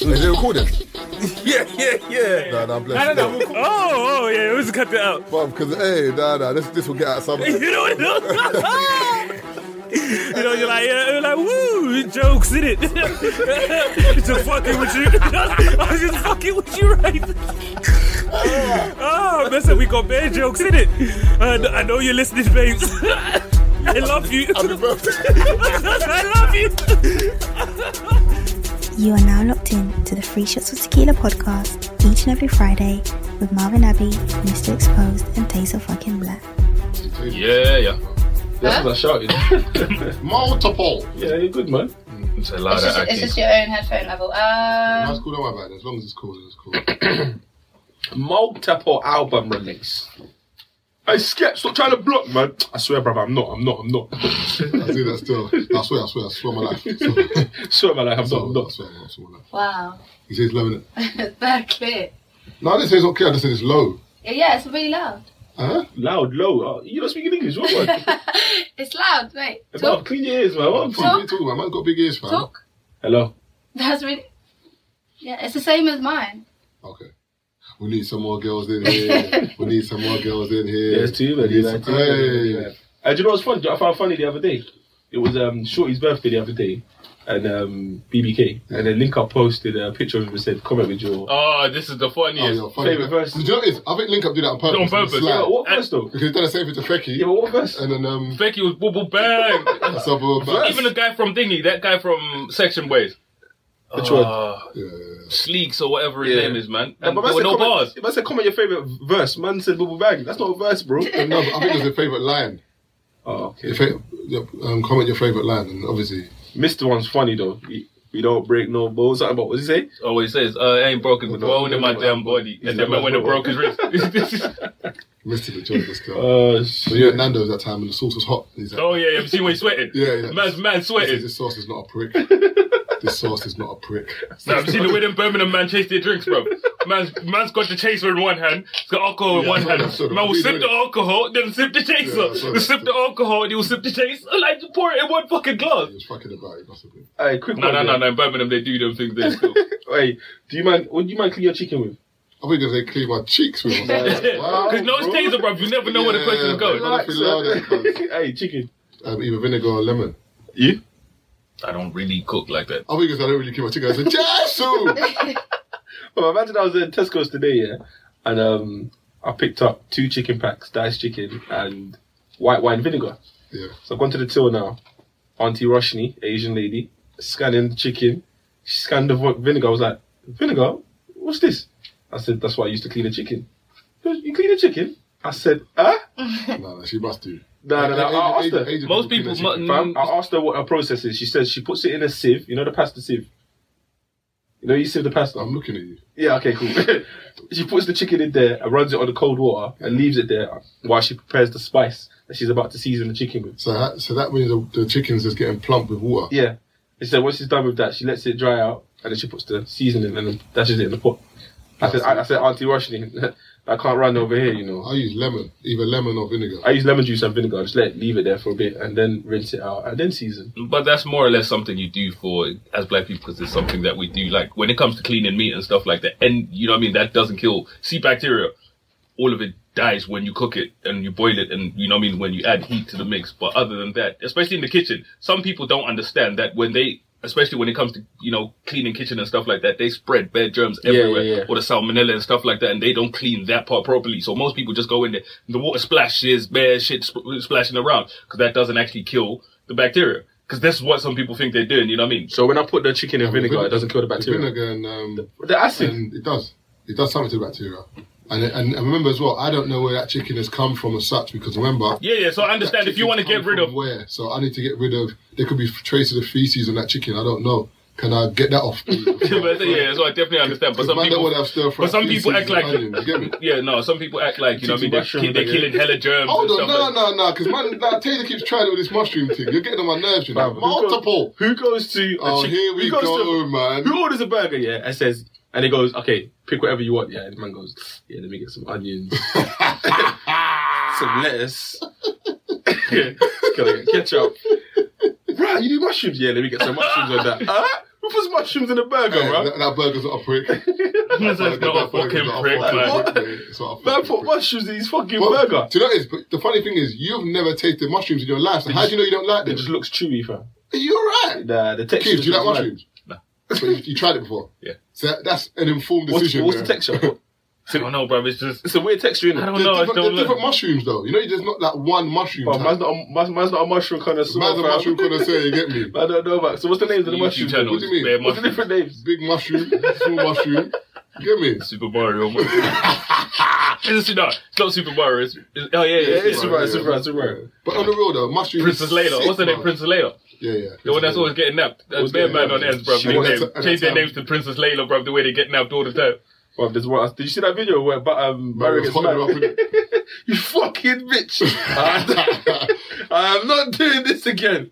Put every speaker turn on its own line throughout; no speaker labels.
Is it recording?
Yeah, yeah, yeah.
Nah, nah,
No,
bless
no, no.
you.
we'll- Oh, oh, yeah. It was cut that out.
But because hey, nah, nah, this this will get out somewhere.
You know, you know, you know you're like, yeah, you're like, woo, jokes in it. just fucking with you. I was just fucking with you, right? oh, listen, we got bad jokes in it. And I know you're listening, babes. I love you.
Happy birthday.
I love you.
You are now locked in to the Free Shots of Tequila podcast each and every Friday with Marvin Abbey, Mr. Exposed, and Taser Fucking Black.
Yeah, yeah. That's what I shouted.
Multiple.
yeah, you're good, man. It's a lot
It's
of
just, it's
acting.
just your own headphone level.
That's
Um,
cool. Don't worry about it. As long as it's cool, it's cool.
Multiple album release. Hey, Skep, stop trying to block, man. I swear, brother, I'm not, I'm not, I'm not.
I do that still. I swear, I swear, I swear my life. I swear,
swear, man, like, I'm
I
not, I'm
swear, I swear,
not.
I swear my life.
wow,
He says low in it.
that clear.
No, I didn't say it's okay. I just said it's low.
Yeah, yeah, it's really loud.
Huh?
Loud, low. Uh, you're not speaking English, what, man?
It's loud, mate.
Well,
Talk,
clean your ears, man. What the
What
fuck?
are you talking about? Man's got big ears, fam.
talk.
Hello.
That's really. Yeah, it's the same as mine.
Okay. We need some more girls in here. we need some more girls in here.
Yes, to you,
We
man.
need
You
some-
like to you,
Hey.
man. Yeah. Uh, do you know what's funny? Do you know what I found funny the other day. It was um, Shorty's birthday the other day, and um, BBK, and then Link Up posted a picture of him and said, "Comment with your."
Oh, this is the
Oh,
funniest.
you're funny.
Favourite verse.
Do you know what it is? I think Link Up did that on purpose.
On purpose.
It's like-
yeah,
Yeah,
what
uh,
verse though?
Because he's done the same thing to Fecky.
Yeah, but what verse?
and then um,
Becky was bubble bang.
a suburb back.
Even the guy from Dingy, that guy from Section Boys.
Which one?
Uh,
Yeah.
Sleeks or whatever his
Yeah.
name is, man.
Yeah,
And
but
there
man
were
said
no
comment-
bars.
Man said, comment your favorite verse. Man said, "Bubble bag." That's not a verse, bro.
And no, but I think it was your favourite line.
oh,
Your
okay.
fa- your, um, comment your favourite line, and obviously,
Mr. One's funny though. He, we don't break no bones. Something about what did he say?
Oh, he says, uh, it ain't broken, but
No,
bone in my
no,
damn
no.
body.
He's
And then
not
when it
no.
broke his wrist.
Mr. the Joker still.
Uh,
so
shit.
you're at Nando's that time, and the sauce was hot. and He's like,
oh, yeah, have you seen when he sweated?
Yeah, yeah.
Man's man
He says,
sweated.
this sauce is not a prick. this sauce is not a prick.
Nah, have you seen the way them Birmingham man chase their drinks, bro? Man's, man's got the chaser in one hand, he's got alcohol in
Yeah, I
one
saw
hand.
that, I saw that.
Man will
We
sip
did
the
it.
alcohol, then sip the chaser.
I saw
He'll
that,
sip the
too.
alcohol, then he'll sip the chaser. Like, pour it in one fucking glass.
He was fucking about it, possibly.
Hey, quick
No,
one.
no, no,
yeah.
no. In Birmingham, they do them things there still.
Hey, do you mind? Would you mind clean your chicken with?
I think if they clean my cheeks with it, I was like, wow.
Because no, it's
bro.
taser, bruv. You never know where the
Yeah,
question is going.
bro. Relax, relax.
hey, chicken.
Um, either vinegar or lemon.
You?
I don't really cook like that.
I think it's I don't really clean my chicken. I said, Jasu!
Well, imagine I was in Tesco's today, yeah, and um, I picked up two chicken packs, diced chicken, and white wine vinegar.
yeah.
So I've gone to the till now. Auntie Roshni, Asian lady, scanning the chicken. She scanned the vo- vinegar. I was like, vinegar? What's this? I said, that's why I used to clean the chicken. She goes, You clean the chicken? I said, "Uh, huh?
No, no, she must do.
No, no, no. I asked her.
Most people mu-
Fam, I asked her what her process is. She says she puts it in a sieve. You know the pasta sieve? You know you sieve the pasta?
I'm looking at you.
Yeah, okay, cool. she puts the chicken in there and runs it on the cold water and leaves it there while she prepares the spice that she's about to season the chicken with.
So that, so that means the, the chicken's just getting plump with water.
Yeah. She said once she's done with that, she lets it dry out and then she puts the seasoning and then dashes it in the pot. I said, I, I said, Auntie Roshni, I can't run over here, you know.
I use lemon, either lemon or vinegar.
I use lemon juice and vinegar. I just let it, leave it there for a bit and then rinse it out and then season.
But that's more or less something you do for as black people because it's something that we do. Like when it comes to cleaning meat and stuff like that, and you know what I mean. That doesn't kill. See bacteria, all of it dies when you cook it and you boil it, and you know what I mean when you add heat to the mix. But other than that, especially in the kitchen, some people don't understand that when they, especially when it comes to you know cleaning kitchen and stuff like that, they spread bad germs
Yeah, yeah,
everywhere
yeah.
or the salmonella and stuff like that, and they don't clean that part properly. So most people just go in there, and the water splashes, bare shit sp- splashing around because that doesn't actually kill the bacteria. Because that's what some people think they're doing. You know what I mean?
So when I put the chicken in
The
vinegar,
vin-
it doesn't kill the
The
bacteria.
vinegar and, um,
The acid.
and it does. It does something to the bacteria. And, and, and remember as well, I don't know where that chicken has come from as such because remember.
Yeah, yeah. So I
that
understand if you
chicken
want to get
come
rid
from
of
Where? So I need to get rid of. There could be traces of feces on that chicken. I don't know. Can I get that off?
but, yeah, so I definitely understand. But
Because
some
man don't
people,
want to have stir fry
but some people
feces and
act like,
onions, you get me?
yeah, no, some people act like you know, what I
Chicken
mean, they're,
mushroom,
they're
yeah.
killing hella germs and
Hold on,
stuff.
no,
like that.
no, no, because man, nah, Taylor keeps trying all this mushroom thing. You're getting on my nerves, you know.
Fam, who goes-
Multiple.
Who goes to? a
Oh,
chick-
here we
who goes
go,
to-
man.
Who orders a burger? Yeah, and says, and he goes, okay, pick whatever you want. Yeah, and the man goes, yeah, let me get some onions, some lettuce, Can I get ketchup. Right, you do mushrooms? Yeah, let me get some mushrooms on that. Huh? Who puts mushrooms in a burger,
Hey,
bro?
that, that burger's not a prick. Burger-
That's not a
that burger's
fucking
not a
prick, man.
prick, mate. It's not a
Man
fucking
put
prick.
mushrooms in his fucking
Well,
burger.
Do you know what it is? But the funny thing is, you've never tasted mushrooms in your life, so how do you know you don't like
It
them?
just looks chewy, fam.
Are you alright?
The the texture.
Keith, do you like
looks mad.
mushrooms?
Nah.
But you, you tried it before.
Yeah.
So that, that's an informed
What's,
decision.
what's the
there.
texture? What-
I don't know, bro. It's just
It's a weird texture, innit?
I don't
There's
know. I
different,
don't
there's different
look.
mushrooms though. You know, there's not like one mushroom.
Bro,
type.
man's, not a, man's, man's not a mushroom connoisseur.
Man's a
fam.
mushroom connoisseur, you get me?
I don't know about. So what's the names of the
YouTube
mushrooms?
channels,
What do you mean?
bare
What's the
mushrooms.
different names?
Big mushroom, small mushroom. You get me?
Super Mario. man. it's, no, it's not Super Mario. It's, it's, oh yeah, yeah,
Yeah, it's
yeah.
Super Mario,
yeah.
Super Mario, Super Mario.
But on the real though, mushrooms.
Princess
is
Leia.
sick,
What's her name?
man.
Princess Leia.
Yeah, yeah.
The one that's always getting napped. That's
Always
Bear
getting
Man
napped.
on ends, bro.
She
Change
was
their-
at the-
change their
at the
names to Princess Layla, bro. The way they get napped all the time.
Bro, there's what else. Did you see that video where but, um, Mario
Mario's
gets
holding her
mad?
up in
you fucking bitch! I am not doing this again.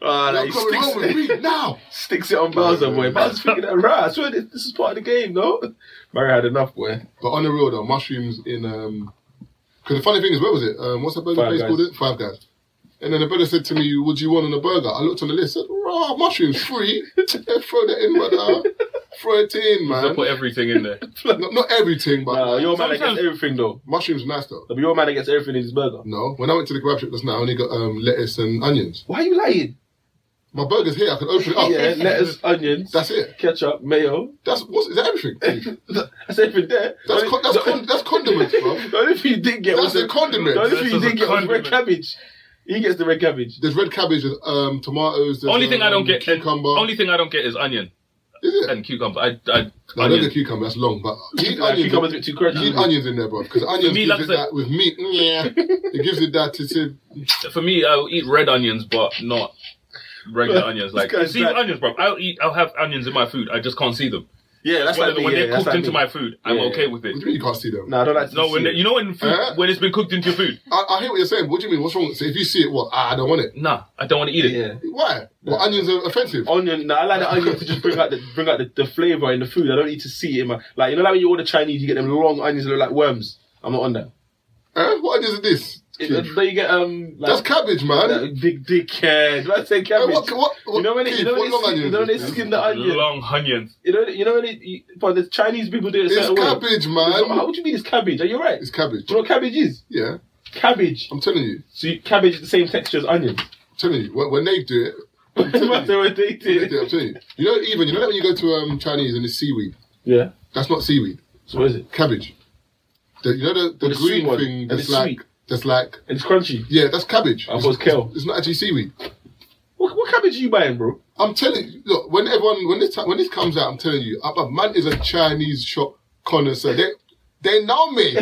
Ah,
You're
like, he
coming
sticks,
home with me now.
sticks it on Bowser, boy. Bowser's thinking that right. I swear this, this is part of the game, no? Mario had enough, boy.
But on the real though, mushrooms in um. Because the funny thing is, where was it? Um, what's that burger
Five
place
Guys.
called? It Five Guys. And then the brother said to me, "What do you want on a burger?" I looked on the list, said, "Raw mushrooms, free. Yeah, throw that in, brother. Throw it in,
I
man.
put everything in there.
Not, not everything, but
Nah,
like,
Uh, your man that gets
Sometimes-
everything though.
mushrooms nice though.
But your man that gets everything in his burger.
No, when I went to the grab shop just now, I only got um, lettuce and onions.
Why are you lying?
My burger's here. I can open it up.
Yeah, lettuce, onions,
That's it.
ketchup, mayo.
That's what's is that everything?
That's everything there.
That's con- that's con- that's condiments, bro.
The only thing you didn't get
That's
was
a
the
condiment.
The only
This
thing you
is a
didn't get was red
condiment.
cabbage. He gets the red cabbage.
There's red cabbage, there's, um, tomatoes. There's,
Only thing I
um,
don't get. and-
cucumber.
Only thing I don't get is onion
is it?
and cucumber. I, I
No, I don't
onion.
get cucumber. That's long, but you need
Like,
onions.
cucumber's a bit too crunchy.
you need onions in there, bro, because onions
me,
gives
that's
it
a-
that with meat. Yeah, it gives it that. It's a,
For me, I'll eat red onions, but not regular onions. Like
guy's
see
bad.
onions, bro. I'll eat. I'll have onions in my food. I just can't see them.
Yeah, that's
when
like me,
when
yeah,
they're
that's
cooked
like
into
me.
my food, I'm
Yeah, yeah.
okay with it.
what do you mean you can't see them?
No, I don't like to
No,
see
when they- you know when food,
Huh?
when it's been cooked into your food.
I, I hear what you're saying. What do you mean? What's wrong? So if you see it, what? Ah, I don't want it.
Nah, I don't want to eat
it.
it.
Yeah.
Why? Well, onions are offensive.
Onion, no, I like the onion to just bring out the bring out the, the flavor in the food. I don't need to see it in my like you know like when you order Chinese, you get them long onions that look like worms. I'm not on that.
Eh? What onions are this?
It, no, you get um
That's
like
cabbage, man.
that big dickhead. Did I say cabbage?
what- what-
you know when it, you know
what
when
long
they, skin- you
onions
know when they
is this?
skin the onion.
Long onions.
You know you know when it, you, but the Chinese people do it a
It's
certain way.
cabbage,
It's not- How
man.
would you mean it's cabbage? Are you right?
It's cabbage.
Do you know what cabbage is?
Yeah,
Cabbage.
I'm telling you.
So you, cabbage is the same texture as onion.
I'm telling you. When, when they do it,
That's the way
they
they did
do it,
it.
I'm telling you. You know, even you know that when you go to um, Chinese and it's seaweed.
Yeah.
That's not seaweed.
So what is it?
Cabbage. The, you know the, the,
the sweet
green
one.
thing
And
that's
it's
like
sweet.
that's like
And it's crunchy.
yeah, that's cabbage.
I thought it's kale.
It's not actually seaweed.
What, what cabbage are you buying, bro?
I'm telling you, look, when everyone when this ti- when this comes out, I'm telling you, uh, uh, man is a Chinese shop connoisseur. They they know me.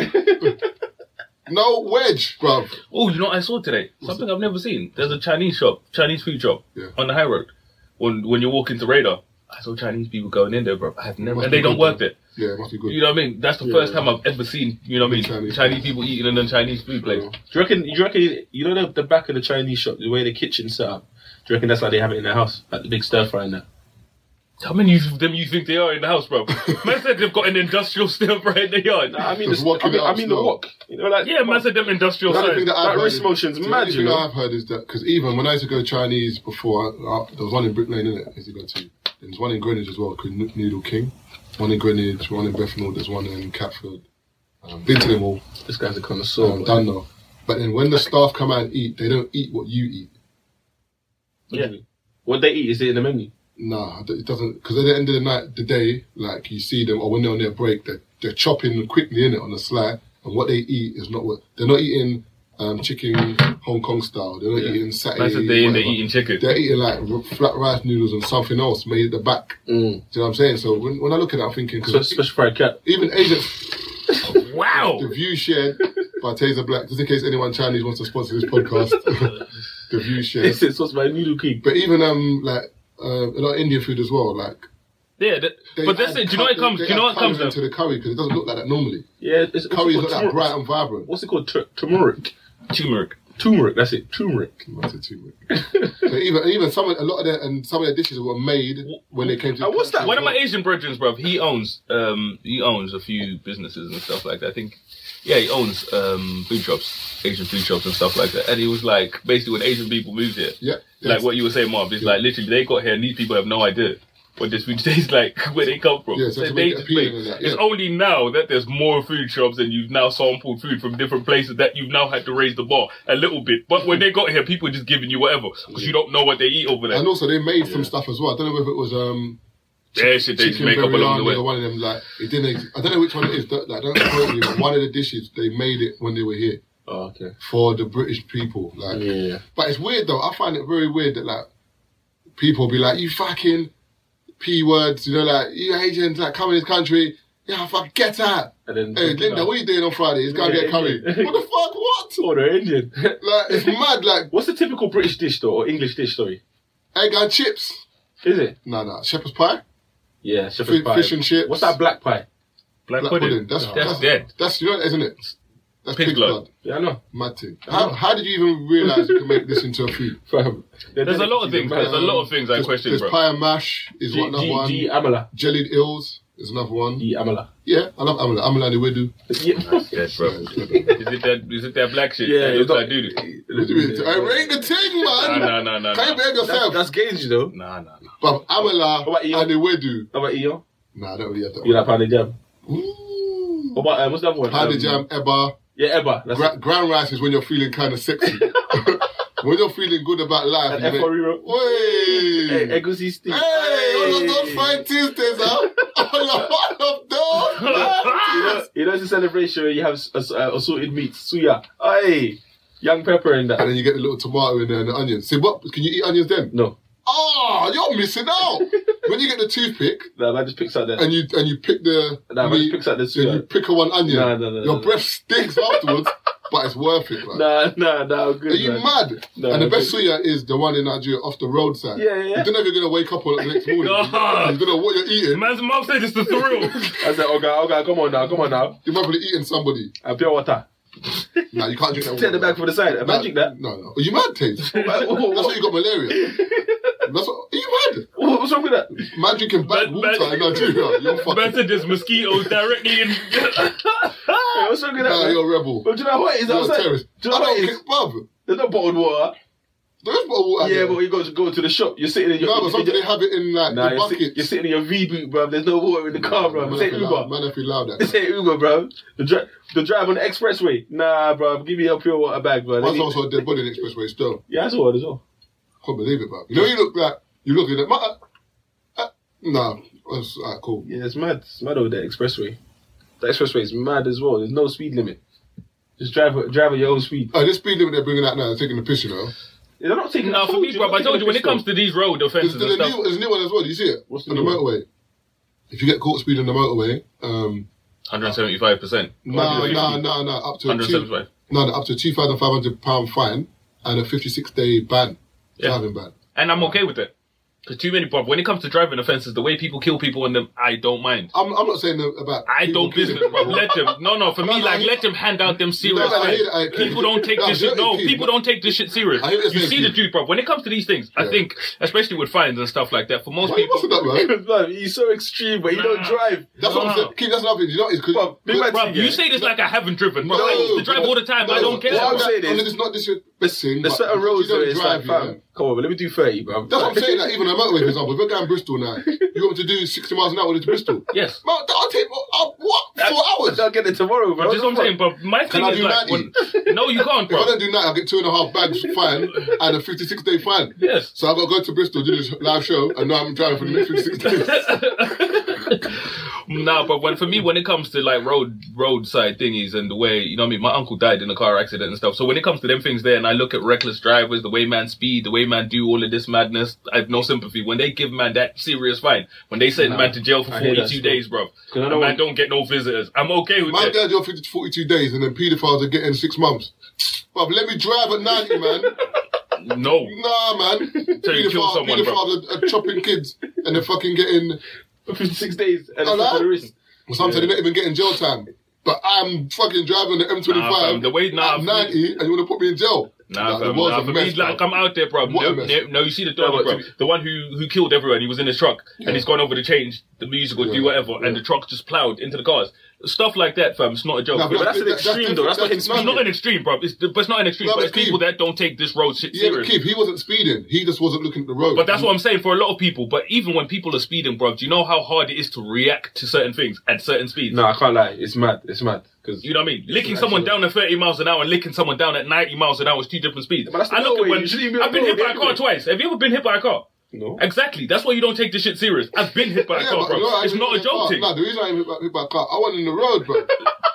no wedge, bruv.
Oh, you know what I saw today? Something I've never seen. There's a Chinese shop, Chinese food shop
Yeah.
on the high road. When when you walk into Radar, I saw Chinese people going in there, bro. I've never
Must
and
be
they don't
good,
work
though.
there.
Yeah, it must be good.
You know what I mean? That's the first time I've ever seen, you know what I mean?
Chinese.
Chinese, people eating in a Chinese food place.
Yeah.
Do you reckon? Do you reckon? You know the, the back of the Chinese shop, the way the kitchen's set up. Do you reckon that's how they have it in their house, like the big stir fry in there?
How many of them you think they are in the house, bro? man said they've got an industrial stir fry in the yard.
Nah, I mean,
Just
the,
walking
I mean,
it up
I mean the
slow.
wok. You know, like
yeah, man said them industrial
The only
size.
thing that I've
That
heard
wrist
is-
motion's
the
mad,
only
you
thing
know.
I've heard is that because even when I used to go Chinese before, I, I, there was one in Brick Lane, innit? I used to go to. There's one in Greenwich as well, called Nook Noodle King. One in Greenwich, one in Bethnal, there's one in Catford. Um, been to them all.
this guy's a connoisseur.
So I'm
boy.
done now. But then when the staff come out and eat, they don't eat what you eat.
Yeah. What they eat is it in the menu?
Nah, it doesn't. Because at the end of the night, the day, like you see them, or when they're on their break, they're, they're chopping quickly in it on the sly, and what they eat is not what they're not eating. Um, chicken Hong Kong style. They're not eating Saturday.
Man said they in there
whatever.
eating chicken.
They're eating like r- flat rice noodles and something else made at the back. Do you know what I'm saying? So when, when I look at it, I'm thinking
So
because
special fried cat.
even Asian,
Wow!
the view shared by Taser Black, just in case anyone Chinese wants to sponsor this podcast, the view shared.
This is what's my noodle king.
But even um like uh, a lot of Indian food as well, like.
Yeah, that,
they
but that's
add
it. Do you know what
cu-
comes?
they
Do you know
add
what comes?
curry into
though?
the curry because it doesn't look like that normally.
Yeah, it's, it's
Curry's
called
got that
turmeric.
bright and vibrant.
What's it called? Tur- turmeric.
Turmeric.
Turmeric. That's it. Turmeric.
Might say too much. so even even some of- a lot of their and some of their dishes were made when they came to.
uh,
And what's that?
One of my Asian brethren, bro, he owns um he owns a few businesses and stuff like that. I think yeah, he owns um food shops, Asian food shops and stuff like that. And he was like basically when Asian people moved here.
Yeah.
Like what you were saying, Marv, it's like literally they got here and these people have no idea what this food tastes like, where they come from.
Yeah, so to
they
make it
just
appealing
make-
and that,
It's
yeah.
only now that there's more food shops and you've now sampled food from different places that you've now had to raise the bar a little bit. But when they got here, people just giving you whatever because you don't know what they eat over there.
And also, they made some stuff as well. I don't know whether it was um,
Their shit they just make up along the
biryani
way.
or one of them. Like it didn't. Ex- I don't know which one it is. Don't, like, don't quote me. But one of the dishes they made it when they were here
Oh, okay.
for the British people. Like,
Yeah, yeah.
but it's weird though. I find it very weird that like people be like, "You fucking p words," you know, like you Asians like come in this country. Yeah, fuck, get out.
And then
Hey, Linda, what are you doing on Friday? It's gonna get curry. what the fuck? What?
Order Indian.
Like, it's mad. Like,
What's the typical British dish though, or English dish? Sorry,
egg and chips.
is it?
No, no, shepherd's pie.
Yeah, shepherd's
Fi-
pie.
fish and chips.
What's that black pie?
Black,
Black
pudding.
pudding. That's,
That's dead.
That's you know, isn't it? That's
Pig
pig,
blood.
blood.
Yeah, I know.
Mad thing. How, how did you even realize you could make this into a food?
Fam.
There's a lot of things. There's a lot of things I
There's-
question,
there's
bro.
pie and mash is
G,
one, another
G,
one.
G amala.
Jellied eels is another one.
G amala.
Yeah, I love amala. Amala the widow.
Yeah.
Yes, bro. is it that? Is it that black shit?
Yeah,
that
it's
looks
not-
like doo
What do you mean? I ring the ting,
No,
man.
no, no, no.
Can't you behave
That,
yourself?
that's Gage, you know.
Nah, nah, nah.
but amala
What about eel?
and the widow.
How about Eon?
Nah, I don't really have that.
You like pounded jam?
one. Ooh.
What about uh, what's the other one?
Pie the jam,
Um,
Eba.
Yeah, Eba. That's
Gra- ground rice is when you're feeling kind of sexy. when you're feeling good about life.
an
you make-
F4
Oi!
Hey, Egusi steak.
Hey, all of those fine Tuesdays, huh? all, of, all of those.
you know, you know, it's a celebration where you have s- ass- uh, assorted meats, suya, aye, young pepper in
And
that.
then you get the little tomato in there and the onion. See what? Can you eat onions then?
No,
Oh, you're missing out. when you get the toothpick
no, man just picks out there.
and you and you pick the
Nah, man just
meat,
picks out the
then you
suya.
pick a one onion.
Nah, nah, nah,
Your
nah.
breath stinks afterwards, but it's worth it, man.
Nah, nah, nah, I'm good.
Are you
man.
mad?
Nah,
and the
I'm
best suya is the one in Nigeria off the roadside.
Yeah, yeah, yeah.
You don't know if you're gonna wake up on it the next morning. you don't know what you're eating.
Man's mom said it's the thrill.
I said, okay, okay, come on now, come on now.
You might be eating somebody.
And pure water.
Nah, you can't drink that.
Take
water.
the bag for the side.
No,
Imagine that.
No, no. Are you mad, Taze?
What- what-
That's why
what-
you got malaria. That's what, are you mad?
What's wrong with that?
Man drinking bad
Bad-
water
bad-
in Nigeria. You're
Man
fucking.
said there's mosquitoes directly in.
Hey, What's wrong with that?
Nah,
man?
you're a rebel.
But do you know what it is?
You're a
outside?
terrorist.
Do you know
I
what
don't
it
care,
is?
bruv.
There's no bottled water.
There is bottled water.
Yeah,
there.
but you go to go to the shop. You're sitting in your.
no, but sometimes they have it in like
Nah,
the
you're, sit-
buckets.
you're sitting in your V boot, bro. There's no water in the car, bro.
Man,
Say
if you
Uber.
loud, man, if you loud that.
This ain't Uber, bro. The, dri- the drive on the expressway. Nah, bro. Give me a pure water bag, bro. Let
Man's
me-
also a dead body in the expressway still.
yeah, that's all as well.
Can't believe it, bruv. You know, you look like you look at it. Nah, uh, nah, that's alright, cool.
Yeah, it's mad. It's mad over there expressway. The expressway is mad as well. There's no speed limit. Just drive, drive at your own speed.
Uh, this speed limit they're bringing out now, they're taking the piss, you know.
They're not taking.
Now,
I
for
told
me,
you,
bro,
they're
I
not
told you
taking
when
the
it comes
piss,
to these road
There's,
offences and
there's, a new,
stuff,
there's a new one as well. Do you see it?
What's the
on the
new one?
motorway? If you get caught speeding on the motorway, um,
175 percent.
no, no, no, no, up to a two,
175.
no, no, up to a two thousand five hundred pound fine and a fifty-six day ban,
Yeah.
driving ban.
and I'm okay with it. Because too many, bro. When it comes to driving offences, the way people kill people in them, I don't mind.
I'm, I'm not saying about.
I
people
don't
killing
business, bro.
people.
Let them. No, no. For
No,
me,
no,
like,
I-
let them hand out them serious.
No, I hear
things.
that, I-
people don't take
No,
this shit.
dirty
No,
people.
people don't take this shit serious.
I hear this
You
thing,
see the
people.
truth, bro. When it comes to these things, I
Yeah.
think, especially with fines and stuff like that, for most
Why are you busting
people,
that, man?
Because, man, he's so extreme, but he don't
Nah.
drive.
That's what I'm
No.
saying. Keep that's another thing. You know, it's because.
Bro, big man,
Bruv, you say this like I haven't driven. Bro, I used to drive all the time. I don't care.
What I'm
What I'm saying
saying
is-
it's not
There's,
disrespecting.
there's
but
certain
because
roads
you don't
where it's like,
drive, you know.
fam, come on, but let me do 30, bro.
That's what I'm saying. Like, even on the motorway, for example, if we're going Bristol now, you want me to do 60 miles an hour to Bristol?
Yes.
Man, I'll take I'll, uh, what? Four hours?
I'll get it tomorrow, bro.
But this is what I'm saying, but my thing
I
is
do 90?
like, when- no, you can't,
If I
bro.
don't do that, I'll get two and a half bags fine and a 56 day fine.
Yes.
So I've got to go to Bristol, do this live show, and now I'm driving for the next 56 days.
No, but when for me, when it comes to like road roadside thingies and the way you know, what I mean, my uncle died in a car accident and stuff. So when it comes to them things there, and I look at reckless drivers, the way man speed, the way man do all of this madness, I have no sympathy. When they give man that serious fine, when they send man to jail for
I hear that
forty two
still.
days, bro,
'Cause I
and
don't
man
want-
don't get no visitors. I'm okay with
My
that.
dad, you're 50 to 42 days, and then paedophiles are getting six months. But let me drive at 90, man.
No,
Nah, man.
Till you kill
Paedophiles-
someone, bro.
paedophiles are, are chopping kids, and they're fucking getting.
56 days and
Hello?
it's for the wrist.
Sometimes they're not even getting jail time. But I'm fucking driving the M25
Nah, fam, the way- nah,
at
fam.
90 and you want to put me in jail?
Nah,
Like,
fam,
the world's
nah,
a
for me,
mess,
like,
bro.
I'm out there, bro.
What
No,
a mess.
no, no, you see the dog,
but
bro.
to be-
The one who, who killed everyone, he was in his truck and he's gone over to change the music or do whatever, and the truck just plowed into the cars. Stuff like that, fam. It's not a joke.
Nah,
but
but
that's an
that-
extreme,
that's
though. That's, not,
different.
it's
That's
not an
nothing.
extreme, bro. It's, but it's not an extreme.
No,
but
but
it's people
Keith-
that don't take this road shit
Yeah, but
serious.
Keith, he wasn't speeding. He just wasn't looking at the road.
But that's what I'm saying for a lot of people. But even when people are speeding, bro, do you know how hard it is to react to certain things at certain speeds?
No, I can't lie. It's mad. It's mad. Because
You know what I mean? Licking someone down at 30 miles an hour and licking someone down at 90 miles an hour is two different speeds.
But that's the
I look at
motorway.
when
You shouldn't even be on
I've been
the
hit by a
motorway
car
anyway.
twice. Have you ever been hit by a car?
No.
Exactly. That's why you don't take this shit serious. I've been hit by a
Yeah,
car,
but
bro.
you know what, I
it's
hit
not
by
a joke
car.
thing.
Nah, the reason I hit by, hit by a car, I wasn't in the road, bro.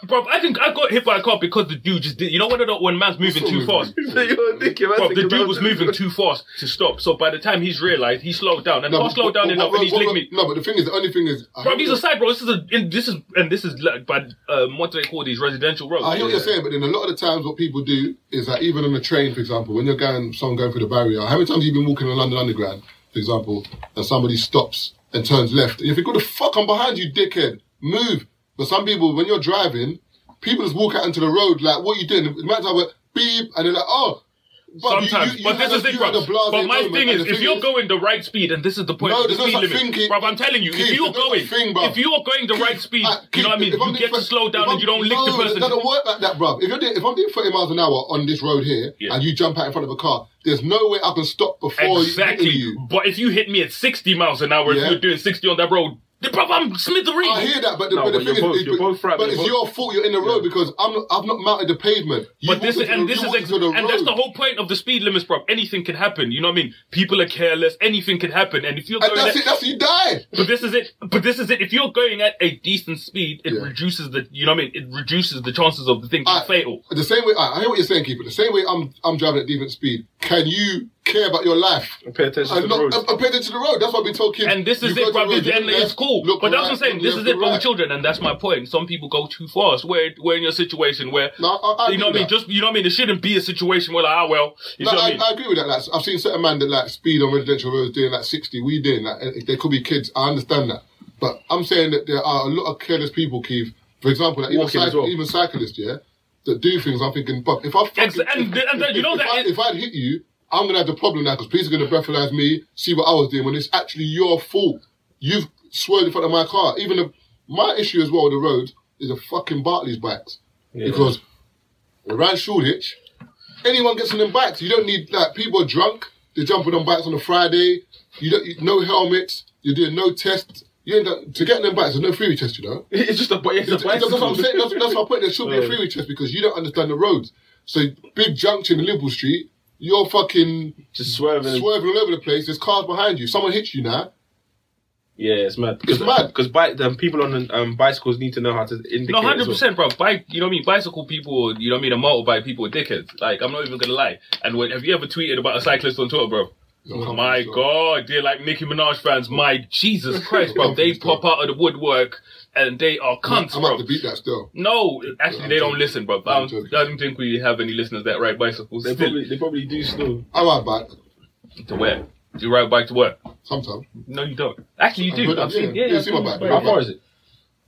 Bro, I think I got hit by a car because the dude just did. You know when, the- when man's moving too fast?
you're thinking,
Bro, the dude was moving too fast to stop. So by the time he's realized, he slowed down. And if I
but-
slowed
but-
down
but
enough
what-
and he's
what-
licked me.
No, but the thing is, the only thing is, I
Bro,
hear
these
what
are side, bro. This is a, in, this is, and this is like by, um, what do they call these residential roads?
I hear what you're saying, but then Ah, a lot of the times, what people do is that even on the train, for example, when you're going, someone going through the barrier, how many times have you been walking on London Underground, for example, and somebody stops and turns left, and you think, "What the fuck? I'm behind you, dickhead! Move!" But some people, when you're driving, people just walk out into the road like, "What are you doing?" It might have a beep, and they're like, "Oh." bruv, you-
Sometimes,
you- you
but this
had a-
is it,
you
bro.
had a blasé
But my
moment,
thing
and
is,
the
if
thing
you're
is-
going the right speed, and this is the point,
No,
of the
there's no
speed
such
limit,
thing, Keith.
bro. I'm telling you, if
Keith,
you're
there's no
going,
such thing, bruv.
if you're going the right
Keith,
speed,
uh,
you
Keith,
know what I mean.
if I'm
You
doing
get to
thirty-
slow
if
down
I'm-
and you don't lick
no,
the person.
It doesn't work like that, bruv. If you're doing, if I'm doing 30 miles an hour on this road here
Yeah.
and you jump out in front of a car, there's no way I can stop before
Exactly.
you.
But if you hit me at 60 miles an hour,
Yeah.
if you're doing 60 on that road, bro, I'm
I
smithereens.
hear that, but the,
No,
but the
but
thing
you're both-
is, is-
you're both
but,
right,
but
you're
it's
both-
your fault you're in the road because I'm not, I've not mounted the pavement. You
But
walked
this is
into
and
the-
this
you
is
walked
ex-
into
and that's
road.
the whole point of the speed limits, bro. Anything can happen. You know what I mean? People are careless. Anything can happen. And if you're
And
going
that's
at-
it. That's you died.
But this is it. But this is it. If you're going at a decent speed, it
Yeah.
reduces the. You know what I mean? It reduces the chances of the thing being
I-
fatal.
The same way I, I hear what you're saying, Keeper. The same way I'm I'm driving at decent speed. Can you care about your life?
Pay attention
And
to the
not
road.
and- and pay attention to the road. That's what we told kids.
And this
You
is
go to
it,
the
bro.
road,
This-
look
And it's
left,
cool.
look
But that's
right,
what I'm saying.
look
This
left,
is it,
look
bro.
right.
With children, and that's my point. Some people go too fast. We're we're in your situation where.
No, I- I
you know what
agree
I mean?
with
Just you know what I mean. It shouldn't be a situation where like, ah well, you
Like,
know what I
I,
mean.
I agree with that. Like, I've seen certain man that like speed on residential roads doing like sixty. We doing like eh, there could be kids. I understand that, but I'm saying that there are a lot of careless people, Keith. For example, like even,
Walking as
cyc-
well.
even cyclists, yeah, that do things. I'm thinking, but if I fucking,
Ex- and-
if,
and then you know
if,
that
I,
it-
if I hit you, I'm gonna have the problem now because police are gonna breathalyze me, see what I was doing when it's actually your fault. You've swerved in front of my car. Even the, my issue as well with the roads is the fucking Bartley's bikes because around Shoreditch anyone gets on them bikes. You don't need like people are drunk. They're jumping on bikes on a Friday. You don't you, no helmets. You're doing no tests. You ain't done, to get on them bikes. There's no freeway test, you know.
It's just a, bi- it's a
That's, that's
bicycle.
what I'm saying. That's, that's my point. There should be a freeway test because you don't understand the roads. So big junction in Liverpool Street. You're fucking
Just swerving.
swerving all over the place. There's cars behind you. Someone hits you now.
Yeah, it's mad.
It's mad.
Because bi- the people on um, bicycles need to know how to indicate.
No,
as
hundred percent, bro. Bike, you know what I mean. Bicycle people, you know what I mean. And motorbike people are dickheads. Like, I'm not even gonna lie. And when, have you ever tweeted about a cyclist on Twitter, bro?
come
Oh my
on, sir.
God, they're like Nicki Minaj fans. My Jesus Christ, bro. They pop out of the woodwork and they are cunts,
I'm
bro.
about to beat that still.
No, actually, they don't listen, bro. I
I'm
don't,
joking.
I don't think we have any listeners that ride bicycles.
They
still.
probably, they probably do still.
I ride bike
to where? Do you ride bike to work?
sometimes.
No, you don't. Actually, you
I've
do.
heard
I've
that,
seen.
yeah.
Oh, Yeah,
Yeah,
I've
see my bike.
seen you
How
ride.
far is it?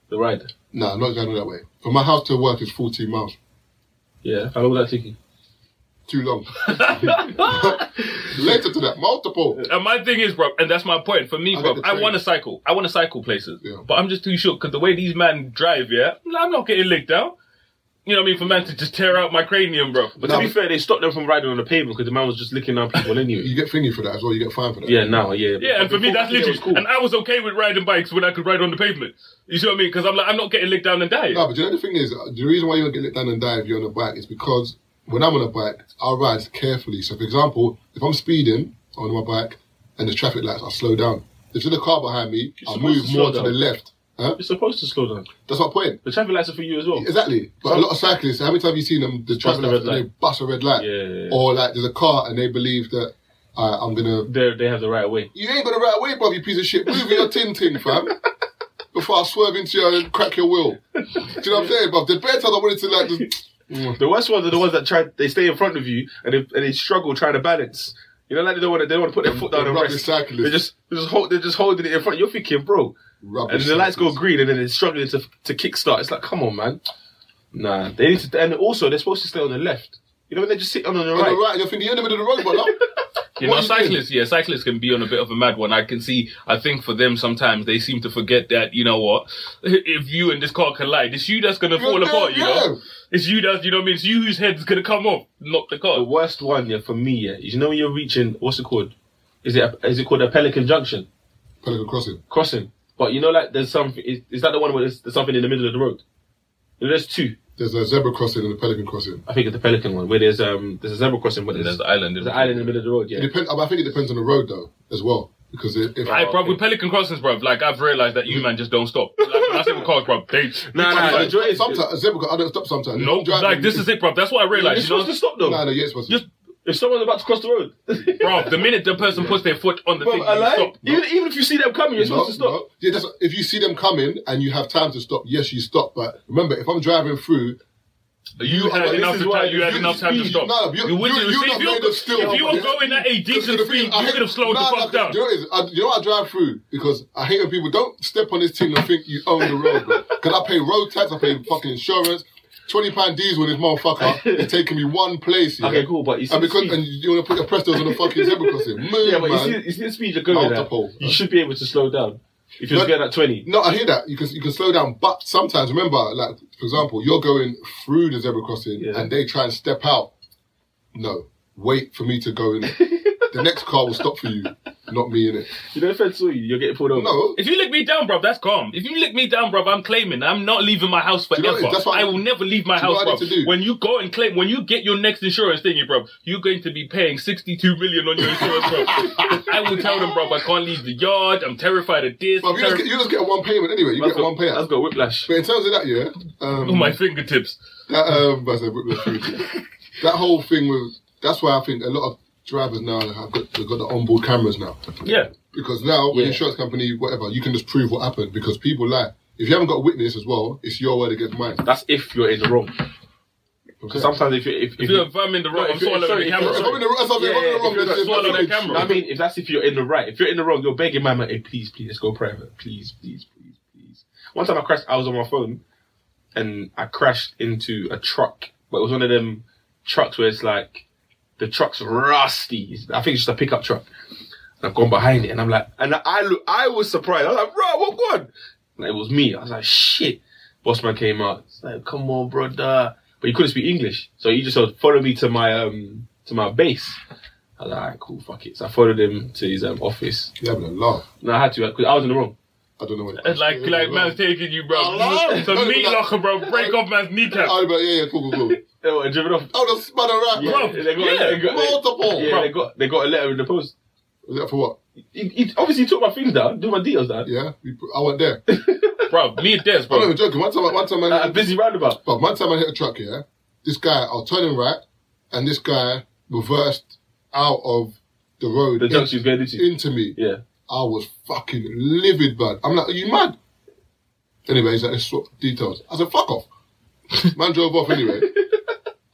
The ride.
No, I'm not going that way. From my house to work is 14 miles.
Yeah. How long was that taking?
Too long. Later to that, multiple.
And my thing is, bro, and that's my point. For me,
I
bro,
get the
I
train.
want to cycle. I want to cycle places,
Yeah.
but I'm just too short because the way these men drive, yeah, I'm not getting licked out. You know what I mean? For man to just tear out my cranium, bro.
But
No,
to be
but-
fair, they stopped them from riding on the pavement because the man was just licking down people
You
anyway.
get thingy for that as well. You get fined for that.
Yeah, now, yeah.
yeah, and for me, that's literally.
cool.
And I was okay with riding bikes when I could ride on the pavement. You see what I mean? Because I'm like, I'm not getting licked down and dying.
No, but you know the thing is, uh, the reason why you don't get let down and die if you're on a bike is because when I'm on a bike, I ride carefully. So, for example, if I'm speeding on my bike and there's traffic lights, I slow down. If there's a car behind me, I
supposed
move
to slow
more to
down.
the left. Huh?
You're supposed to slow down.
That's my point.
The traffic lights are for you as well.
Exactly. But a lot of cyclists, how many times have you seen them, the traffic
the
lights,
red
and they bust a red light?
Yeah, yeah, yeah.
Or like there's a car and they believe that uh, I'm going to
They're, they have the right way.
You ain't got the right way, bruv, you piece of shit. Move your tin tin, fam. Before I swerve into you and crack your wheel. Do you know what I'm saying, bruv? The bare times I wanted to, like, just, mm,
The worst ones are the ones that try. They stay in front of you and they, and they struggle trying to balance. You know, like they don't want to. They don't want to put their foot down
the
and
rubbish
rest.
cyclists.
They just, they just hold. They're just holding it in front. You're thinking, bro.
Rubbish
And the lights go
cyclists.
green, and then they're struggling to to kickstart. It's like, come on, man. Nah, they need to. And also, they're supposed to stay on the left. You know, when they just sit on the
On
right.
the right, and you're thinking, you're in the middle of the road, brother.
You
What
know,
do you think?
cyclists, yeah, cyclists can be on a bit of a mad one. I can see, I think for them sometimes they seem to forget that, you know what, if you and this car collide, it's you that's gonna fall
Yeah,
apart, you know?
yeah.
It's you that's, you know what I mean? It's you whose head's gonna come off, not the
The
car.
worst one, yeah, for me, yeah, is you know when you're reaching what's it called? Is it a, is it called a Pelican Junction
Pelican Crossing.
crossing? But you know, like there's something. Is, is that the one where there's, there's something in the middle of the road? You know, there's two.
There's a zebra crossing and a pelican crossing.
I think it's the Pelican one where there's um there's a zebra crossing, but
And
there's,
there's the
there's
island.
an island in the middle of the road.
It
Yeah,
depend, I think it depends on the road though, as well. Because if, if
Hey, bruv,
okay.
with Pelican Crossings, bruv, like, I've realized that you, man, just don't stop. Like, when I say with cars, bruv, they...
Nah, nah,
Sometimes-
the joy is-
sometimes a zebra, cro- I don't stop sometimes.
No,
I'm driving-
like, this is it, bruv. That's what I
you're
realized, you know?
supposed to stop though.
No, no, you're supposed to.
Just-
If someone's about to cross the road,
Bruv, the minute the person puts their foot on the
Bro,
thing, you
I lie.
stop.
even, even if you see them coming, you're supposed to
No,
stop.
no. Yeah, that's, if you see them coming and you have time to stop, yes, you stop. But remember, if I'm driving through,
You
Well,
had
this
enough
is
to
why
time. You had
you-
enough time to
you-
stop.
no, you-
You wouldn't.
you-
you
you
see,
not
If you
made
were-
of steel,
if you
bro.
were going at a decent
Because
speed,
I
you
hate-
could have slowed the
Nah,
fuck
nah,
down.
You know, what it is? I, you know what I drive through because I hate when people don't step on this team and think you own the road, bro. Because I pay road tax, I pay fucking insurance. Twenty pound diesel in this motherfucker is taking me one place. Yeah?
Okay, cool, but you see
and
the
because
speed.
and you want to put your press doors on the fucking zebra crossing? Move,
Yeah, but
man.
you see, you see the speed you're going at.
Multiple.
You should be able to slow down. If you're
No.
going at 20,
No, I hear that. You can you can slow down, but sometimes remember, like for example, you're going through the zebra crossing
Yeah.
and they try and step out. No, wait for me to go in. the next car will stop for you, not me in it.
you know if I saw you, you're getting pulled over.
No,
If you lick me down, bruv, that's calm. If you lick me down, bruv, I'm claiming. I'm not leaving my house
you know
forever.
what it is? That's what
I
I-
will never leave my
Do you know
house,
what I need to
bruv.
do?
When you go and claim, when you get your next insurance thingy, bruv, you're going to be paying 62 million on your insurance, bruv. I will tell them, bruv, I can't leave the yard. I'm terrified of this.
but
I'm
you just,
terri-
get, you just get one payment anyway. You
That's
get one
got-
payout.
That's got whiplash.
But in terms of that, yeah,
on
um,
Oh my fingertips.
that, um, that's a bit of a truth. that whole thing with that's why I think a lot of drivers now have got, they've got the onboard cameras now.
Yeah.
Because now, with
Yeah.
insurance company, whatever, you can just prove what happened. Because people lie. If you haven't got a witness as well, it's your word against mine.
That's if you're in the wrong. Because sometimes if you if, if,
If,
you-
you're, if I'm in the
No,
wrong,
if
I'm
you're-
swallowing
sorry,
the
if you're-
camera.
If I'm in the, if I'm
Yeah,
in the
yeah,
wrong,
if you're
then it's
not
swallowing
fucking
that camera.
true.
I mean, if that's if you're in the right. If you're in the wrong, you're begging my man, hey, please, please, let's go private. Please, please, please, please. One time I crashed, I was on my phone and I crashed into a truck. But it was one of them trucks where it's like, the truck's rusty. I think it's just a pickup truck. And I've gone behind it and I'm like, and I look, I was surprised. I was like, bro, what gone? And it was me. I was like, shit. Bossman came out. It's like, come on, brother. But he couldn't speak English. So he just said, follow me to my, um, to my base. I was like, alright, cool, fuck it. So I followed him to his um, office.
You're having a laugh.
No, I had to, because I was in the wrong.
I don't know what
It's like, like man's taking you, bro.
Allah.
It's a meat locker, bro. Break off man's kneecap.
Oh, but yeah, yeah, cool, cool, cool.
They were driven off.
Oh, the spun around.
Bro,
they got,
yeah,
they got,
multiple.
They, yeah, they got, they got a letter in the post.
Is that for what?
He, he obviously took my things down, do my deals down.
Yeah, we- I went there.
Bro, me and Des,
I'm not
bro. Uh,
even joking. One time, I- one time, I,
At a busy roundabout.
But one time I hit a truck here, this guy, I was turning right, and this guy reversed out of the road
The
in-
junction was going into.
into me.
Yeah.
I was fucking livid, man. I'm like, are you mad? Anyway, he's like, let's swap details. I said, fuck off. Man drove off anyway.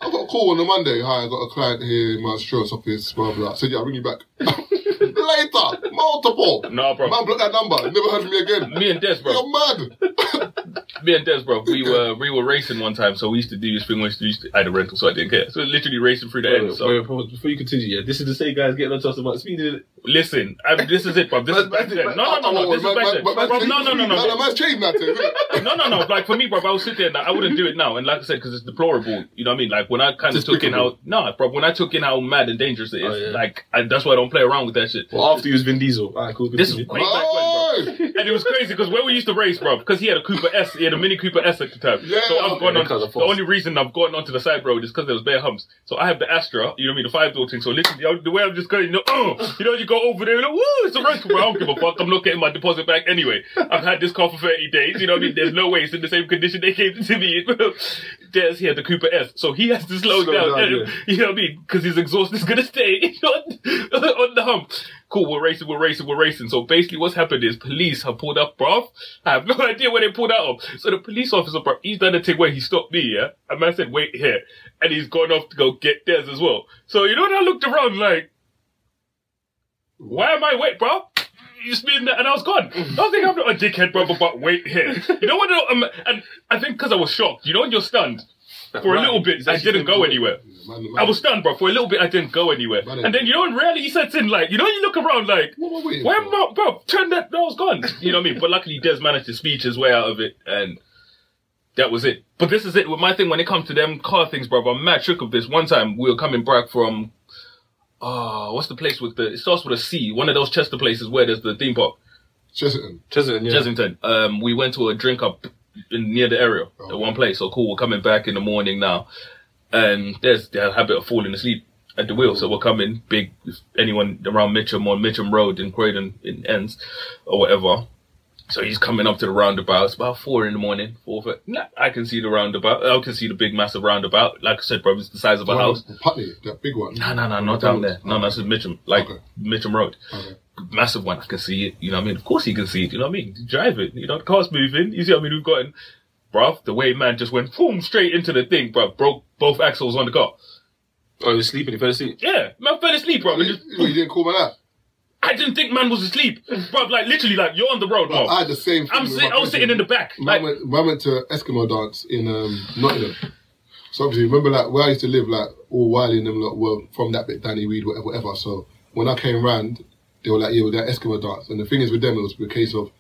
I got a call on the Monday. Hi, I got a client here in my insurance office, blah, blah. I said, yeah, I'll ring you back. Later, multiple.
Nah, bro.
Man blocked that number. Never heard from me again.
Me and Des, bro.
You're mad.
me and Des, bro, we were we were racing one time, so we used to do this thing. We used to, we used to- I had a rental, so I didn't care. So literally racing through the
Wait,
end.
wait,
So
wait, pause. before you continue, yeah, this is the same guys getting on to us about speed. isn't it?
listen, I, this is it, bro. This is back then. No, no, no, no. This
Oh,
is back then.
Man- man-
Bro, no, no, no,
Man,
no.
man's changed now, too, isn't it?
No, no, no. Like for me, bro, I would sit there and I wouldn't do it now. And like I said, because it's deplorable. You know what I mean? Like when I kind of took in how no, bro, when I took in how mad and dangerous it is,
Oh, yeah.
like I, that's why I don't play around with that shit.
Well, after you was Vin Diesel. Alright, cool.
This
continue.
is way back when, bro.
Oi!
And it was crazy because when we used to race, bro, because he had a Cooper S, he had a Mini Cooper S at the time.
Yeah.
so I've gone
Yeah,
on.
because of
The
force.
only reason I've gone onto the side road is because there was bare humps. So I have the Astra, you know what I mean, the five door thing. So literally, I- the way I'm just going, you know, oh, you know, you go over there, you know, woo, it's a rental, bro. I don't give a fuck. I'm not getting my deposit back anyway. I've had this car for 30 days. You know what I mean? There's no way it's in the same condition they gave it to me. in. There's he had the Cooper S, so he has to slow,
Slow
down.
down, yeah.
You know what I mean? Because his exhaust is gonna stay on, on the hump. Cool, we're racing, we're racing, we're racing. So basically, what's happened is police have pulled up, bruv. I have no idea where they pulled out of. So the police officer, bruv, he's done a thing where he stopped me, yeah, and man said, "Wait here," and he's gone off to go get theirs as well. So you know, when I looked around like, why am I wait, bruv? You spin that, and I was gone. I was thinking, I'm not a dickhead, brother, but wait here. You know what? Um, and I think because I was shocked. You know, when you're stunned for a
Right.
little bit,
It's
I
actually
didn't go
simple.
anywhere.
Man, man,
I was stunned, bro. For a little bit, I didn't go anywhere.
Man,
and then, you know, when reality sets in, like, you know, you look around, like,
What were we waiting
where,
for?
bro, bro, turn that, that was gone. You know what I mean? But luckily, Des managed to speech his way out of it, and that was it. But this is it. With my thing, when it comes to them car things, bro, I'm mad trick of this. One time, we were coming back from, uh, what's the place with the, it starts with a C, one of those Chester places where there's the theme park.
Chesterton.
Chesterton, yeah.
Chessington. Um, we went to a drink up in, near the area at one place. So cool, we're coming back in the morning now. And there's the habit of falling asleep at the wheel. So we're coming big. If anyone around Mitcham on Mitcham Road in Croydon in ends or whatever. So he's coming up to the roundabout. It's about four in the morning. Four. thir- Nah, I can see the roundabout. I can see the big massive roundabout. Like I said, bro, it's the size of a house.
Putney, that big one.
No, no, no, not down there. No, no, this is Mitcham, like
Okay.
Mitcham Road.
Okay.
Massive one. I can see it. You know what I mean? Of course he can see it. You know what I mean? Drive it. You know, the car's moving. You see what I mean? We've gotten, bruv, the way man just went boom straight into the thing, bruv, broke both axles on the car.
Oh, he was sleeping. He fell asleep.
Yeah, man fell asleep, bruv.
You,
and just-
you didn't call my that.
I didn't think man was asleep, bruv. Like literally, like you're on the road,
I
bruv.
had the same thing.
Oh. I'm
with
sit-
my
I was
cousin.
sitting in the back.
Man
Like,
went, man went to Eskimo dance in um, Nottingham. So obviously, remember like where I used to live, like all Wiley and them lot were from that bit, Danny Reed, whatever, whatever. So when I came round, they were like, yeah, with that Eskimo dance. And the thing is with them, it was a case of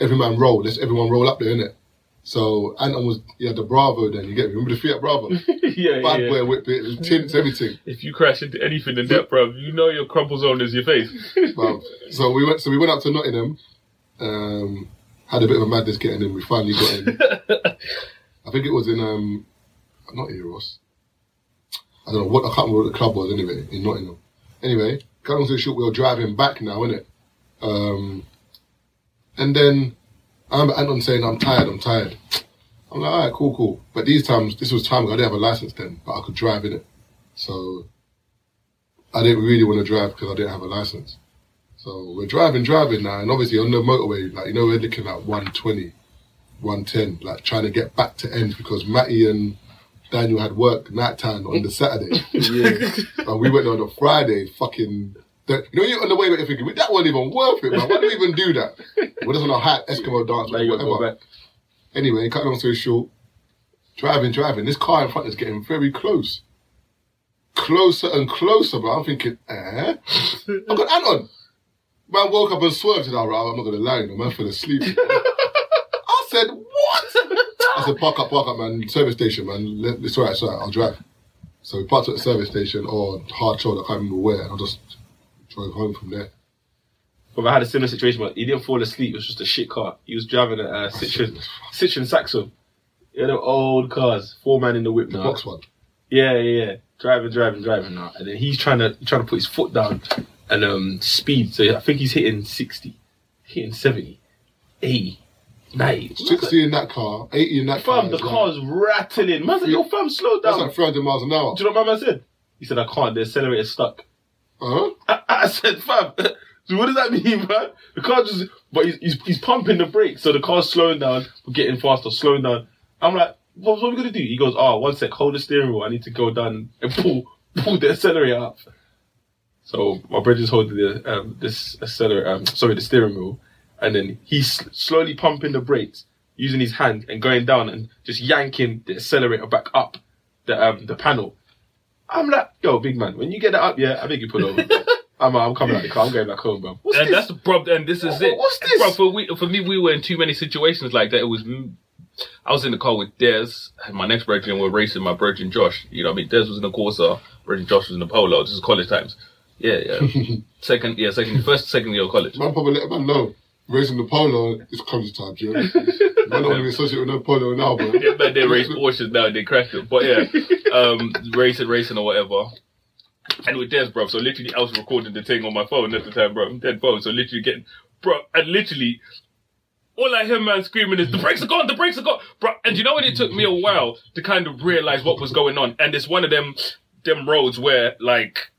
every man roll, let's everyone roll up there, innit? So Anton was, yeah, the Bravo then, you get me? Remember the Fiat Bravo?
yeah,
Bad
yeah.
boy whip it, tints, everything.
If you crash into anything in that, bruv, you know your crumple zone is your face.
Well, so we went. So we went up to Nottingham. Um, had a bit of a madness getting in. We finally got in. I think it was in um, not Eros. I don't know what I can't remember what the club was anyway in Nottingham. Anyway, cut long story short, we were driving back now, innit? Um, and then I remember Anton saying, "I'm tired. I'm tired." I'm like, "All right, cool, cool." But these times, this was time ago. I didn't have a license then, but I could drive in it. So I didn't really want to drive because I didn't have a license. So we're driving, driving now, and obviously on the motorway, like you know, we're looking at 120, 110, like trying to get back to end because Matty and Daniel had work night time on the Saturday, and we went on a Friday. Fucking, the, you know, you're on the way, but you're thinking that wasn't even worth it, man. Why do we even do that? We're just on a hat Eskimo dance,
Now you got to go
whatever.
back.
Anyway, cut long story short, driving, driving. This car in front is getting very close. Closer and closer, but I'm thinking, eh? I've got Anton. Man woke up and swerved and I right, I'm not going to lie, you know, man fell asleep. I said, what? I said, park up, park up, man. Service station, man. Let- It's all right, it's all right. I'll drive. So we parked at the service station or hard shoulder, I can't remember where, and I just drove home from there.
But I had a similar situation, but he didn't fall asleep. It was just a shit car. He was driving a uh, Citroen, Citroen Saxo. You know, old cars. Four man in the whip.
The
now.
box one.
Yeah, yeah, yeah. Driving, driving, driving now. And then he's trying to trying to put his foot down and um speed. So I think he's hitting 60, hitting 70, 80, 90.
60 in that car, 80 in that car.
Fam, the
as well.
car's rattling. Man said, yo, fam, slow
That's
down.
like 300 miles an hour.
Do you know what my man said? He said, I can't, the accelerator's stuck.
Huh?
I, I said, fam, so what does that mean, man? The car just, but he's, he's, he's pumping the brakes, so the car's slowing down, we're getting faster, slowing down. I'm like, what, what are we gonna do? He goes, oh, one sec, hold the steering wheel, I need to go down and pull, pull the accelerator up. So my brother's holding the, um, this accelerator, um, sorry, the steering wheel, and then he's sl- slowly pumping the brakes, using his hand and going down and just yanking the accelerator back up the, um, the panel. I'm like, yo, big man, when you get that up, yeah, I think you pull over. bro. I'm, I'm coming out of the car. I'm going back home, bro. What's
and
this?
that's bro. And this is it.
What's this?
Bro, for, we, for me, we were in too many situations like that. It was, m- I was in the car with Des and my next brethren were racing my brethren Josh. You know, what I mean, Des was in the Corsa, brethren Josh was in the Polo. This is college times. Yeah, yeah. second, yeah, second, first, second year of college.
Man probably let man know. Raising the polo is clumsy time, do you know? Man don't want to be associated with no polo now, bro.
Yeah, man, they race Porsches now. They crash them, but yeah, um, racing, racing or whatever. And with Des, bro. So literally, I was recording the thing on my phone at the time, bro. Dead phone. So literally getting, bro. And literally, all I hear man screaming is the brakes are gone, the brakes are gone, bro. And you know what? It took me a while to kind of realize what was going on. And it's one of them, them roads where like.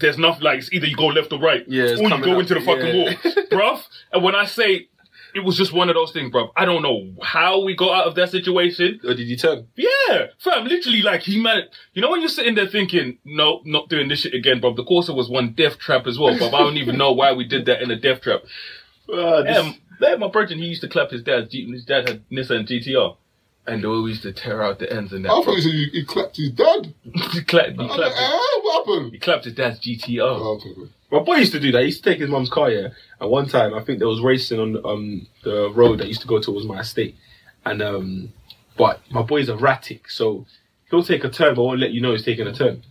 There's nothing like it's either you go left or right,
Yeah, it's
or you
coming
go
up,
into the fucking
yeah.
wall, bruv. And when I say it was just one of those things, bruv. I don't know how we got out of that situation.
Or did you turn?
Yeah, fam, literally, like, he man, you know, when you're sitting there thinking, no, not doing this shit again, bruv. The Corsa was one death trap as well, bruv. I don't even know why we did that in a death trap.
Uh,
Yeah, m- yeah, my brother, he used to clap his dad's Jeep, and his dad had Nissan GTR. And they always used to tear out the ends and
I thought
that.
he said he, he clapped his dad.
he, clapped, he,
I'm like,
clapped his,
eh, what happened?
he clapped his dad's GTR.
Oh, okay, good.
My boy used to do that. He used to take his mum's car, yeah. And one time, I think there was racing on um, the road that used to go towards my estate. And um, but my boy's erratic, so he'll take a turn, but won't let you know he's taking a turn.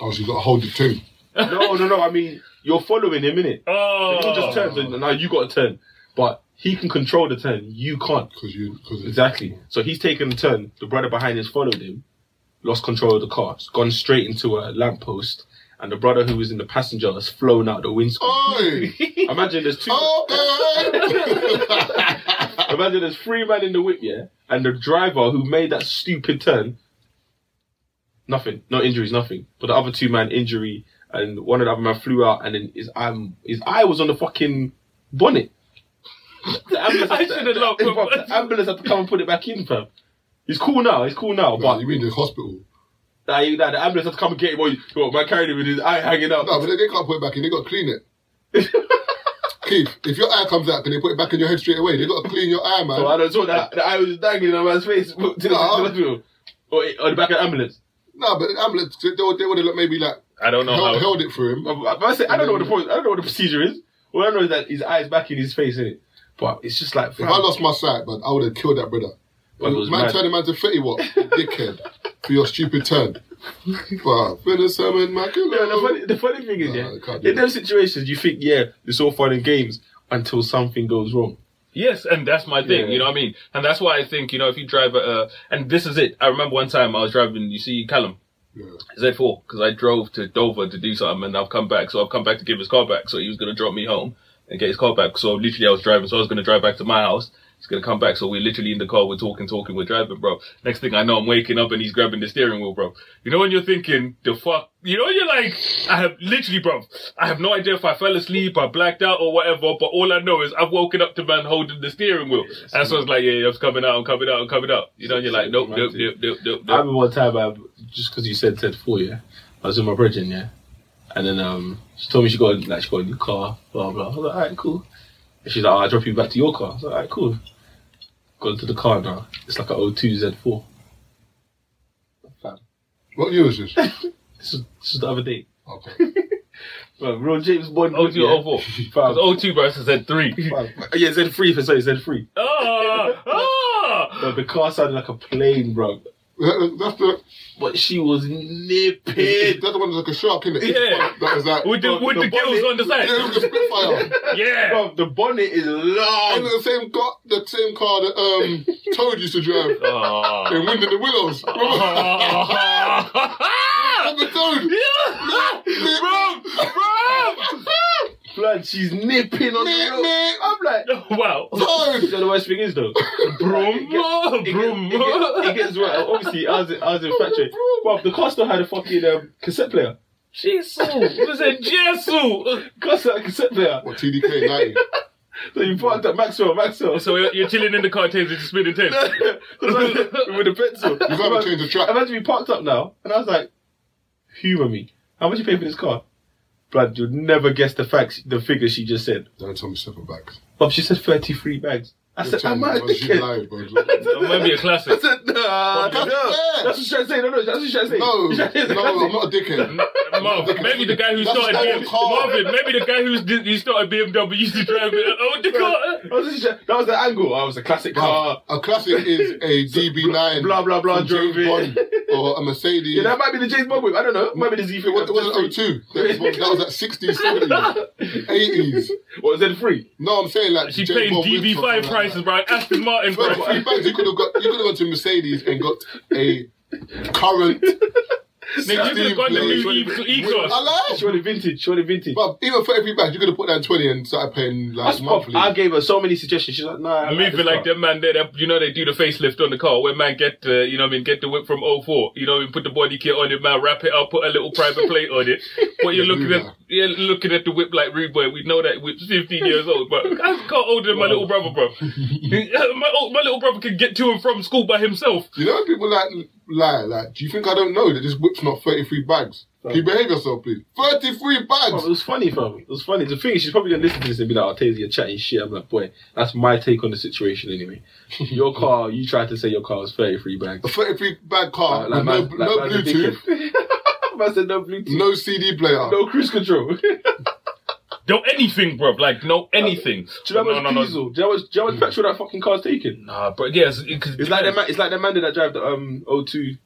Oh, so you got to hold the tune.
No, no, no. I mean, you're following him, innit?
Oh,
He'll just turn. So now you got to turn, but he can control the turn. You can't.
Because you, cause
Exactly. So he's taken a turn. The brother behind has followed him, lost control of the car, has gone straight into a lamppost, and the brother who was in the passenger has flown out the windscreen.
Oi!
Imagine there's two.
Oh, man!
Imagine there's three men in the whip, yeah, and the driver who made that stupid turn. Nothing, no injuries, nothing. But the other two man injury, and one of the other man flew out, and then his um his eye was on the fucking bonnet. The ambulance,
I
had to-
should've laughed,
the-
but-
the ambulance had to come and put it back in, fam. He's cool now. He's cool now, but
you mean the hospital?
like, like, the ambulance had to come and get him. Well, you- well, man carried him with his eye hanging out.
No, but they, they can't put it back in. They got to clean it. Keith, if your eye comes out, can they put it back in your head straight away? They got to clean your eye, man.
So I don't saw that. The eye was dangling on man's face to the, to the
Nah.
hospital or, or the back of the ambulance.
no, but the ambulance, they, would- they would have maybe like
I don't know
held,
how.
held it for him.
I, I, say, I don't know what
Mm.
the point, I don't know what the procedure is. All I know is that his eyes back in his face, innit? But it's just like
If I lost my sight, man, I would have killed that brother.
But it was
man
mad.
turning man to 30 what? dickhead. For your stupid turn. But, finish him in my killer.
Yeah, the, funny, the funny thing is,
Nah,
yeah,
I can't do
in
that.
those situations, you think, yeah, it's all fun and games until something goes wrong.
Yes, and that's my
Yeah.
thing. You know what I mean? And that's why I think you know if you drive a uh, and this is it. I remember one time I was driving. You see Callum.
Yeah.
Z4 because I drove to Dover to do something and I've come back. So I've come back to give his car back. So he was going to drop me home and get his car back. So literally I was driving. So I was going to drive back to my house. He's going to come back. So we're literally in the car. We're talking, talking. We're driving, bro. Next thing I know, I'm waking up and he's grabbing the steering wheel, bro. You know when you're thinking, the fuck? You know you're like, I have literally, bro, I have no idea if I fell asleep, I blacked out or whatever. But all I know is I've woken up to man holding the steering wheel. and so it's like, yeah, yeah, I'm coming out, I'm coming out, I'm coming out. You know, and you're like, nope, nope, nope, nope,
I
nope.
um,
nope.
remember one time, I, just because you said Ted 4, yeah, I was with my brethren, yeah, and then um, she told me she got, a- like, she got a new car, blah, blah. I was like, all right, cool. And she's like, oh, I'll drop you back to your car. I was like, all right, cool. Got into the car now. It's like an 02 Z4. Fam.
What year was this?
This was, this was the other day.
Okay.
Bro, real James Bond.
Oh two, oh four.
Five.
Oh two versus Z three.
Oh, Yeah, Z3 for sorry, Z3.
Ah,
Bro,
ah.
the car sounded like a plane, bro.
That- That's the,
But she was nipping.
that's the one that's like a shark, isn't it?
Yeah.
That was like. uh,
With the with the,
The
gills
bonnet-
on the
yeah, it
side.
was a Spitfire.
Yeah.
Bro, the bonnet is
And
long.
the same car, the same car that um Toad used to drive
Ah.
in Wind in the Willows. Remember?
Ah.
Remember Toad?
Bro, bro. Blood, she's nipping on
Nip,
the road.
nip.
I'm like,
Wow.
you
Toad.
know the worst thing is though?
Broom,
It gets, it
broom.
gets, it gets worse. Obviously, I was, I was infatuated. Bro, the car still had a fucking um, cassette player.
Jesus, was it Jesus?
Car still had a cassette player.
What TDK ninety?
So you parked at Maxwell, Maxwell.
So you're, you're chilling in the car, taking just spinning tape.
with a pencil.
You gotta change the track.
Imagine we parked up now, and I was like, "Humor me. How much you pay for this car?" Blood, you'd never guess the facts, the figure she just said.
Don't tell me seven bags.
Bob, she said thirty-three bags. I said, "Am I a dickhead?"
lying, bro. No,
That might be a
I
classic.
said, "Nah,
Bob,
no."
yeah.
That's what she tried to say. No, no, that's what she tried to say. She
no,
tried to say it's a classic.
I'm not a dickhead.
Marv, maybe the guy who
That's
started
not a
BM-
car.
Marvin, maybe the guy who's who started BMW used to drive it. Oh, the car.
That was, that was the angle. I was a classic car.
a classic is a DB9.
Uh, blah, blah, blah,
from James
drove it.
Bond or a Mercedes.
Yeah, that might be the James Bond whip. I don't know. Might be the Z3.
What- it wasn't 02. That was, that was like 60s, 70s, 80s.
What was Z3?
No, I'm saying like
She
James
paid
Bond whips or
DB5
something like that.
prices, bro. Aston Martin,
Bro,
bro.
for three bags, you could have got you could have gone to Mercedes and got a current.
Nigga, you could have gone the new E- E-Class.
Alive,
Surely vintage. Surely vintage.
but even for every bag, you could have put down twenty and started paying
I,
like
spoke-
monthly.
I gave her so many suggestions. She's like, nah. I
I'm leaving like
this
them, man. They, they, you know, they do the facelift on the car where man get the, you know, what I mean, get the whip from 04. You know, what I mean, put the body kit on it, man. Wrap it up, put a little private plate on it. But you're
The
looking
blue
at,
one.
yeah, looking at the whip like rude boy. We know that whip's 15 years old, but I car older than my little brother, bro. my, old- my little brother can get to and from school by himself.
you know, people like lie. Like, do you think I don't know that this whip's not thirty-three bags? Can you behave yourself, please? 33
Bro, it
bags!
was funny, fam. It was funny. The thing is, she's probably gonna listen to this and be like, "Oh, Taser, you're chatting shit." I'm like, "Boy, that's my take on the situation, anyway." Your car, you tried to say your car was 33 bags.
A 33 bag car
Like,
with Oh, no,
man-
no
man's
Bluetooth,
addicted. man said no Bluetooth, no,
no CD player.
cruise control. do you
No anything, bro. Like no anything.
know how much
no, no,
diesel? Do you know how much, do you know how much petrol that fucking car's taking?
no. Nah, bro. Yeah, it's, cause
It's like that man. It's like that man that drive the um 02,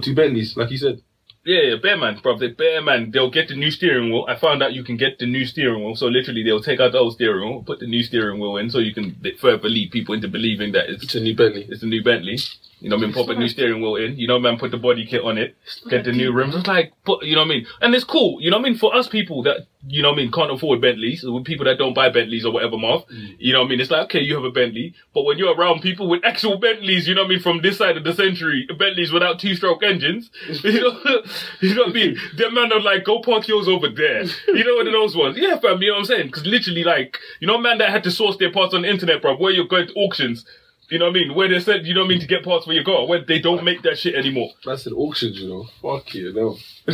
02 Bentleys, like you said.
Yeah, yeah, bear man, bro. The bear man, they'll get the new steering wheel. I found out you can get the new steering wheel. So literally, they'll take out the old steering wheel, put the new steering wheel in, so you can b- further lead people into believing that it's
It's a new Bentley.
it's the new Bentley. You know what I mean? Pop a new steering wheel in. You know what I mean? Put the body kit on it. Get the new rims. It's like, put, you know what I mean? And it's cool. You know what I mean? For us people that, you know what I mean, can't afford Bentleys, or people that don't buy Bentleys or whatever, Marv, you know what I mean? It's like, okay, you have a Bentley. But when you're around people with actual Bentleys, you know what I mean? From this side of the century, Bentleys without two stroke engines, you know, you know what I mean? Them man are like, go park yours over there. You know what those ones? Yeah, fam, you know what I'm saying? Cause literally like, you know, man that had to source their parts on the internet, bro, where you're going to auctions. You know what I mean? Where they said, you know what I mean, to get parts where you go, where they don't make that shit anymore.
That's an auction, you know. Fuck you,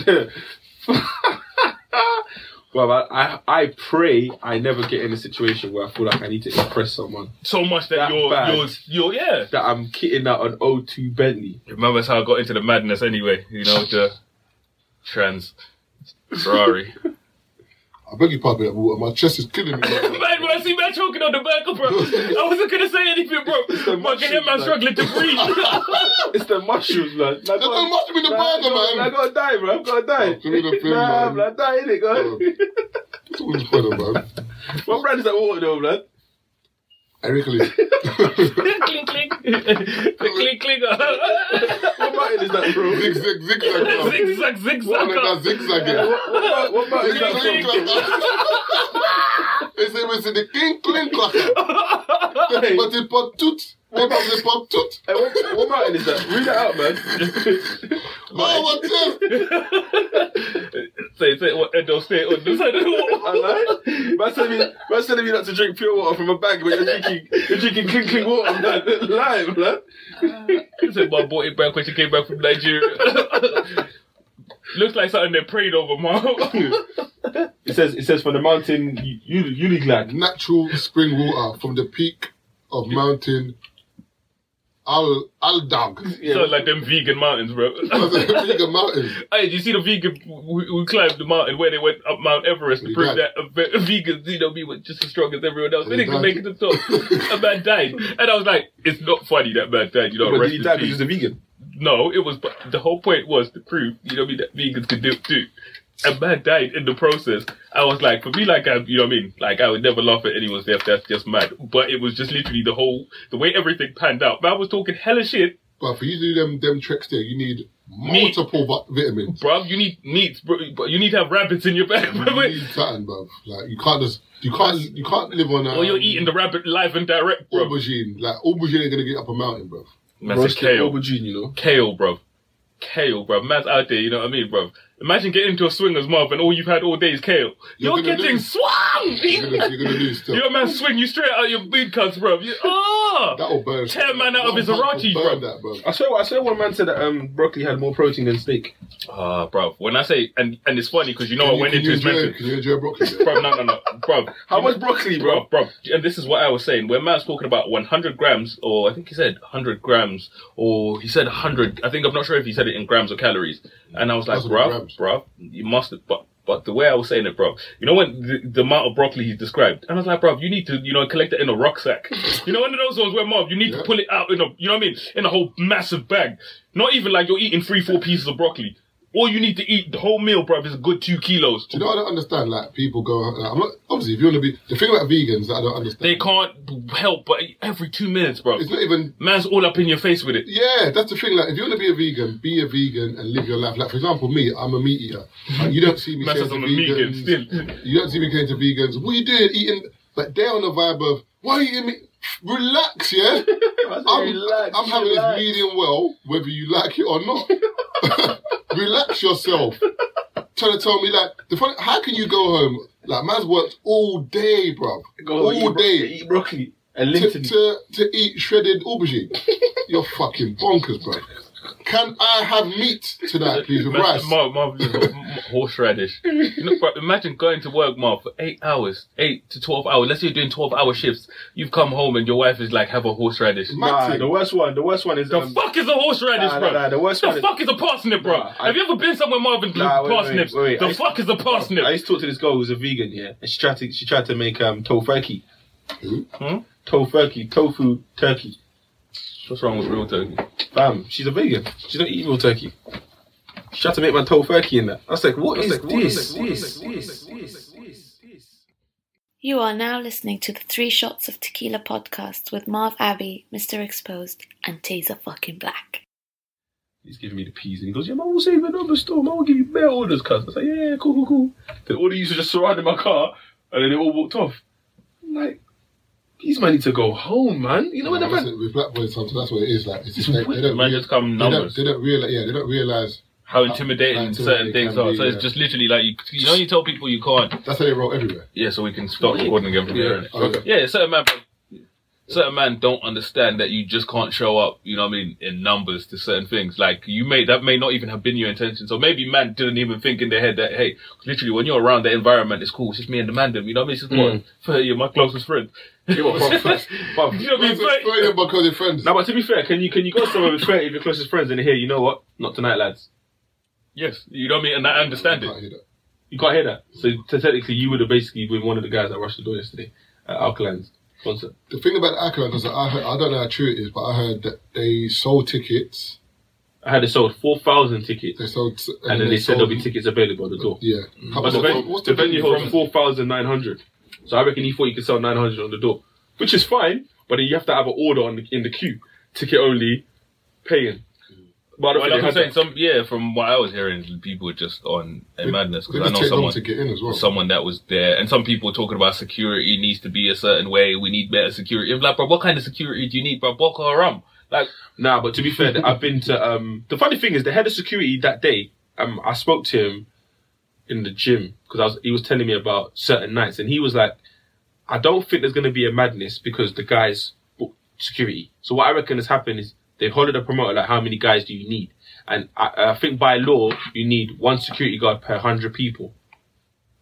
no. well, I, I I pray I never get in a situation where I feel like I need to impress someone
So much that,
That
you're,
bad.
you're, you're, yeah.
that I'm kitting out an O2 Bentley.
Remember that's how I got into the madness anyway, you know, the trans Ferrari.
I beg your pardon, that water. My chest is killing me.
man, when I see man choking on the back, bro, I wasn't gonna say anything, bro. But get that man struggling to breathe.
It's the mushrooms, man. Like,
There's no mushroom in the burger, man.
I gotta die, bro. I gotta die.
Oh, give me the thing,
nah,
man.
man. I die in it,
Oh.
guys.
What's all this weather, man?
What brand is that water, though, man?
Eric Lee.
clink, clink. the clink, clink.
What brand is that, bro?
Zig, zig, zigzag. man.
zigzag,
What on that
zigzag.
zigzag?
What brand- What brand is that
Clink,
from?
clink, clack. They say we see the king clink clacker.
Hey.
But the pop toot. They pop the pop toot.
Hey, what, what brand is that? Read that out, man.
Oh, what's this?
Say, say, what, Edo, stay on the side.
I lied. Man's telling me, man's telling me not to drink pure water from a bag, but you're drinking, you're drinking clink clink water. I'm like, live, man.
He said, "Well, I bought it back when she came back from Nigeria." Looks like something they prayed over, mom.
It says, it says from the mountain, Uliglad.
Natural spring water from the peak of mountain Al Aldag.
Sounds like them vegan mountains, bro.
Vegan mountain.
hey, do you see the vegan who who climbed the mountain where they went up Mount Everest to
He
prove
died.
that a ve- vegans, you know, me were just as strong as everyone else. They
He
didn't
died.
even make it to the top. a man died, and I was like, "It's not funny that man died." You know,
But did
rest
he
in
die
peace.
because he's a vegan?
No, it was. But the whole point was to prove, you know, what I mean, that vegans could do it too. And man died in the process. I was like, for me, like I, you know, what I mean, like I would never laugh at anyone's death. That's just mad. But it was just literally the whole, the way everything panned out. Man was talking hella shit,
But for you to do them them tricks there, you need
Meat.
multiple vi- vitamins.
bro. You need meats, bro. But you need to have rabbits in your back,
You
bro.
need something, bruv. Like you can't just you can't you can't live on um,
Or you're eating the rabbit live and direct, bro.
aubergine. Like aubergine ain't gonna get up a mountain, bruv.
Man said
Roasted
kale,
aubergine, you know.
kale, bro. Kale, bro. Man's out there. You know what I mean, bro. Imagine getting into a swingers, Marv, and all you've had all day is kale.
You're
You're,
gonna
getting
lose.
swung.
You're gonna, you're gonna lose still.
Your man swing you straight out your bean cuts, bro. You, oh!
That'll burn.
Tear man out of his
That'll
Arachi,
burn
bruv.
That, bruv.
I swear, I swear, one man said that um, broccoli had more protein than steak.
Ah, bro. When I say, and, and it's funny because you know I
Can you-
went
can
into
you
his
enjoy,
mental.
Can you enjoy broccoli? then?
Bro, no, no, no. Bro.
How much broccoli,
Bro,
bro?
bro, and this is what I was saying. When man's talking about 100 grams, or I think he said 100 grams, or he said 100, I think I'm not sure if he said it in grams or calories. And I was like,
That's
bro,
grams.
bro, you must have, but, but the way I was saying it, bro, you know when the, the amount of broccoli he described, and I was like, bro, you need to, you know, collect it in a rucksack. you know, one of those ones where, mob, you need
Yeah.
to pull it out in a, you know what I mean, in a whole massive bag. Not even like you're eating three, four pieces of broccoli. All you need to eat the whole meal, bro, is a good two kilos.
Do you know what I don't understand? Like people go, like, I'm not, obviously if you want to be the thing about vegans that I don't understand.
They can't help but every two minutes, bro.
It's not even.
Man's all up in your face with it.
Yeah, that's the thing. Like if you want to be a vegan, be a vegan and live your life. Like for example, me, I'm a meat eater. Like, you don't see me
Man
saying
says
to
I'm a
vegans.
vegan still.
You don't see me going to vegans. What are you doing eating? But they're on the vibe of why are you eating me? Relax, yeah. I'm,
Relax,
I'm having
relax.
this medium well, whether you like it or not. relax yourself. Trying to tell me like the funny, how can you go home? Like man's worked all day, bro.
Go
all
eat bro-
day
Eat broccoli and
to,
Linton.
to to eat shredded aubergine. You're fucking bonkers, bro. Can I have meat tonight, please, with
Man,
rice?
Marv, Marv, Marv, horseradish. You know, bro, imagine going to work, Mark, for eight hours, eight to twelve hours. Let's say you're doing twelve-hour shifts. You've come home and your wife is like, "Have a horseradish."
Matty.
the worst one. The worst one is
The
um,
fuck is a horseradish,
nah,
bro?
nah, nah, the worst one
the
is-
fuck is a parsnip, bro?
Nah, I-
Have you ever been somewhere Marvin
Nah, wait, wait,
parsnips?
wait, wait,
the
I-
fuck is a parsnip?
I used to talk to this girl who was a vegan, yeah, and she tried to she tried to make um tofurkey.
Hmm?
Tofurkey, tofu turkey.
What's wrong with real turkey?
Bam, she's a vegan. She don't eat real turkey. She tried to make my tofurkey in that. I was like, what is this? This, this, this, this, this.
You are now listening to the Three Shots of Tequila podcast with Marv Abbey, Mr. Exposed, and Taser fucking Black.
He's giving me the peas and he goes, Yeah, man, we'll save your number store, man, we'll give you better orders, cuz. I was like, Yeah, cool, cool, cool. Then all the users just surrounded my car and then they all walked off. I'm like, these man need to go home, man. You know what I
That's
mean?
it, with black boys, sometimes that's what it is. Like, it's just, they, they don't
Man,
rea-
just come
they don't-
numbers.
They don't, realize. Yeah, they don't realize.
How intimidating
How intimidating
certain
it
things
can
are.
be,
so
yeah.
it's just literally like, you, you know, you tell people you can't.
That's how they roll everywhere.
Yeah, so we can start recording again from there.
Oh, yeah.
Yeah, certain man, certain man don't understand that you just can't show up. You know what I mean in numbers to certain things. Like you may that may not even have been your intention. So maybe man didn't even think in their head that hey, literally when you're around that environment, it's cool. It's just me and the man. them, You know what I mean? It's just what for you, my closest friend. you know what I mean? But-
Throw it because they're friends.
Now, but to be fair, can you can you go somewhere with friend, with your closest friends and hear? You know what? Not tonight, lads.
Yes, you know what I mean, and I understand
I can't
it.
hear that.
You can't hear that. So t- technically, you would have basically been one of the guys that rushed the door yesterday at Alkaland's concert.
The thing about the Akron is that I, heard, I don't know how true it is, but I heard that they sold tickets.
I had it sold four thousand tickets,
They sold. t-
and then they
sold-
said there'll be tickets available at the door.
Yeah. How-
But the,
what-
ven-
what's
the venue holds
from-
four thousand nine hundred, so I reckon he thought he could sell nine hundred on the door, which is fine. But then you have to have an order on the, in the queue, ticket only, paying. But I don't
Well,
think
like
they
I'm
had
saying,
that.
some yeah, from what I was hearing, people were just on a madness
They
because I
just
know
take long
someone
to get in as well.
someone that was there, and some people talking about security needs to be a certain way. We need better security. I'm like, bro, what kind of security do you need, bro? Boko Haram. Like,
Nah, but to be fair, I've been to. Um, the funny thing is, the head of security that day, um, I spoke to him in the gym because I was. He was telling me about certain nights, and he was like, "I don't think there's going to be a madness because the guys booked security." So what I reckon has happened is they've hollered a promoter like, "How many guys do you need?" And I, I think by law you need one security guard per hundred people.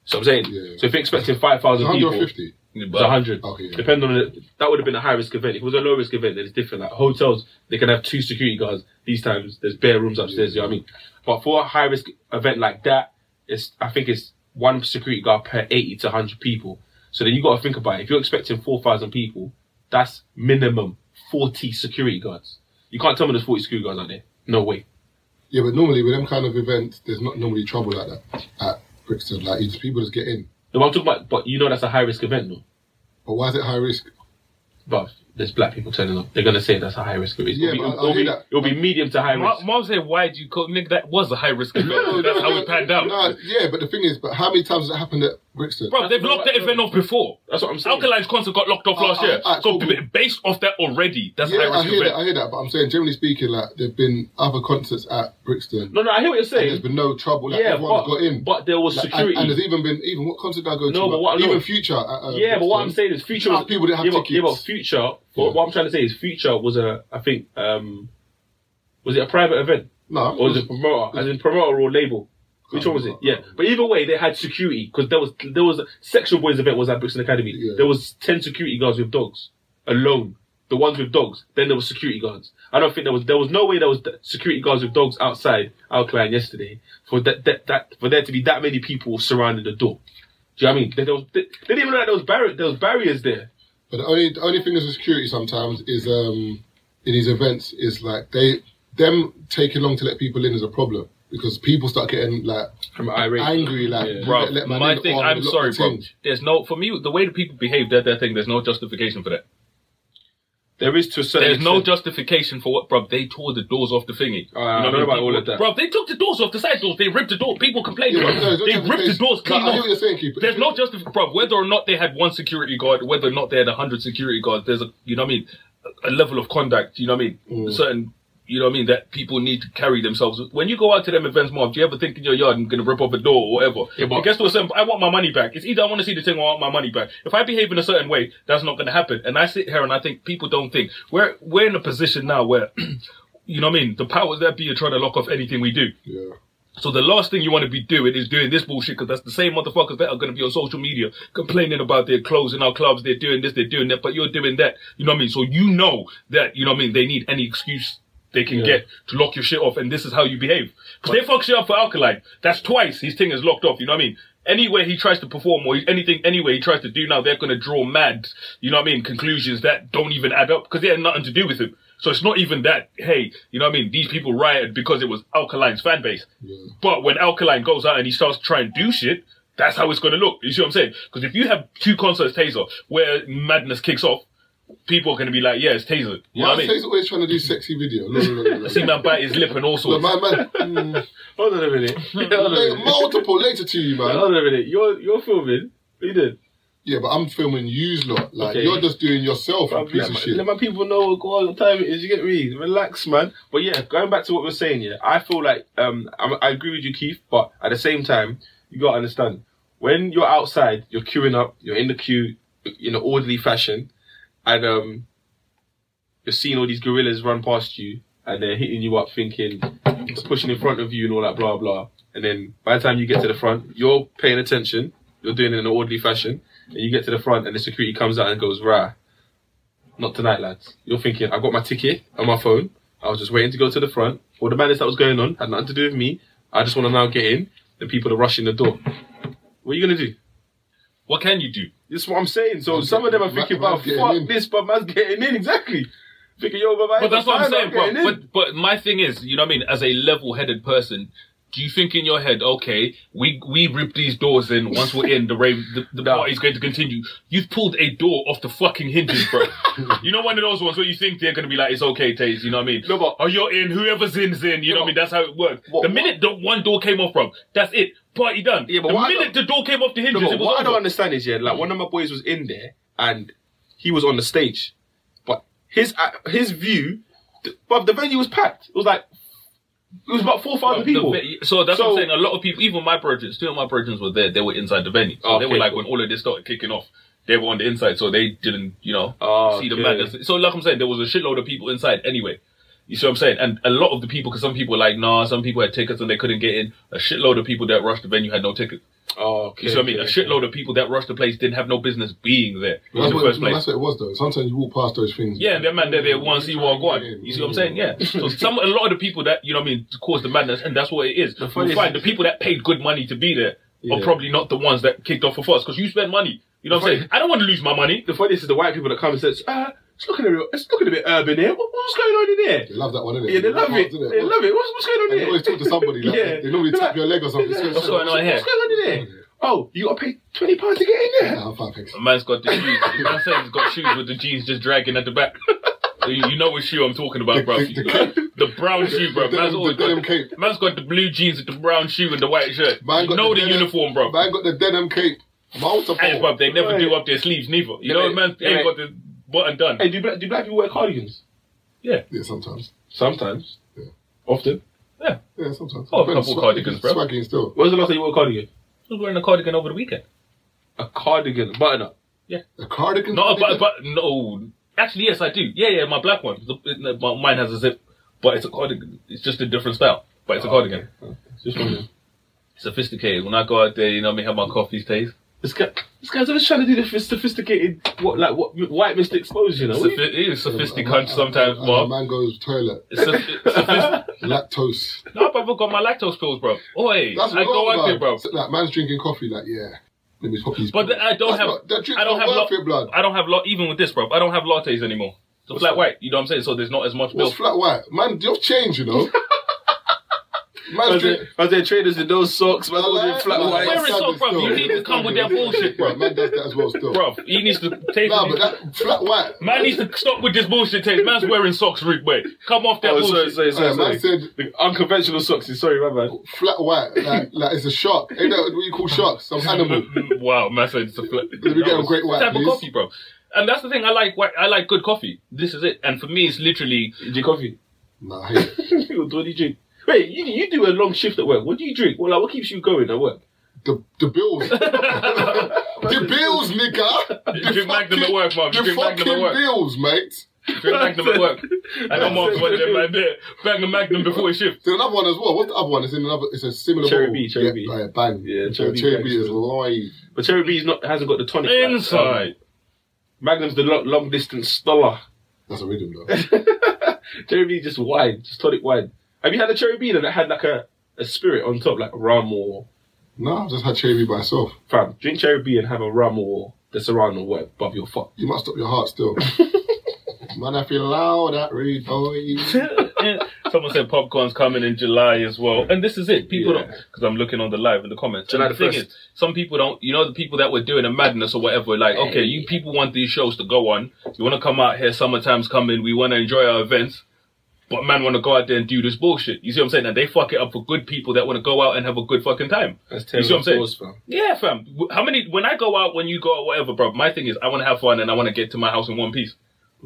So I'm saying,
Yeah.
so if you're expecting five thousand people,
150.
it's a hundred.
Okay, yeah.
Depending on it, that would have been a high risk event. If it was a low risk event, then it's different. Like hotels, they can have two security guards. These times, there's bare rooms upstairs. You know what I mean? But for a high risk event like that, it's I think it's one security guard per eighty to hundred people. So then you got to think about it. If you're expecting four thousand people, that's minimum forty security guards. You can't tell me there's forty security guards out there. No way.
Yeah, but normally with them kind of events, there's not normally trouble like that at Brixton. Like, you just, people just get in.
No, but I'm talking about. But you know that's a high risk event, though.
But why is it high risk?
But there's black people turning up. They're gonna say that's a high risk event.
Yeah,
it'll, be,
but I- I
it'll,
hear
be,
that.
it'll be medium to high risk.
Mom, mom said, why do you call nigga? That was a high risk event. That's how it panned out.
No, yeah, but the thing is, but how many times has it happened at Brixton?
Bro, they've locked that event off before.
That's what I'm saying.
Alkaline's concert got locked off
Oh,
last year.
oh, alright,
So
cool.
based off that already, that's a
yeah, I
high risk
hear that. I
event.
hear that. But I'm saying, generally speaking, like there've been other concerts at Brixton.
No, no, I hear what you're
and there's
saying.
been no trouble. Like,
yeah,
everyone's
but,
got in.
but there was
Like, and-
security.
And, there's even been even what concert did I go to?
No, but what I
even
know-
Future. At, uh,
yeah, but what I'm
Brixton.
saying is future.
Ah,
was-
people didn't have
yeah, But,
tickets.
yeah, but future.
Yeah.
What, what I'm trying to say is future was a. I think um, was it a private event
no,
or was it promoter? As in promoter or label? Which one was it? Yeah, but either way, they had security because there was there was a sexual boys event was at Brixton Academy.
Yeah.
There was ten security guards with dogs alone. The ones with dogs. Then there was security guards. I don't think there was there was no way there was th- security guards with dogs outside our client yesterday for that, that that for there to be that many people surrounding the door. Do you know what I mean? There, there was, they, they didn't even know that there was barrier there was barriers there.
But the only the only thing that's with security sometimes is um in these events is like they them taking long to let people in is a problem because people start getting like
I'm irate.
angry like you
Bro,
let- let man
my
in,
thing,
oh,
I'm
look,
sorry,
the
bro.
thing.
There's no, for me, the way the people behave, that, that thing, there's no justification for that.
There is to a certain
There's no
extent.
justification for what, bro. They tore the doors off the thingy.
Uh, I don't know about all of that.
Bro, they took the doors off the side doors. They ripped the door. People complained.
Yeah,
bro.
but no, there's no
they ripped the
justification.
doors clean
Like, I hear
off.
what you're saying, Keeper.
There's no justification, bro. Whether or not they had one security guard, whether or not they had a hundred security guards, there's a, you know what I mean, a a level of conduct. You know what I mean.
Mm.
Certain. You know what I mean? That people need to carry themselves. When you go out to them events, Marv, do you ever think in your yard I'm going to rip off a door or whatever?
Yeah, but-
it gets to a certain. I want my money back. It's either I want to see the thing or I want my money back. If I behave in a certain way, that's not going to happen. And I sit here and I think people don't think we're we're in a position now where, you know what I mean? The powers that be are trying to lock off anything we do.
Yeah.
So the last thing you want to be doing is doing this bullshit because that's the same motherfuckers that are going to be on social media complaining about their clothes in our clubs. They're doing this, they're doing that, but you're doing that. You know what I mean? So you know that, you know what I mean? They need any excuse they can get to lock your shit off and this is how you behave. Because they fuck shit up for Alkaline. That's twice his thing is locked off. You know what I mean? Anywhere he tries to perform or anything, anywhere he tries to do now, they're going to draw mad, you know what I mean, conclusions that don't even add up because they had nothing to do with him. So it's not even that, hey, you know what I mean, these people rioted because it was Alkaline's fan base. But when Alkaline goes out and he starts to try and do shit, that's how it's going to look. You see what I'm saying? Because if you have two concerts, Taser, where madness kicks off, people are going to be like, yeah, it's Taser. You
Why
know what I
is
mean?
Taser always trying to do sexy video? Look, look, look,
I
look.
see man bite his lip and all
But
sorts.
my man, mm,
Hold on a minute. Hold on a
hey,
minute.
multiple later to you, man.
Hold on a minute. You're you're filming. What you did?
Yeah, but I'm filming yous lot. Like
Okay.
you're just doing yourself a
Bruv,
piece
let,
of
my,
shit.
let my people know what all the time it is. You get me? Relax, man. But yeah, going back to what we're saying, yeah, I feel like um, I'm, I agree with you, Keith. But at the same time, you gotta understand when you're outside, you're queuing up, you're in the queue in an orderly fashion, and um, you're seeing all these gorillas run past you, and they're hitting you up, thinking it's pushing in front of you and all that blah blah. And then by the time you get to the front, you're paying attention, you're doing it in an orderly fashion, and you get to the front, and the security comes out and goes, "Rah." not tonight, lads. You're thinking, I got my ticket on my phone. I was just waiting to go to the front. All the madness that was going on had nothing to do with me. I just want to now get in. And people are rushing the door. What are you going to do?
What can you do?
This is what I'm saying. So
Man's
some of them are
getting-
thinking,
man's
about
getting
fuck
in."
this, but man's getting in, exactly. Thinking, yo, but,
But that's what I'm saying, bro.
getting in.
But but my thing is, you know what I mean? As a level-headed person, do you think in your head, okay, we we rip these doors in. Once we're in, the rave, the, the
No.
party's going to continue. You've pulled a door off the fucking hinges, bro. you know one of those ones where you think they're going to be like, it's okay, Taze. You know what I mean?
No, but-
oh, you're in. Whoever's in's in. You know
No,
what I mean? That's how it worked.
What-
the minute the one door came off, bro, that's it. Party done.
Yeah, but
the
what I
minute the door came off the hinges,
No,
it
but
was
what I
over.
don't understand is, yeah, like one of my boys was in there and he was on the stage, but his uh, his view, th- but the venue was packed. It was like it was about four thousand
The
people.
ve- so that's what
So-
I'm saying. A lot of people, even my projects, two of my projects were there. They were inside the venue. So they
Okay,
were like
cool.
when all of this started kicking off, they were on the inside, so they didn't, you know,
Oh,
see the
okay.
madness. So like I'm saying, there was a shitload of people inside anyway. You see what I'm saying? And a lot of the people, because some people were like, nah, some people had tickets and they couldn't get in. A shitload of people that rushed the venue had no tickets.
Oh, okay.
You see what I mean? A shitload of people that rushed the place didn't have no business being there in
That's
the
what,
first
no,
place.
that's what it was though. Sometimes you walk past those things.
Yeah, and that man there, they one see one God. You see what I'm saying? Yeah. So some a lot of the people that you know what I mean caused the madness, and that's what it is. You
funny
find the
thing-
people that paid good money to be there
Yeah.
are probably not the ones that kicked off a fuss because you spend money. You know what I'm saying? I don't want to lose my money.
The funniest is the white people that come and says, uh, it's looking a real, it's looking a bit urban here. What, what's going on in
They
here?
love that one, innit?
Yeah, they love it.
Parts, innit?
They love it. What's, what's going on
And
here?
they always talk to somebody. Like,
Yeah.
They normally
They're
tap
like,
your leg or something.
"Yeah,
What's going on here?"
What's going on in here? Oh, you got to pay twenty pounds to get in there.
Yeah, five picks.
A man's got the shoes. The man saying he's got shoes with the jeans just dragging at the back. You you know what shoe I'm talking about, bro.
The- the-
The brown shoe, bro.
the
Man's
denim-
always
the denim
got
cape.
man's got the blue jeans with the brown shoe and the white shirt.
Man
You
got
know the
denim-
uniform, bro.
Man got the denim cape. Multiple.
Hey, bro, they never
Right.
do up their sleeves neither. You know,
Right.
man ain't
Right.
got the button done.
Hey, do black, do black people wear cardigans?
Yeah, sometimes.
Sometimes,
Yeah.
often.
Yeah, sometimes.
Oh, a couple
Swag-
cardigans, bro.
Swagging still.
When was the last time you wore a cardigan?
I was wearing a cardigan over the weekend.
A cardigan, button up.
A cardigan?
No, but, but no. Actually, yes, I do. Yeah, yeah, my black one. The- it- no, my- Mine has a zip, but it's a cardigan. It's just a different style, but it's a cardigan.
Just wondering.
Sophisticated. When I go out there, you know, what I mean, have my coffees taste.
This guy, this guy's always trying to do the sophisticated, what like what white Mister Exposure, you know? What do you-
Sophi- sophisticated sometimes,
And
bro.
the man goes toilet.
Sophi- sophis-
Lactose.
no, bro, I've got my lactose pills, bro. Oi,
That's
I go
wrong,
out there, bro.
So, Like, man's drinking coffee, like, yeah. Let me pop these.
But th- I don't
That's
have.
not- that drink's
I don't
not
have.
worth
la-
it, blood.
I don't have. La- even with this, bro, I don't have lattes anymore. It's a flat
that?
white. You know what I'm saying? So there's not as much milk.
What's flat white? Man, you've changed, you know.
I
Man's
was
drink,
there, I was there traders in those socks, man. I was in flat
Like,
Where
white.
is
standard
so, bruv?
still.
You need to come with that bullshit, bruv.
Yeah, Man does that as well still.
Bro, he needs to take.
Nah, but that flat white.
Man needs to stop with this bullshit. Taste. Man's wearing socks, Rick. Wait, come off that
Oh, sorry,
bullshit.
sorry, sorry,
Alright, man
sorry.
said-
The unconventional socks. Sorry, my bad.
Flat white, like, like it's a shark. Ain't that what you call sharks? Some animal.
Mm, wow, man said it's a flat.
Let me get a great white,
type
please.
of coffee, bro. And that's the thing. I like. white- I like good coffee. This is it. And for me, it's literally.
Do you coffee?
Nah, I hate it.
what do you drink? Wait, you, you do a long shift at work. What do you drink? Well, like, what keeps you going at work?
The, the bills. the bills, nigga. The
You drink Magnum at work, Mark. You
the
drink Magnum
fucking
at work.
bills, mate.
Drink Magnum at work. I know mom's one of them right there. Bang a Magnum before a shift.
There's another one as well. What's the other one? It's in another. It's a similar.
Cherry
bottle.
B, Cherry
yeah,
B.
Yeah, bang.
Yeah,
Uh,
Cherry
Cherry,
B
B is
gangster.
live.
But Cherry B's not hasn't got the tonic. like, um,
Inside.
Magnum's the lo- long distance stoller.
That's a rhythm though.
Cherry B just wide, just tonic wide. Have you had a Cherry B that had like a, a spirit on top, like rum or
no, I've just had Cherry B by itself.
fam? Drink Cherry B and have a rum or the Serrano or whatever above your fuck.
You must stop your heart still. Man, I feel loud that rude boy.
Someone said popcorn's coming in July as well, and this is it. People
Yeah.
don't because I'm looking on the live in the comments.
July
and
the
the thing
1st.
is, some people don't. You know, the people that were doing a madness or whatever. Like, okay, you people want these shows to go on. You want to come out here. Summertime's coming. We want to enjoy our events. But man, want to go out there and do this bullshit. You see what I'm saying? And they fuck it up for good people that want to go out and have a good fucking time.
That's
You
terrible.
see what I'm saying?
fam.
Yeah, fam. W- How many? When I go out, when you go out, whatever, bro. My thing is, I want to have fun and I want to get to my house in one piece.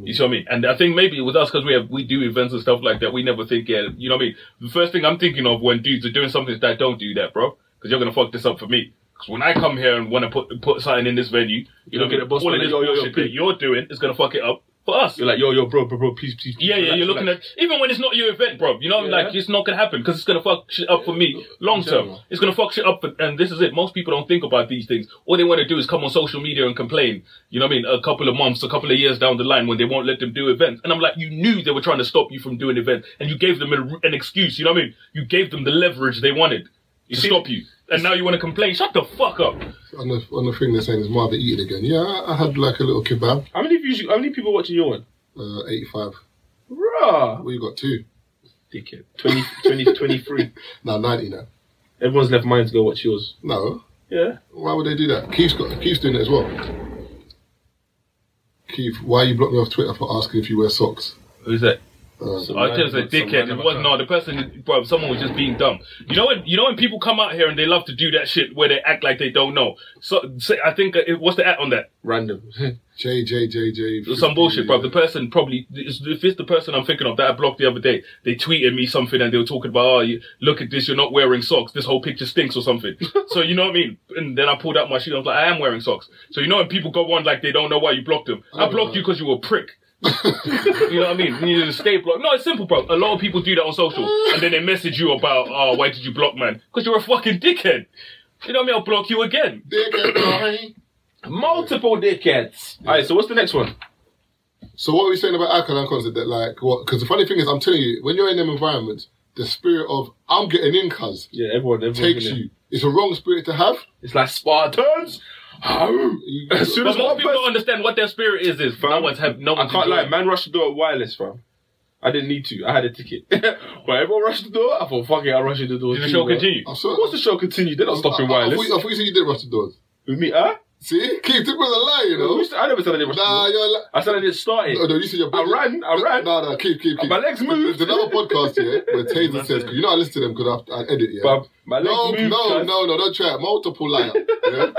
You see what I mean? And I think maybe with us because we have we do events and stuff like that, we never think. Yeah, you know what I mean. The first thing I'm thinking of when dudes are doing something is that don't do that, bro, because you're gonna fuck this up for me. Because when I come here and want to put put something in this venue, you know,
gonna get a boss
all
man
of this
like, yo, yo, yo,
bullshit that
Pete.
you're doing is gonna fuck it up for us.
You're like, yo, yo, bro, bro, bro, please, please. please
Yeah, yeah, you're looking at even when it's not your event, bro. You know,
Yeah.
like it's not gonna happen because it's gonna fuck shit up for me long term.
General.
It's gonna fuck shit up, for, and this is it. Most people don't think about these things. All they want to do is come on social media and complain. You know what I mean? A couple of months, a couple of years down the line, when they won't let them do events, and I'm like, you knew they were trying to stop you from doing events, and you gave them an, an excuse. You know what I mean? You gave them the leverage they wanted to stop you, and now you want to complain? Shut the fuck up.
on the on the thing they're saying is Marvin eat it again. Yeah, I, I had like a little kebab,
How many views? You, how many people watching your one?
uh, eighty five.
Bruh.
What you got two?
Dickhead. 20, 20, 23.
No, ninety now.
Everyone's left mine to go watch yours.
No,
Yeah.
why would they do that? Keith's got Keith's doing it as well. Keith, why you blocked me off Twitter for asking if you wear socks?
Who's that?
Uh,
I tell you, it's a dickhead. It was no, the person, bro. Someone was just being dumb. You know when you know when people come out here and they love to do that shit where they act like they don't know. So say, I think uh, it, what's the at on that?
Random.
J J J J.
Some bullshit, bro. The person probably it's- if it's the person I'm thinking of that I blocked the other day, they tweeted me something and they were talking about, oh, you, look at this, you're not wearing socks. This whole picture stinks or something. so you know what I mean? And then I pulled out my shit. I was like, I am wearing socks. So you know when people go on like they don't know why you blocked them.
Oh,
I blocked you because you were a prick. You know what I mean? You need to stay blocked. No, it's simple, bro. A lot of people do that on social, and then they message you about, oh, why did you block, man? Because you're a fucking dickhead. You know what I mean? I'll block you again.
Dickhead, boy.
Multiple dickheads. All right, so what's the next one?
So what are we saying about alkaline concept? That like what? Because the funny thing is, I'm telling you, when you're in them environments, the spirit of I'm getting in, cuz
Yeah, everyone, everyone
takes you. It's a wrong spirit to have.
It's like Spartans. Home.
You-
As soon as
But
one
most people
person,
don't understand what their spirit is. Is no one's have no
I
one's
can't lie,
enjoying it.
man rushed the door at wireless, fam. I didn't need to. I had a ticket, but everyone rushed the door. I thought, fuck it, I'll rush the door.
Did the
too,
show
bro.
continue?
I
Of
saw-
course, the show continued. They're not stopping
I- I- I
wireless.
thought you- I, thought you said you did rush the doors.
With me, huh?
See, Keith, this was a lie, you know.
Who's- I never said I didn't rush
Nah,
the door.
you're like,
I said I didn't start it.
Oh, no, you said your
I ran, I ran.
No, no, keep, keep, keep.
My legs moved.
There's another podcast here where Taser says, 'cause you know I listen to them because I, I edit, yeah?
Fam, my legs
no,
moved.
no,
cuz.
no, no, don't try it. Multiple liar. Yeah?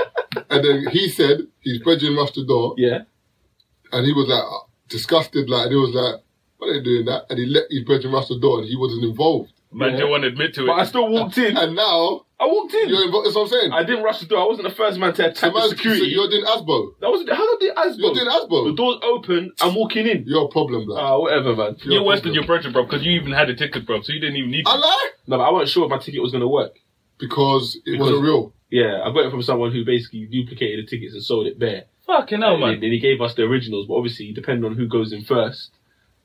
and then he said his brethren rushed the door
Yeah.
and he was like uh, disgusted, like, and he was like, what are they doing that? And he let his brethren rush the door and he wasn't involved.
Man, they won't admit to it.
But I still walked in.
And now,
I walked
you're
in.
involved. That's what I'm saying.
I didn't rush the door. I wasn't the first man to
So
attack
man,
the
so
security.
you're doing Asbo.
That wasn't how did the Asbo?
You're doing Asbo.
The door's open. I'm walking in.
You're a problem, black.
Ah, whatever, man.
You're worse than your brother, bro, because you even had a ticket, bro, so you didn't even need
I
to.
lie
No, but I wasn't sure if my ticket was gonna work.
because it wasn't
Because-
real.
Yeah, I got it from someone who basically duplicated the tickets and sold it bare.
Fucking hell,
And
Oh, man.
then he gave us the originals, but obviously depending on who goes in first.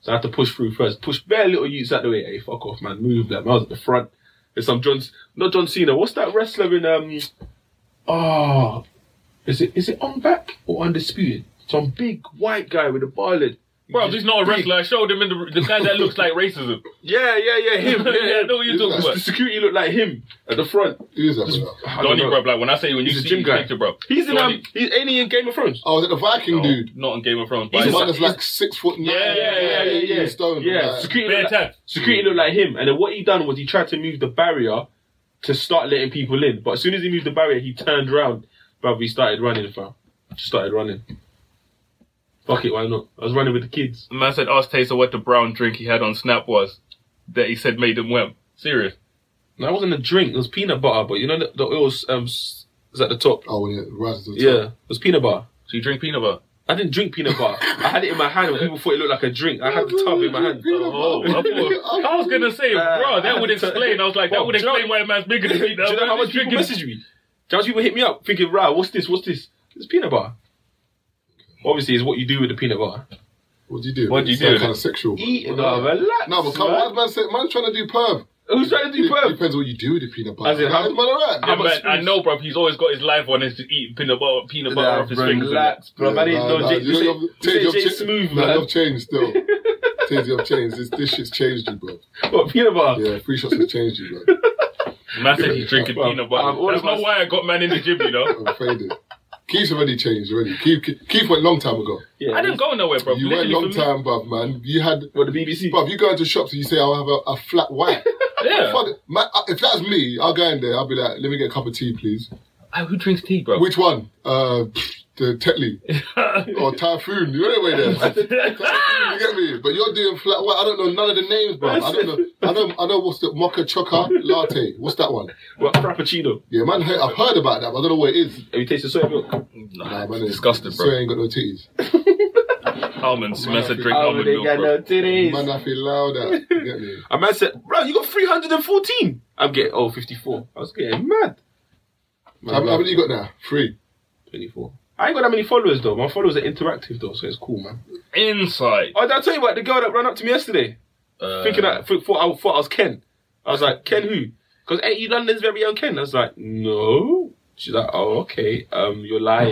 So I had to push through first. Push bare little youths out the way. Hey, fuck off, man. Move them. I was at the front. There's some John's not John Cena. What's that wrestler in um Oh Is it is it on back or undisputed? Some big white guy with a ballad.
Bro, he's not a wrestler. I showed him in the, the guy that looks like racism.
Yeah, yeah, yeah, him. Yeah,
yeah, I
yeah.
know what you're talking
The
about.
security looked like him at the front.
Who is that, brother?
I don't
Donnie,
know.
bro, like when I say when you
He's a
see
gym
his
guy.
picture, bro.
He's in um,
Donnie.
he's any in Game of Thrones.
I was at the Viking dude.
Not on Game of Thrones.
He's
but-
man is like six foot nine.
Yeah, yeah, yeah,
like,
yeah, yeah.
Stone.
Yeah,
like-
security,
Bare
looked
tab.
like, security looked like him. And then what he done was he tried to move the barrier to start letting people in. But as soon as he moved the barrier, he turned round. Bruv, he started running, fam. Just started running. Fuck it, why not? I was running with the kids.
The man said, ask Taser what the brown drink he had on Snap was that he said made him wimp. Serious.
No, that wasn't a drink. It was peanut butter. But you know the, the oil um, s- is at the top.
Oh, when it rises to the
Yeah,
top.
it was peanut butter.
So you drink peanut butter.
I didn't drink peanut butter. I had it in my hand and people thought it looked like a drink. I had the tub in my hand.
Oh, I, thought- I was gonna say,
Uh,
bro, that would
I had to-
explain. I was like, that
Bro,
would
do you know-
explain why a man's bigger than me.
Do you know how much people message me? Do you know how much people hit me up thinking, right, what's this? What's this? It's peanut butter. Obviously, it's what you do with the peanut butter.
What do you do?
What do you
It's
do
like
with
Kind
it?
of sexual.
Eat it, no, relax.
No, but come
man.
on, man. Say, man's trying to do perv.
Who's trying to do
It
perm?
Depends what you do with the peanut butter.
As in,
That
how-
is man alright.
Yeah,
How much
man, I
spoons?
know, bro. He's always got his life on us to eat peanut butter, peanut butter off his fingers. and that.
relax, bro. Man,
Nah,
ain't no
nah,
Jay-
you
you say-
know, you've-
you say
Tay, you've
Jay
cha-
smooth,
nah,
man.
you've changed, though. Tay, you've changed. This, this shit's changed you, bro.
What, peanut butter?
Yeah, free shots has changed you, bro.
Man said he's drinking
Bro,
peanut
I've
butter.
always
That's not
was-
why I got man in the gym, you know.
I'm faded. Keith's already changed already. Keith, Keith- Keith went long time ago.
Yeah.
I didn't go nowhere, bro.
You went
Literally
long
for me.
time, bruv, man. You had,
What, the BBC?
bruv, you go into shops and you say, I'll have a, a flat white.
Yeah.
Fuck it. Man, I- if that's me, I'll go in there. I'll be like, let me get a cup of tea, please.
Ah, Who drinks tea, bro?
Which one? Uh, pfft, the Tetley or Typhoon? You know what I mean? You get me? But you're doing flat. Well, I don't know none of the names, bro. I don't know. I know. I know what's the mocha choca latte. What's that one?
What, frappuccino?
Yeah, man. he- I've heard about that, but I don't know what it is.
Have you tasted soy milk?
Nah,
man,
it's disgusting,
so
bro.
ain't got no titties.
Almonds. Man said drink
Oh,
almond
they
milk,
got no
bro.
Man,
titties.
I feel louder. You get me?
A man said, bro, you got 314. I'm getting, oh, 54. I was getting mad.
How, how many you got now? Three.
24. I ain't got that many followers though. My followers are interactive though, so it's cool, man.
Inside.
Oh, did I tell you about the girl that ran up to me yesterday?
Uh,
thinking that th- thought I thought I was Ken. I was like, Ken who? Because ain't you London's very own Ken? I was like, no. She's like, oh, okay. Um, you're lying.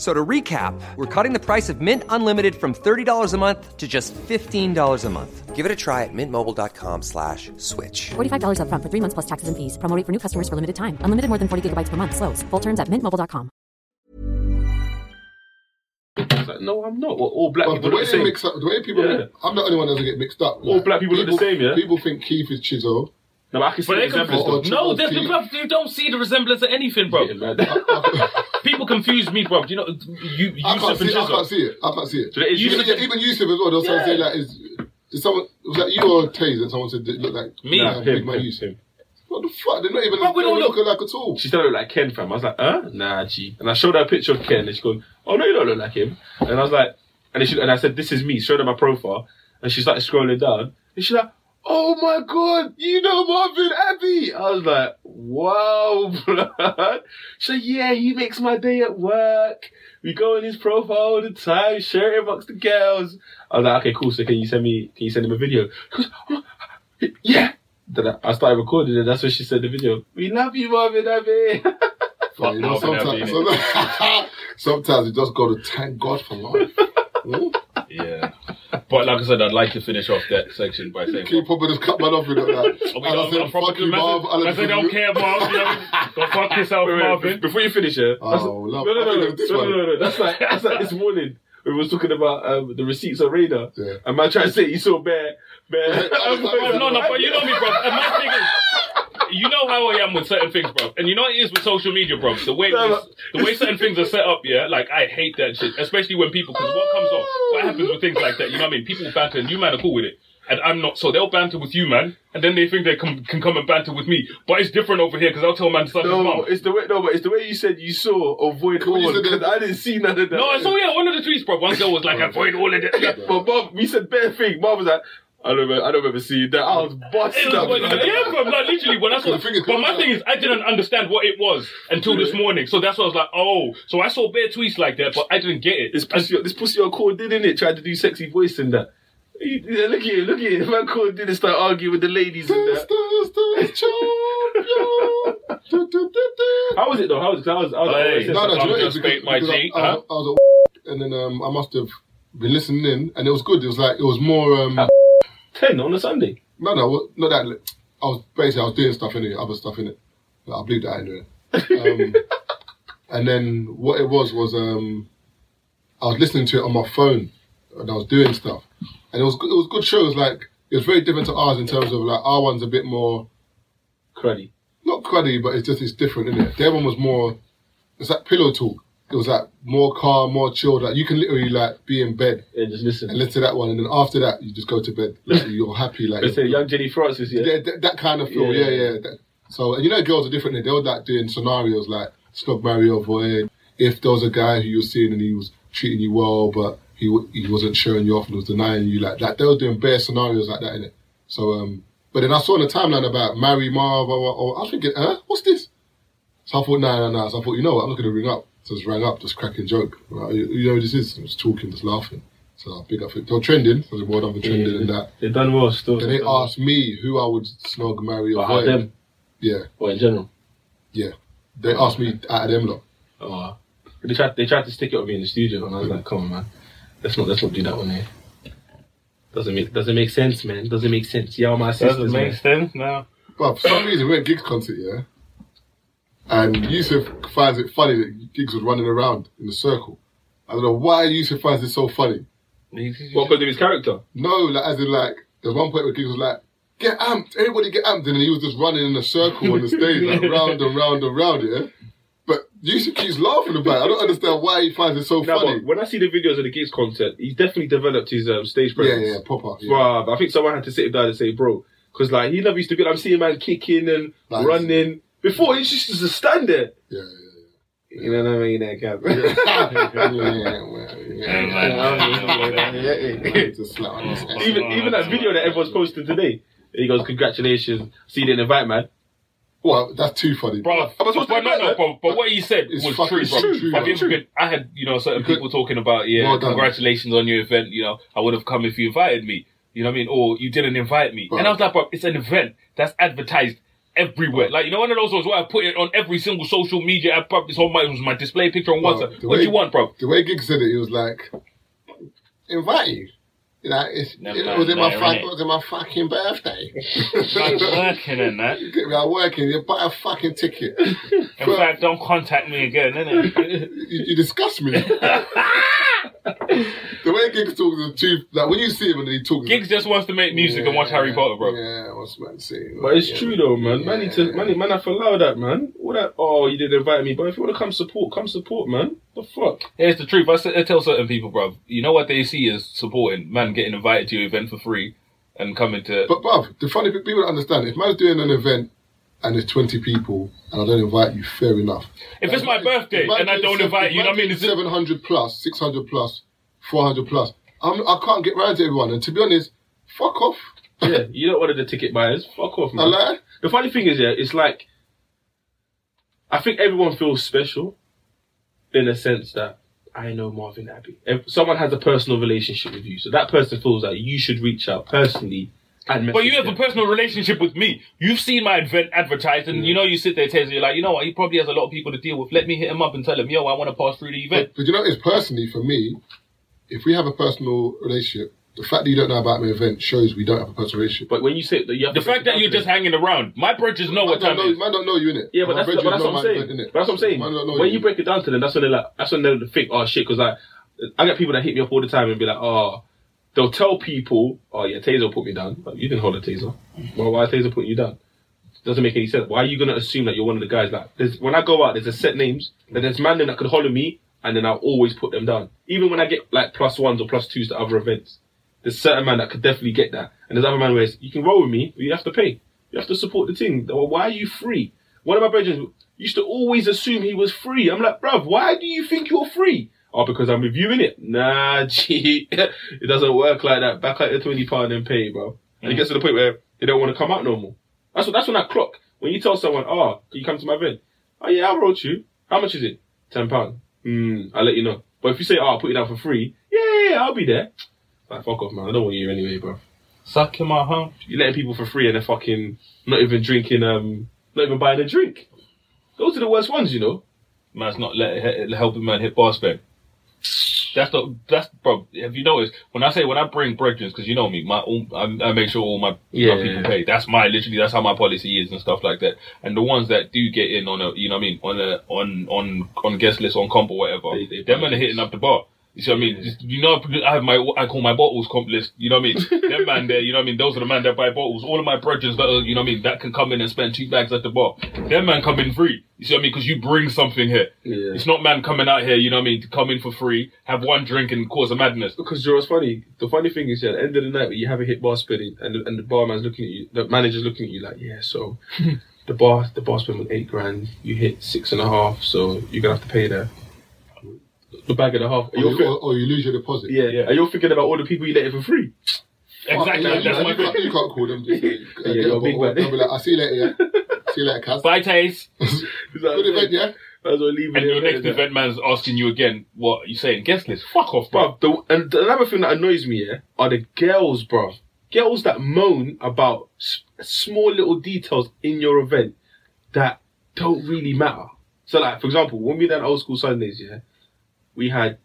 So to recap, we're cutting the price of Mint Unlimited from $30 a month to just $15 a month. Give it a try at mintmobile.com slash switch.
$45 upfront for three months plus taxes and fees. Promote for new customers for limited time. Unlimited more than 40 gigabytes per month. Slows. Full terms at mintmobile.com.
I was like, no, I'm not. Well, all black
Well, the
people look
way
the
they
same.
mix up, the way people,
Yeah.
I'm not the only one that doesn't get mixed up.
All black people look the same, yeah?
People think Keith is Chisel.
No, but I can see
But
the
they can,
examples
or-
though.
no, there's
Tea.
the bruv, You don't see the resemblance of anything, bro.
Yeah, man. so
People confuse me, bro. You know, you,
I can't see.
Yusuf and
it, I can't
Jizzle.
see it. I can't see it.
that is
Even,
Yusuf-
even, even Yusuf as well. They'll yeah. say like, is, is someone was that you or Taze that someone said that looked like
Me.
Nah,
Nah,
Big
him,
Man
him,
Yusuf.
him.
What the fuck? They're not even.
But we
they don't
don't
look alike at all.
She said I look like Ken, fam. I was like, uh, nah, G. And I showed her a picture of Ken, and she goes, oh no, you don't look like him. And I was like, and, she, and I said, this is me. Showed her my profile, and she started scrolling down, and she's like, oh my god, you know Marvin Abbey. I was like, wow, blood. She's like, yeah, he makes my day at work. We go in his profile all the time, share it amongst the girls. I was like, okay, cool. So can you send me? Can you send him a video? She goes, "Oh, yeah. Then I- I started recording, and that's when she said the video. We love you, Marvin Abbey.
Like, you know,
Fuck Marvin
sometimes, sometimes, you just got to thank God for life. Hmm?
Yeah. But like I said, I'd like to finish off that section by saying.
Keep up with this cut man off with it. Like,
I
and
mean,
I
I'm- I'm
said,
from-
fuck you,
man
Marv.
said-
and
man said, I don't care, Marv. you know, Go fuck yourself,
Wait, wait,
Marvin.
be- Before you finish, yeah. that's-
Oh, love.
no, no, no,
I
no,
think this
no,
one.
no, no, no. That's like that's like this morning. We was talking about um, the receipts on radar.
Yeah.
And man trying to say he saw bear, bear.
Bro, no, no, but you know me, bro. And my thing is, you know how I am with certain things, bro. And you know what it is with social media, bro. The way
No, no.
the way certain things are set up, yeah. Like I hate that shit, especially when people because what comes off, what happens with things like that. You know what I mean? People banter, and you man are cool with it. And I'm not, so they'll banter with you, man, and then they think they can, can come and banter with me. But it's different over here because I'll tell man to suck his mum.
No, it's the way. No, but it's the way you said you saw avoid
Cool, you
all.
said that-
Because I didn't see none of that.
No, I saw yeah, one of the tweets, bro. One girl was like, avoid all of that.
But mom, we said bear thing. Mom was like, I don't remember. I don't remember seeing that. I was busted up.
yeah, bro, like literally when I saw
The thing is-
But my thing is I didn't understand what it was until this morning. So that's why I was like, oh. So I saw bare tweets like that, but I didn't get it.
This pussy, this pussy on call did, didn't it? Tried to do sexy voice and that. He- yeah, look at it, look at it. Man call didn't start arguing with the ladies and that. How was it though? How was it? 'Cause I was, I was, I was
Hey.
No, no, do you know what it
I'm gonna
is?
spake
Because,
my
because I-
cheek,
I,
huh?
was- I was at and then um, I must have been listening in, and it was good. It was like it was more. Um,
ten on a Sunday.
no, no, what- not that. li- I was basically I was doing stuff in it, other stuff in it. I believe that anyway. Um, and then what it was was um, I was listening to it on my phone, and I was doing stuff, and it was good- it was good shows. Like it was very different to ours in terms of like our one's a bit more
Cruddy.
not cruddy, but it's just it's different, isn't it? Their one was more It's like pillow talk. It was like more calm, more chilled. Like you can literally like be in bed
Yeah, just listen.
and listen to that one, and then after that you just go to bed. Like, you're happy, like
Let's say young Jenny Francis, yeah.
yeah, that, that kind of feel.
Yeah.
Yeah, yeah. That- so and you know, girls are different. They were like doing scenarios like snog Mario boy. If there was a guy who you were seeing and he was treating you well, but he w- he wasn't showing you off and was denying you like that, they were doing bare scenarios like that in it. So um, but then I saw in the timeline about marry Marv. Or, or, I was thinking, huh, what's this? So I thought, nah, nah, nah. So I thought, you know what, I'm not gonna ring up. So I just rang up, just cracking joke. Right? You, you know what this is? I was talking, just laughing. So big up. for- They were trending. So well done for trending and that.
They've done well still.
Then they
They've done well.
asked me who I would snog, marry, or
But out
avoid.
of them,
Yeah,
or in general.
yeah. They asked me out of them lot.
Oh, they tried. They tried to stick it with me in the studio, and I was like, "Come on, man, let's not let's not do that one here." Doesn't make doesn't make sense, man. Doesn't make sense. Yeah, all my sisters,
Doesn't
man.
make sense now.
But for some reason, we're at gigs concert, yeah. And Yusuf finds it funny that gigs was running around in a circle. I don't know why Yusuf finds it so funny.
What because of his character?
No, like as in like there's one point where gigs was like, "Get amped, everybody get amped," and then he was just running in a circle on the stage, like round and round and round, yeah. But Yusuf keeps laughing about it. I don't understand why he finds it so
No,
funny.
but when I see the videos of the gigs concert, he's definitely developed his um, stage
Yeah,
presence.
yeah, proper. Yeah.
Bruv, I think someone had to sit him down and say, "Bro," because like he never used to be. I'm seeing man kicking and
Nice.
running before. He just used to stand there.
yeah, yeah, yeah.
You know what I mean? That kind
Just slap on his ass.
even even that video that everyone's posted today. He goes, "Congratulations, see you didn't invite, man."
Well, that's too funny.
Bro,
Am I
but,
supposed to do
no, no,
that?
but, but what he said
It's
was
fucking
true, bro.
true, true,
Fucking
bro.
good. I had, you know, certain
You could-
people talking about, yeah,
Well done.
congratulations on your event. You know, I would have come if you invited me. You know what I mean? Or you didn't invite me.
Bro.
And I was like, bro, it's an event that's advertised everywhere. Like, you know, one of those ones where I put it on every single social media app. Bro, this whole my, it was my display picture on
Bro,
WhatsApp.
the
What do
way-
you want, bro?
The way Giggs said it, he was like, invite you. You know, it's,
Never
it,
mind,
was it my
later,
fuck,
innit?
it was it my fucking birthday.
Like working and that.
Get me out working, you buy a fucking ticket. you,
In fact, don't contact me again, innit?
you disgust me. the way Giggs talks is too, like when you see him and he talks.
Giggs just wants to make music and watch Harry Potter, bro.
Yeah, what's man saying?
But it's
Yeah.
true though, man. Man, need to, man, man, I allow that, man. All that. Oh, you didn't invite me, but if you want to come support, come support, man. The fuck.
Here's the truth. I, s- I tell certain people, bro, you know what they see is supporting, man, getting invited to your event for free and coming to.
But bruv, the funny people don't understand. If man's doing an event and there's 20 people and I don't invite you, fair enough.
If it's my birthday and I don't invite you, you know what I mean? It's
Seven hundred plus, six hundred plus, four hundred plus. I'm, I can't get round to everyone. And to be honest, fuck off.
Yeah, you don't order the ticket buyers. Fuck off,
I
man.
lie.
The funny thing is, yeah, it's like I think everyone feels special in a sense that I know Marvin Abbey. If someone has a personal relationship with you, so that person feels like you should reach out personally. And
But you
message
have a
them.
personal relationship with me. You've seen my event advertised, and you know you sit there, Taser. You're like, you know what? He probably has a lot of people to deal with. Let me hit him up and tell him, yo, I want to pass through the event.
But, but you know, it's personally for me. If we have a personal relationship, the fact that you don't know about my event shows we don't have a personal relationship.
But when you say that, you have
The
to-
fact that you're just hanging around, my bridges know what
man, don't
time
know,
it is.
man don't know you innit?
Yeah, but
My
that's, but
brethren
that's
know
what
my
I'm saying.
event, innit?
But that's what I'm saying.
Man don't know
When you break it down to them, that's when they like. That's when they think, oh shit, because like, I get people that hit me up all the time and be like, oh, they'll tell people, oh yeah, Taser put me down, but you didn't hold a Taser. Well, why Taser put you down? Doesn't make any sense. Why are you gonna assume that you're one of the guys? Like, there's, when I go out, there's a set names. That there's man them that could holler me, and then I'll always put them down. Even when I get like plus ones or plus twos to other events, there's certain man that could definitely get that, and there's other man where it's, you can roll with me, but you have to pay. You have to support the team. Well, Why are you free? One of my brethren used to always assume he was free. I'm like, bruv, why do you think you're free? Oh, because I'm reviewing it. Nah, gee, it doesn't work like that. Back out your twenty pound and pay, bro. And it gets to the point where they don't want to come out no more. That's what, that's when I clock. When you tell someone, oh, can you come to my event? Oh yeah, I wrote you. How much is it? Ten pound. Hmm, I'll let you know. But if you say, oh, I'll put it down for free. Yeah, yeah, yeah, I'll be there. Like, fuck off, man. I don't want you here anyway, bro.
Suck in my hump.
You're letting people for free and they're fucking not even drinking, um, not even buying a drink. Those are the worst ones, you know.
Man's not let, he- helping man hit bar spec. That's the that's bro. Have you noticed when I say when I bring bridges because you know me, my all, I, I make sure all my,
Yeah,
my people
yeah.
pay. That's my literally that's how my policy is and stuff like that. And the ones that do get in on a you know what I mean on a on on on guest list on comp or whatever,
They- they
them
buy
men are
drinks.
hitting up the bar. You see what I mean? Just, you know, I have my I call my bottles comp list. You know what I mean? that man there. You know what I mean? Those are the man that buy bottles. All of my brothers that are, you know what I mean that can come in and spend two bags at the bar. That man come in free. You see what I mean? Because you bring something here.
Yeah.
It's not man coming out here. You know what I mean? To come in for free, have one drink and cause a madness.
Because you know what's funny? The funny thing is, yeah, at the end of the night, when you have a hit bar spinning, and the, and the barman's looking at you, the manager's looking at you like, yeah, so the bar the bar spin was eight grand, you hit six and a half, so you're gonna have to pay the the bag and a half. And
Or
you're
you,
fi-
or, or you lose your deposit.
yeah, yeah. And you're thinking about all the people you let in for free.
Exactly.
Yeah,
that's
you,
my
can't, you
thing.
can't call them. Just, say, uh, get
Yeah, you're
a
a big
bottle.
man.
They'll be like, I'll see you later, yeah. See you later, Kaz.
Bye, Taze.
Is that
Good
what I'm
event,
saying?
yeah?
Might as well leave it
And your
there,
next
yeah.
event man's asking you again, what you saying? Guest list? Fuck off, bro.
Bruv, the, and another thing that annoys me, yeah, are the girls, bruv. Girls that moan about s- small little details in your event that don't really matter. So, like, for example, when we done old school Sundays, yeah, we had,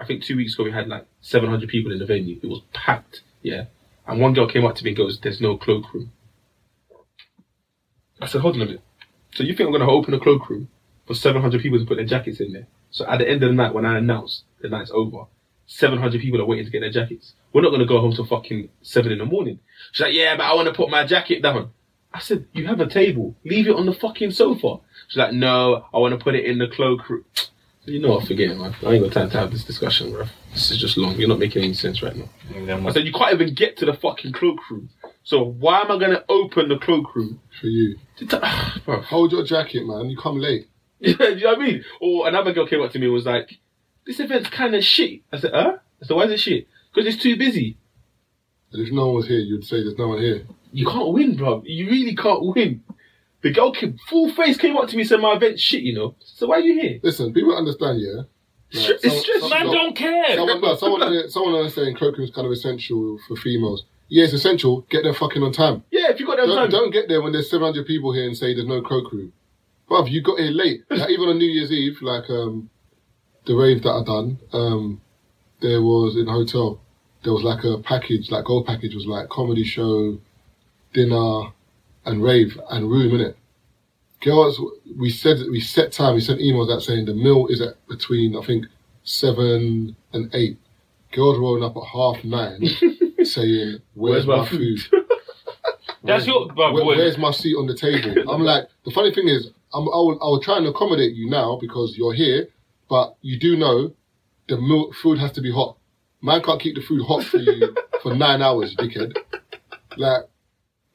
I think two weeks ago, we had like 700 people in the venue. It was packed, yeah. And one girl came up to me and goes, There's no cloakroom. I said, Hold on a minute. So, you think I'm going to open a cloakroom for 700 people to put their jackets in there? So, at the end of the night, when I announce the night's over, 700 people are waiting to get their jackets. We're not going to go home till fucking 7 in the morning. She's like, yeah, but I want to put my jacket down. I said, you have a table. Leave it on the fucking sofa. She's like, no, I want to put it in the cloakroom. You know what? Forget it, man. I ain't got time to have this discussion, bro. This is just long. You're not making any sense right now. I said, you can't even get to the fucking cloakroom. So why am I going to open the cloakroom?
For you.
Bruv.
Hold your jacket, man. You come late.
Yeah, do you know what I mean? Or another girl came up to me and was like, this event's kind of shit. I said, huh? I said, why is it shit? Because it's too busy.
And if no one was here, you'd say there's no one here.
You can't win, bro. You really can't win. The girl came, full face came up to me and said, my event's shit, you know. So why are you here?
Listen, people understand, yeah?
It's just- it's just,
Man,
Man don't care.
Someone, no, someone, someone is saying cloakroom's kind of essential for females. Yeah, it's essential. Get there fucking on time.
yeah, if you got that
Don't,
time.
don't get there when there's 700 people here and say there's no cloakroom. Bruv, you got here late. Like, even on New Year's Eve, like um, the rave that I done, um, there was in a hotel, there was like a package, like gold package was like comedy show, dinner, and rave and room in it. Girls, we said we set time. We sent emails out saying the meal is at between I think seven and eight. Girls rolling up at half nine, saying, "Where's,
Where's my
my food?"
That's your bro,
Where,
boy.
where's my seat on the table? I'm like, the funny thing is, I'm, I, will, I will try and accommodate you now because you're here, but you do know the milk, food has to be hot. Man can't keep the food hot for you for nine hours, you dickhead. Like,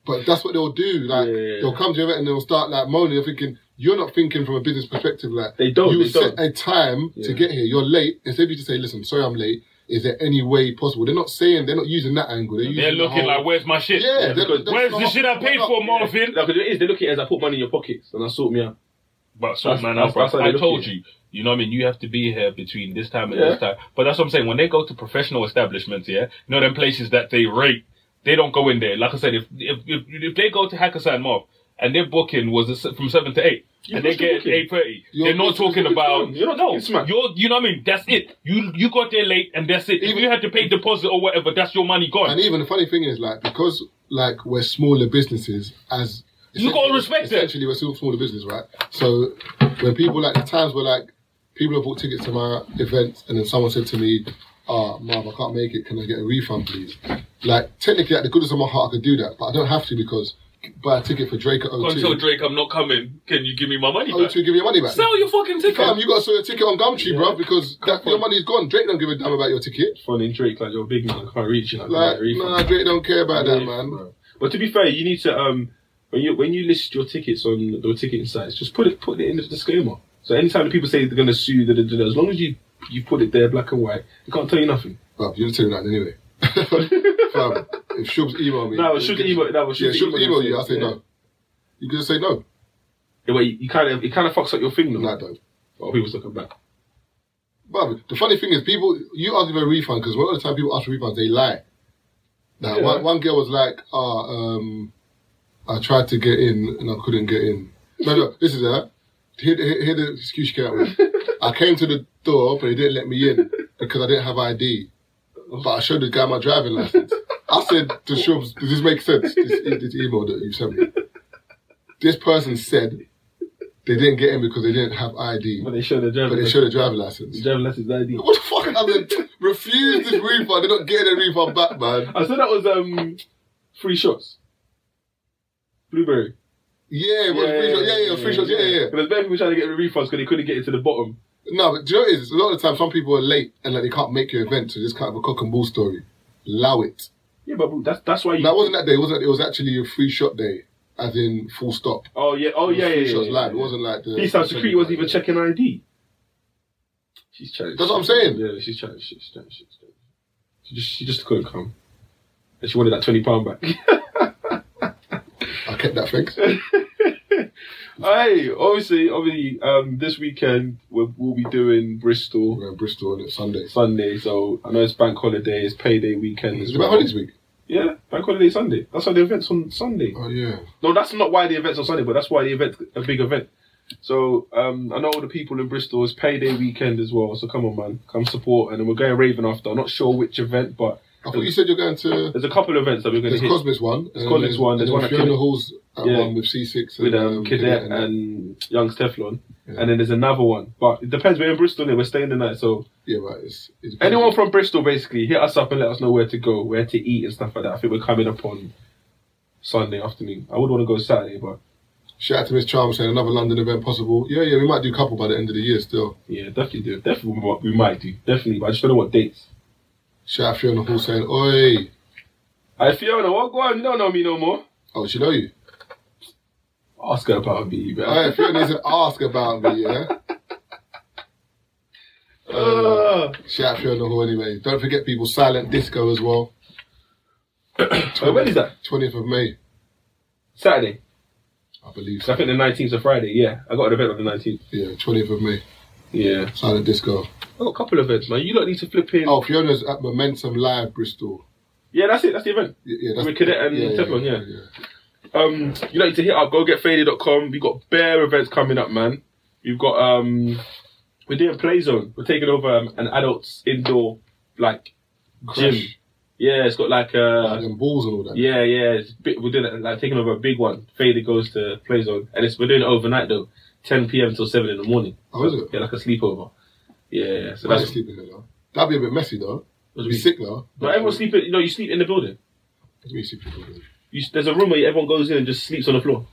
but that's what they'll do. Like,
Yeah.
they'll come to you and they'll start like moaning. You're thinking, you're not thinking from a business perspective. Like,
They don't,
You
they
set
don't.
a time to get here. You're late. Instead, you just say, listen, sorry, I'm late. Is there any way possible? They're not saying, they're not using that angle. They're,
They're
using the
looking
whole-
like, where's my shit?
yeah, they're-
because
they're
Where's
not-
the shit I paid
not-
for, Marvin?
Like, 'cause it is, they look at it as I put money in your pockets and I sort me out.
But so
That's-
man,
that's-
out,
that's
bruv.
how they
I
look
told
at it.
you. You know what I mean? You have to be here between this time and
Yeah.
this time. But that's what I'm saying. When they go to professional establishments, yeah, you know them places that they rate, they don't go in there. Like I said, if if if, if they go to Hackersan Mob and their booking was a se- from seven to eight, and they
missed the
get
booking.
eight thirty,
You're-
they're
it's-
not
it's
talking
a good
about
time. You're not
no.
getting smacked.
You're you know what I mean? That's it. You you got there late, and that's it. If you had to pay deposit or whatever, that's your money gone.
And even the funny thing is, like, because like we're smaller businesses, as
You gotta respect it.
Essentially, we're still smaller business, right? So when people like the times were like people have bought tickets to my events, and then someone said to me, "Ah, Marv, I can't make it. Can I get a refund, please?" Like technically, at the goodness of my heart, I could do that, but I don't have to because buy a ticket for Drake at O2.
Until Drake, I'm not coming. Can you give me my money back?
O2 give you your money back.
Sell your fucking ticket.
Fam, you got to sell your ticket on Gumtree, bro, because that, your money's gone. Drake don't give a damn about your ticket.
Funny Drake, like, you're a big man, I can't reach you. Like,
Like,
like, refund.
nah, Drake don't care about that,
Yeah,
man.
bro. But to be fair, you need to um when you when you list your tickets on the ticketing sites, just put it put it in the disclaimer. So anytime the people say they're gonna sue, da, da, da, da, as long as you you put it there black and white, they can't tell you nothing.
Well, you're telling that anyway. Fam, if Shub's email me.
No, it should email. No, it
Yeah,
should
Shub's email you. I say
yeah.
no. You can just say no.
Yeah, but you, you kind of it kind of fucks up your thing though. oh,
No, I don't.
Well, people's looking back.
But the funny thing is, people, you ask for a refund because a lot of the time people ask for refunds, they lie. Now,
Yeah.
one, one girl was like, oh, um, I tried to get in and I couldn't get in. No, no, this is her. Here, here, here the excuse she came up with. I came to the door, but they didn't let me in because I didn't have ID. But I showed the guy my driving license. I said to Shubs, does e, this make sense? This, this email that you sent me. This person said, They didn't get in because they didn't have ID,
But they showed their driver.
but they showed a driving license.
driver license ID.
What the fuck? I mean, refused this refund. They're not getting their refund back, man.
I said that was um free shots. Blueberry.
Yeah, it was free shots. Yeah, yeah, free shots. Yeah, yeah. yeah.
Because many people trying to get refunds because they couldn't get it to the bottom.
No, but do you know what it is? A lot of the time, some people are late and like they can't make your event, so just kind of a cock and bull story. Allow it.
Yeah, but that's that's why you.
That wasn't that day. It wasn't. It was actually a free shot day, as in full stop.
oh yeah. Oh yeah. yeah,
Free
yeah,
shots
yeah,
live. It
yeah.
wasn't like the.
Peace out security wasn't even checking ID. She's trying.
That's what I'm saying.
Yeah, she's trying. She's trying. She's trying. She just she just couldn't come, and she wanted that twenty pound back.
I kept that fix.
Hey, obviously, obviously, um, this weekend we'll, we'll be doing Bristol
We're in Bristol on it Sunday.
Sunday, so I know it's bank holiday, it's payday weekend
Is
as
it about
well.
holidays week?
Yeah, bank holiday Sunday. That's why the event's on Sunday.
Oh yeah.
No, that's not why the event's on Sunday, but that's why the event's a big event. So um, I know all the people in Bristol. It's payday weekend as well. So come on, man, come support. And then we're going Raven after. I'm not sure which event, but
I thought you said you're going to.
there's a couple of events that we're going to
There's
hit
Cosmos one.
There's Cosmos one, there's one at
Fiona
Kidder.
Hall's at
Yeah.
one with C6 and
with um,
Kidder
Cadet and Young's Teflon. And then there's another one, but it depends. We're in Bristol, and we're staying the night, so
yeah, right. It's, it's
anyone from Bristol, basically, hit us up and let us know where to go, where to eat, and stuff like that. I think we're coming up on Sunday afternoon. I would want to go Saturday, but
Shout out to Miss Charm saying another London event possible. Yeah, yeah, we might do a couple by the end of the year still.
yeah, definitely do. Definitely, what we might do. Definitely, but I just don't know what dates.
Shout out Fiona Hall saying, Oi.
Hey Fiona, what go on? You don't know me no more.
Oh, she know you.
Ask her about me, uh, man.
Alright, Fiona needs to ask about me, yeah?
Uh,
Um, Shout out Fiona Hall anyway. Don't forget people, Silent Disco as well.
wait, Oh, when is that?
20th of May,
Saturday.
I believe.
'Cause I think the nineteenth of Friday. Yeah, I got an event on the nineteenth.
Yeah, 20th of May,
Yeah,
Silent Disco.
I got a couple of events, man. You lot need to flip in.
Oh, Fiona's at Momentum Live Bristol.
Yeah, that's it. That's the event.
Y- Yeah, that's
With Cadet and Teflon, yeah.
yeah.
Um, you like to hit up gogetfaded.com. We've got bare events coming up, man. We've got um, we're doing Play Zone. We're taking over um, an adults indoor like gym.
Crash.
Yeah, it's got like
Oh,
And
uh,
then balls and all that.
yeah, yeah. It's big, we're doing it, like taking over a big one. Faded goes to Play Zone, and it's we're doing it overnight though, 10 p.m. till seven in the morning.
Oh, is it?
Yeah, like a sleepover. Yeah, yeah. So
I ain't
that's
sleeping there, though. That'd be a bit messy, though.
What do
You'd
you
be
mean?
sick, though.
but everyone sleeping. You know, you sleep in the building.
Let me see people. do.
You, there's a room where everyone goes in and just sleeps on the floor.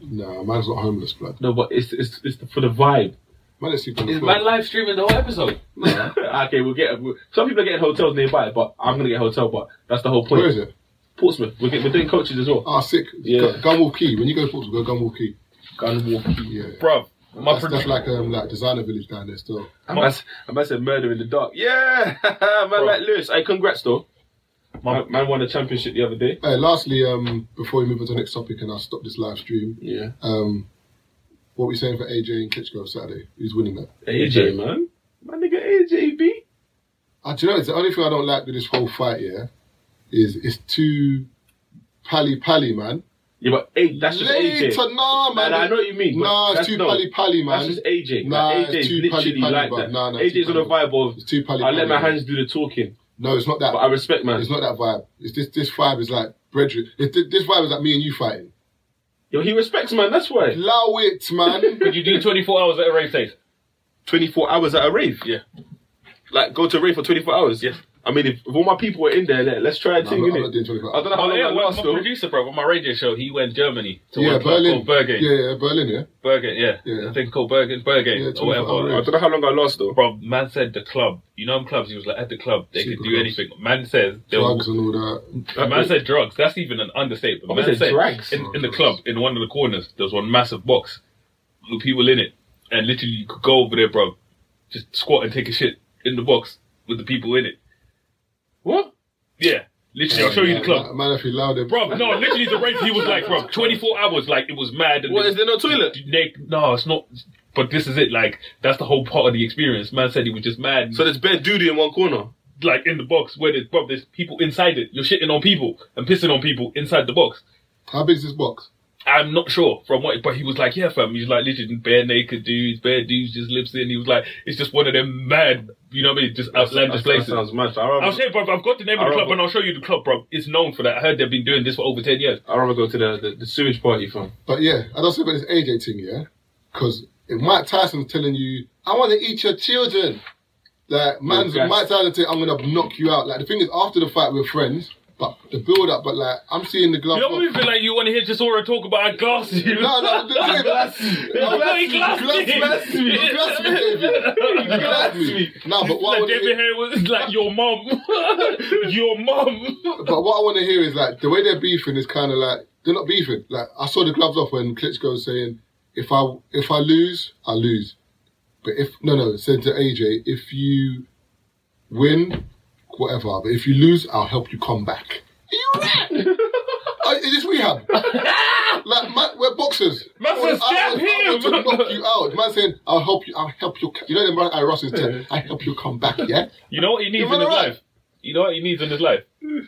Nah, man's not homeless, blood.
No, but it's it's, it's for the vibe.
Man is sleeping on the
Is
floor.
man live streaming the whole episode?
okay, we'll get. we some people are getting hotels nearby, but I'm gonna get a hotel. But that's the whole point.
Where is it?
Portsmouth. We're, get, we're doing coaches as well.
Ah, sick.
Yeah.
Gun- Gunwall Key. When you go to Portugal, go Gunwall Key.
Gunwalk.
Yeah.
Bruv, my
That's, that's
producer.
like um like designer village down there still.
I must, I must have murder in the dark. Yeah, man, like Lewis. Hey, congrats though. Uh, Man, man won the championship the other day.
Uh, lastly, um, before we move on to the next topic, and I'll stop this live stream.
Yeah,
Um, what are we saying for AJ and Klitschko Saturday? Who's winning that?
AJ, man, my nigga AJ B.
Uh, do you know, it's the only thing I don't like with this whole fight here is it's too pally pally, man.
Yeah, but hey, that's just AJ.
Later, nah, man.
Nah, nah, I know what you mean, but
Nah, it's
that's
too
no-
pally pally, man.
That's just AJ.
Nah,
Like,
it's
AJ's
too
literally
pally-pally,
like
bro.
that.
Nah, nah, it's
AJ's on
too
a vibe of
It's too
I let my
pally-pally.
hands do the talking.
No, it's not that.
But I respect, man.
It's not that vibe. It's this. This vibe is like brethren. It, thi- this vibe is like me and you fighting.
Yo, he respects, man. That's why.
Allow it, man.
Could you do 24 hours at a rave taste?
24 hours at a rave.
Yeah.
Like, go to a rave for 24 hours.
Yeah.
I mean, if, if all my people were in there, let, let's try a
I'm
thing,
not, I'm not doing
innit?
25
I don't know how
Oh,
long
yeah,
that
well,
lasts,
my
though.
producer, bro, on my radio show, he went Germany to
Yeah,
one club
Berlin.
called Bergen.
Yeah, yeah, Berlin, yeah.
Bergen, yeah.
Yeah.
I think it's called Bergen, Bergen,
Yeah,
or
24
whatever.
hours.
I don't know how long I last, though.
Bro, man said the club. You know, them clubs. He was like, at the club, they
Super
could do
clubs.
anything. Man says they'll
Drugs and all that.
A man said drugs. That's even an understatement.
I
man
said
said
drugs.
In, in the club, in one of the corners, there was one massive box with people in it, and literally you could go over there, bro, just squat and take a shit in the box with the people in it.
What?
Yeah, literally, I'll show you the club,
Man, man if you loud it.
bro. No, literally the rave. He was like, bro, twenty four hours, like it was mad. And
What, is there no toilet?
They- no, it's not. But this is it. Like that's the whole part of the experience. Man said he was just mad.
So there's bare duty in one corner.
like in the box where there's bro, there's people inside it. You're shitting on people and pissing on people inside the box.
How big is this box?
I'm not sure from what, but he was like, yeah, fam. He's like literally bare naked dudes, bare dudes just lips in. He was like, it's just one of them mad, you know what I mean? Just
That-
outlandish
that
places.
sounds mad. I rather,
I'll say, bro, I've got the name of the
I
club
rather-
and I'll show you the club, bro. It's known for that. I heard they've been doing this for over 10 years.
I'd rather go to the, the, the sewage party, fam.
But yeah, I don't say about this AJ thing, yeah. Because if Mike Tyson's telling you, I want to eat your children, like man's
Okay.
Mike Tyson say, I'm gonna knock you out. Like the thing is, after the fight we're friends, but the build up, but like I'm seeing the glove.
You're
box.
moving like you want to hear Chisora talk about our glasses.
No, no, the thing is- No,
Glass- glass-
glass me, glass me, David. Glass me. No, but what I
like
wanna
David
hear-
Harry was like your mum, your mum.
but what I want to hear is like the way they're beefing is kind of like they're not beefing. Like I saw the gloves off when Klitschko's saying, "If I if I lose, I lose, but if no no," said to AJ, "If you win, whatever, but if you lose, I'll help you come back." Are you rat? Uh, is this rehab? like man, we're boxers.
Man said, "Stab
I want to
him."
knock you out. Man saying, "I'll help you. I'll help you." You know them right? I Russell's tell, "I help you come back." Yeah.
You know what he needs
You're
in his
right.
life? You know what he needs in his life?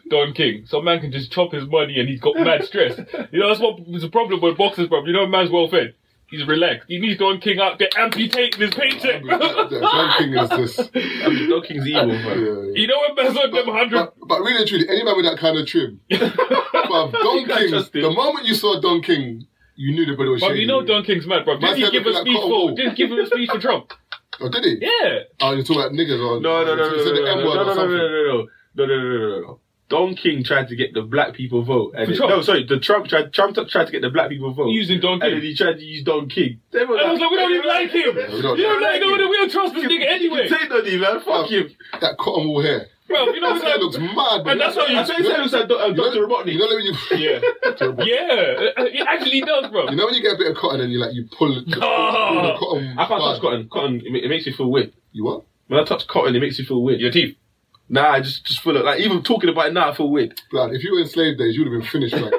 Don King. Some man can just chop his money and he's got mad stress. You know, that's what is the problem with boxers, bro. You know, a man's well fed. He's relaxed. He needs Don King out there amputating his paycheck.
That, that, that thing is just.
I mean, Don King's evil, man.
yeah, yeah.
You know when man's on them 100
But, but really and truly, any man with that kind of trim, bruv, Don
can't
King,
trust him.
the moment you saw Don King, you knew the brother was
But
shady.
you know Don King's mad, bro.
Man
Did he
said
give
look
a
like
speech
cotton
for?
wool.
Did he give him a speech for Trump?
Oh, did he?
Yeah.
Oh, you're talking about niggas or
No, no, no,
you
no,
said
no,
the
no,
N-word or
no, no, no,
something.
no, no, no, no, no, no, no, no. Don King tried to get the black people vote. And
For
it,
Trump.
no, sorry, the Trump tried Trump t- tried to get the black people vote.
Using
and
Don
then
King.
he tried to use Don King. They were
I was like, we don't even like him.
we
You
don't
don't
like
like him. We don't trust this nigga anyway.
Say no, man.
Oh.
Fuck him.
That cotton wool hair.
Bro, you know
That hair
what
looks mad,
And that's how you
I say he said it was like Do- uh,
You know-
Dr. Robotnik.
You know when you,
Yeah. Yeah. It actually does, bro.
you know when you get a bit of cotton and you like you pull it.
Oh.
cotton
I can't
bud.
touch cotton. Cotton, it, ma- it makes me feel weird.
You what?
When I touch cotton, it makes me feel weird.
Your teeth.
Nah, I just just feel like, like even talking
Uh,
about it now, I feel weird.
Blood. If you were in slave days, you'd have been finished. Like,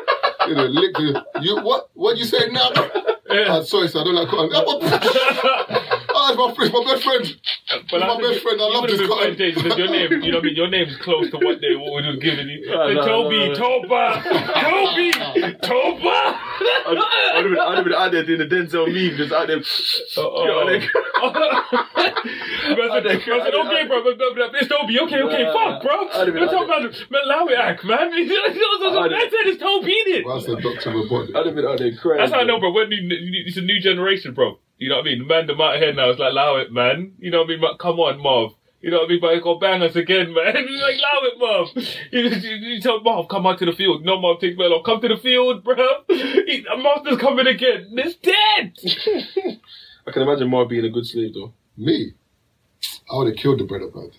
you know, licked. You, you what? What you say now?
Yeah.
Oh, sorry, sir. I don't like cotton. Oh, that's my, it's my best friend.
But
My
I think
best friend, I
you
love
would've
this
been
guy.
fine, James, because your name, you know, what I mean, your name's close to what they what we was giving you.
No,
Then
no,
Toby,
no, no.
Toba, Toby, Toba.
I'd, I'd, have been, I'd have been out there doing the Denzel meme, just out there. You know, like-
Man said, man said, okay, bro, but, but, but it's Toby. Okay, okay,
Nah,
fuck, bro.
I'd have been
Let's talk
like
about man, allow it, act, man. I said it's Toby, innit?
Well, I said Doctor Robotnik.
I'd have been out there crying.
That's how I know,
bro.
bro. When you, you- it's a new generation, bro. You know what I mean? Man, the out here now. It's like, allow it, man. You know what I mean? Like, come on, Marv. You know what I mean? But it got bang us again, man. It's like, allow it, Marv. You, you, you tell Marv, come out to the field. No, Marv, take Melo. Come to the field, bro. He, Master's coming again. It's dead.
I can imagine Mar being a good slave, though.
Me, I would have killed the brother, blood.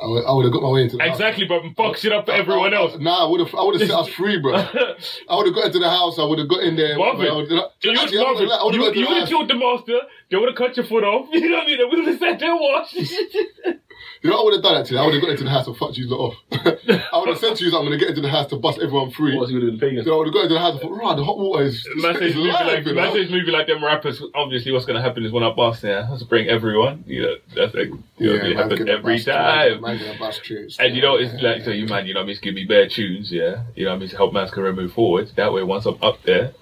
I would, I would have got my way into the
Exactly, bro. And fuck shit up for
house.
everyone else.
Nah, I would have. I would have set us free, bro. I would have got into the house. I would have got in there.
Marvin,
I would have,
You would
actually, I would have, I would have got into the
have
house.
killed the master. They would have cut your foot off. You know what I mean? They would have said their wash.
You know what I would have done actually? I would have got into the house and fucked you lot off. I would have said to you, that I'm gonna get into the house to bust everyone free.
What he would have been
Then
pagan?
I would have got into the house and thought, right, the hot water is.
Massive
is
movie like
live, you know?
Massive movie like them rappers. Obviously, what's gonna happen is when I bust there, I have to bring everyone. You know, that's like you know, it
man's
happens
gonna
every
bust-
time.
man's gonna bust troops.
And you know, it's
Yeah.
like so you man, you know, what I mean, it's give me bare tunes, yeah. You know, what I mean, to help man's career move forward. That way, once I'm up there,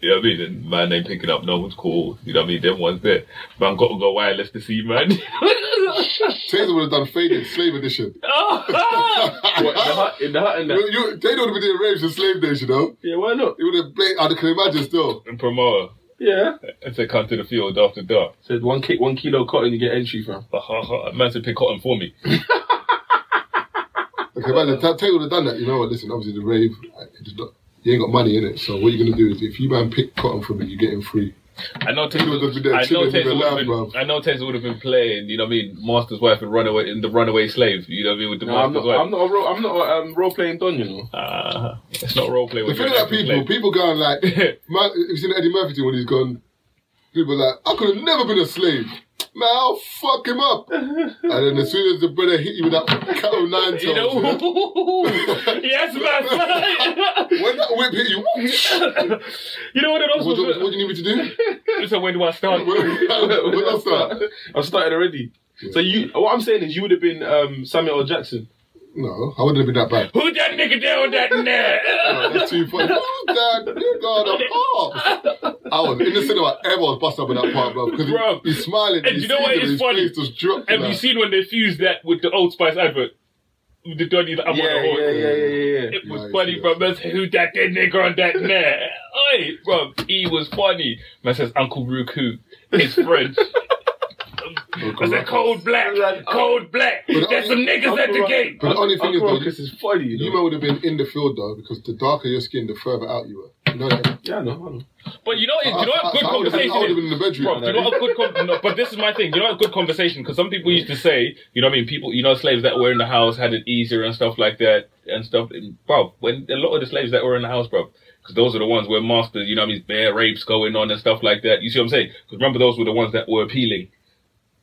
you know, what I mean, and man ain't picking up, no one's cool. You know, what I mean, them ones there, man, got to go wireless to see man.
Taser would have done faded slave edition.
What, in the hut, in the hut, and
You,
that.
you, they don't even do raves in slave days, you know.
Yeah, why not?
It would have played. I can imagine still.
and promoter,
Yeah.
and said, come to the field after dark.
Said one ki- one kilo cotton, you get entry from.
man said, pick cotton for me.
I can imagine. Ta- Taylor would have done that. You know what? Listen, obviously the rave, uh, it just not, you ain't got money in it. So what you gonna do is, if you man pick cotton from it, you get him free.
I know Taser,
would've been there
I know
chilling with
Taser
the
would have
lamb,
been,
bruv.
I know Taser would have been playing, you know what I mean, Master's Wife and Runaway, in the Runaway Slave, you know what I mean, with the
No, I'm
Master's
not.
Wife.
I'm not a role. I'm not a um, role playing don. You know.
Ah, it's not role play.
The thing about people, people going like, man, you seen Eddie Murphy thing when he's gone. People like, I could have never been a slave. Man, I'll fuck him up. And then as soon as the brother hit you with that cat o' nine tails,
You know,
yeah,
yes, man.
when that whip hit you, what,
you know what it
do, what
also
do you need me to do?
is? So when do I start?
When I start?
I've started already. So you, what I'm saying is, you would have been um, Samuel L. Jackson.
No, I wouldn't have been that bad.
Who that nigga down that net?
That's too funny. Who's that nigga the pop? I was in the cinema. Everyone was busting up in that part, bro. Because
Bruv.
he, he's smiling.
And
he
you know
sees
what
him,
is
his
funny?
Face just dropped,
Have
like,
you seen when they fused that with the Old Spice advert? With the Donny that I'm on the
Yeah,
horse.
yeah, yeah, yeah, yeah.
It was
Nice,
funny,
yeah.
bro. Man said, who that dead nigga on that net? Oi, bro, he was funny. Man says, Uncle Rook who? It's French. Cause they're cold black, cold black.
But
There's some niggas at the gate.
But the only thing is, though,
Ruckus
you,
is funny. You,
you
know?
man would have been in the field though, because the darker your skin, the further out you were. You know that?
Yeah, I know, I know.
But you know, you know
I- I-
what good
I would've been- I
conversation
would've been
is?
in the bedroom.
Bro, you know what good con- no, But this is my thing. You know what good conversation? Because some people used to say, you know what I mean? People, you know, slaves that were in the house had it easier and stuff like that and stuff. And, bro, when a lot of the slaves that were in the house, bro, because those are the ones where masters, you know what I mean? Bear rapes going on and stuff like that. You see what I'm saying? Because remember, those were the ones that were appealing.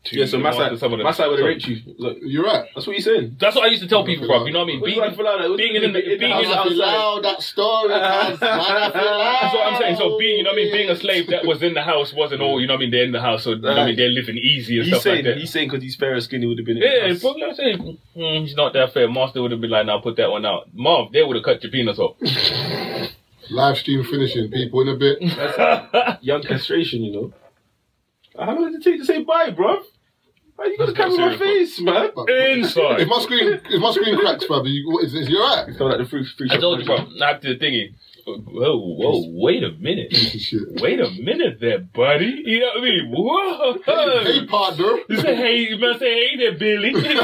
To
Yeah, so
the
my side,
masters, some of them.
my side would have
So-
raped you. Look,
You're right.
that's what you're saying.
That's what I used to tell people, bro. You know what I mean?
What do you
Being,
like for that? What
being
do you
in the
mean in the
being in
house?
the
Allow that story, cuz. Man, I feel
That's what I'm
loud.
saying. So being, you know what I mean, being a slave that was in the house wasn't all, you know what I mean, they're in the house, so you know what I mean, they're living easy and
He's
stuff like
saying,
that.
he's saying because he's fair and skinny would have been in the
yeah,
house.
but I'm saying, mm, he's not that fair. Master would have been like, now put that one out. Mom, they would have cut your penis off.
Live stream finishing people in a bit.
young castration, you know. How long did it take to say bye, bro? Why you got a
That's
camera on my
not serious,
face, man?
If
Inside.
my screen, if my screen cracks, bruv, you, is, is you alright?
Sound like the free, free
I
shop
told you, bro,
manager.
not the thingy. Whoa, whoa, wait a minute.
Shit.
Wait a minute there, buddy. You know what I mean? Whoa.
Hey, partner.
You say hey, you must say hey there, Billy.
Hey,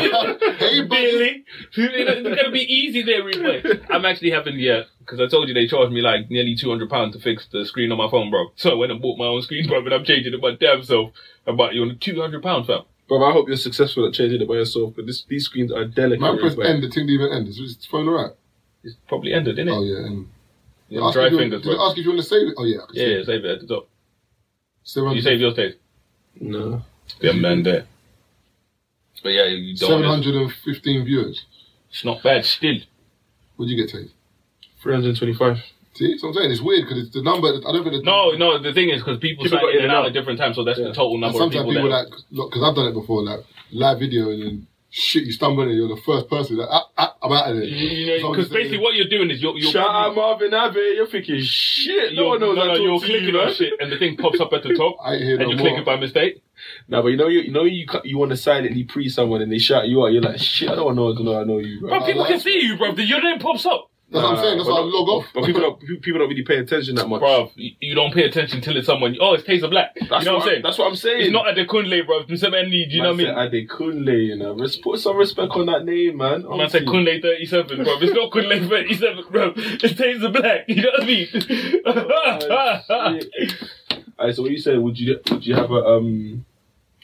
buddy.
Billy. It's gonna be easy there, replay. I'm actually having yeah, because I told you they charged me like nearly two hundred pounds to fix the screen on my phone, bro. So I went and bought my own screen, bro, and I'm changing it my damn self. I'm about you on two hundred pounds, fam.
Bro, I hope you're successful at changing it by yourself because this, these screens are delicate.
Man, press
right?
end. The thing didn't even end. Is his phone alright?
It's probably ended, isn't it?
Oh yeah. And
yeah, dry
if you,
fingers,
did it
bro.
ask if you want to save it? Oh yeah. I can
Yeah,
save it.
yeah, save it at the top.
Seven
You save
hundred-
your tape.
No.
Yeah, man, there. But yeah, you don't. it's-
715 viewers.
It's not bad still.
What'd you get, Tate?
325.
See, so I'm saying it's weird because the number. I don't think the,
No, no. The thing is, because people,
People
sign
got
in and out at different times, so that's the total
And
number of
sometimes
people,
people
that
like because I've done it before, like live video and then shit. You stumble in and you're the first person. Like, ah, ah, I'm out of there.
You know,
Someone
because
saying-
basically what you're doing is you're you're,
Shout out
you're,
Marvin Abbey. You're thinking shit. No one knows
no,
I
no,
talk
you're
to
clicking
you,
on
man.
shit and the thing pops up at the top
I
and
hear no
you
more.
click it by mistake.
Nah, but you know you, you know you cut- you want to silently pre someone and they shout you out. You're like shit. I don't want to know I know you.
But
Bro.
people can see you, bro. Your name pops up,
That's what I'm saying. That's
but
why I
not-
log off.
But people don't people don't really pay attention that much.
bro. You you don't pay attention till it's someone. Oh, it's Taser Black.
That's
you know what
what
I'm saying?
That's what I'm saying.
It's not at the Kunle, bro. It's something I need. You know what I mean?
I did Kunle, you know. Res- Put some respect on that name, man.
Man said
Honestly.
Kunle 37, E bro. It's not Kunle 37, bro. It's Taser Black. You know what I mean?
Alright, so what you said? Would you would you have a um?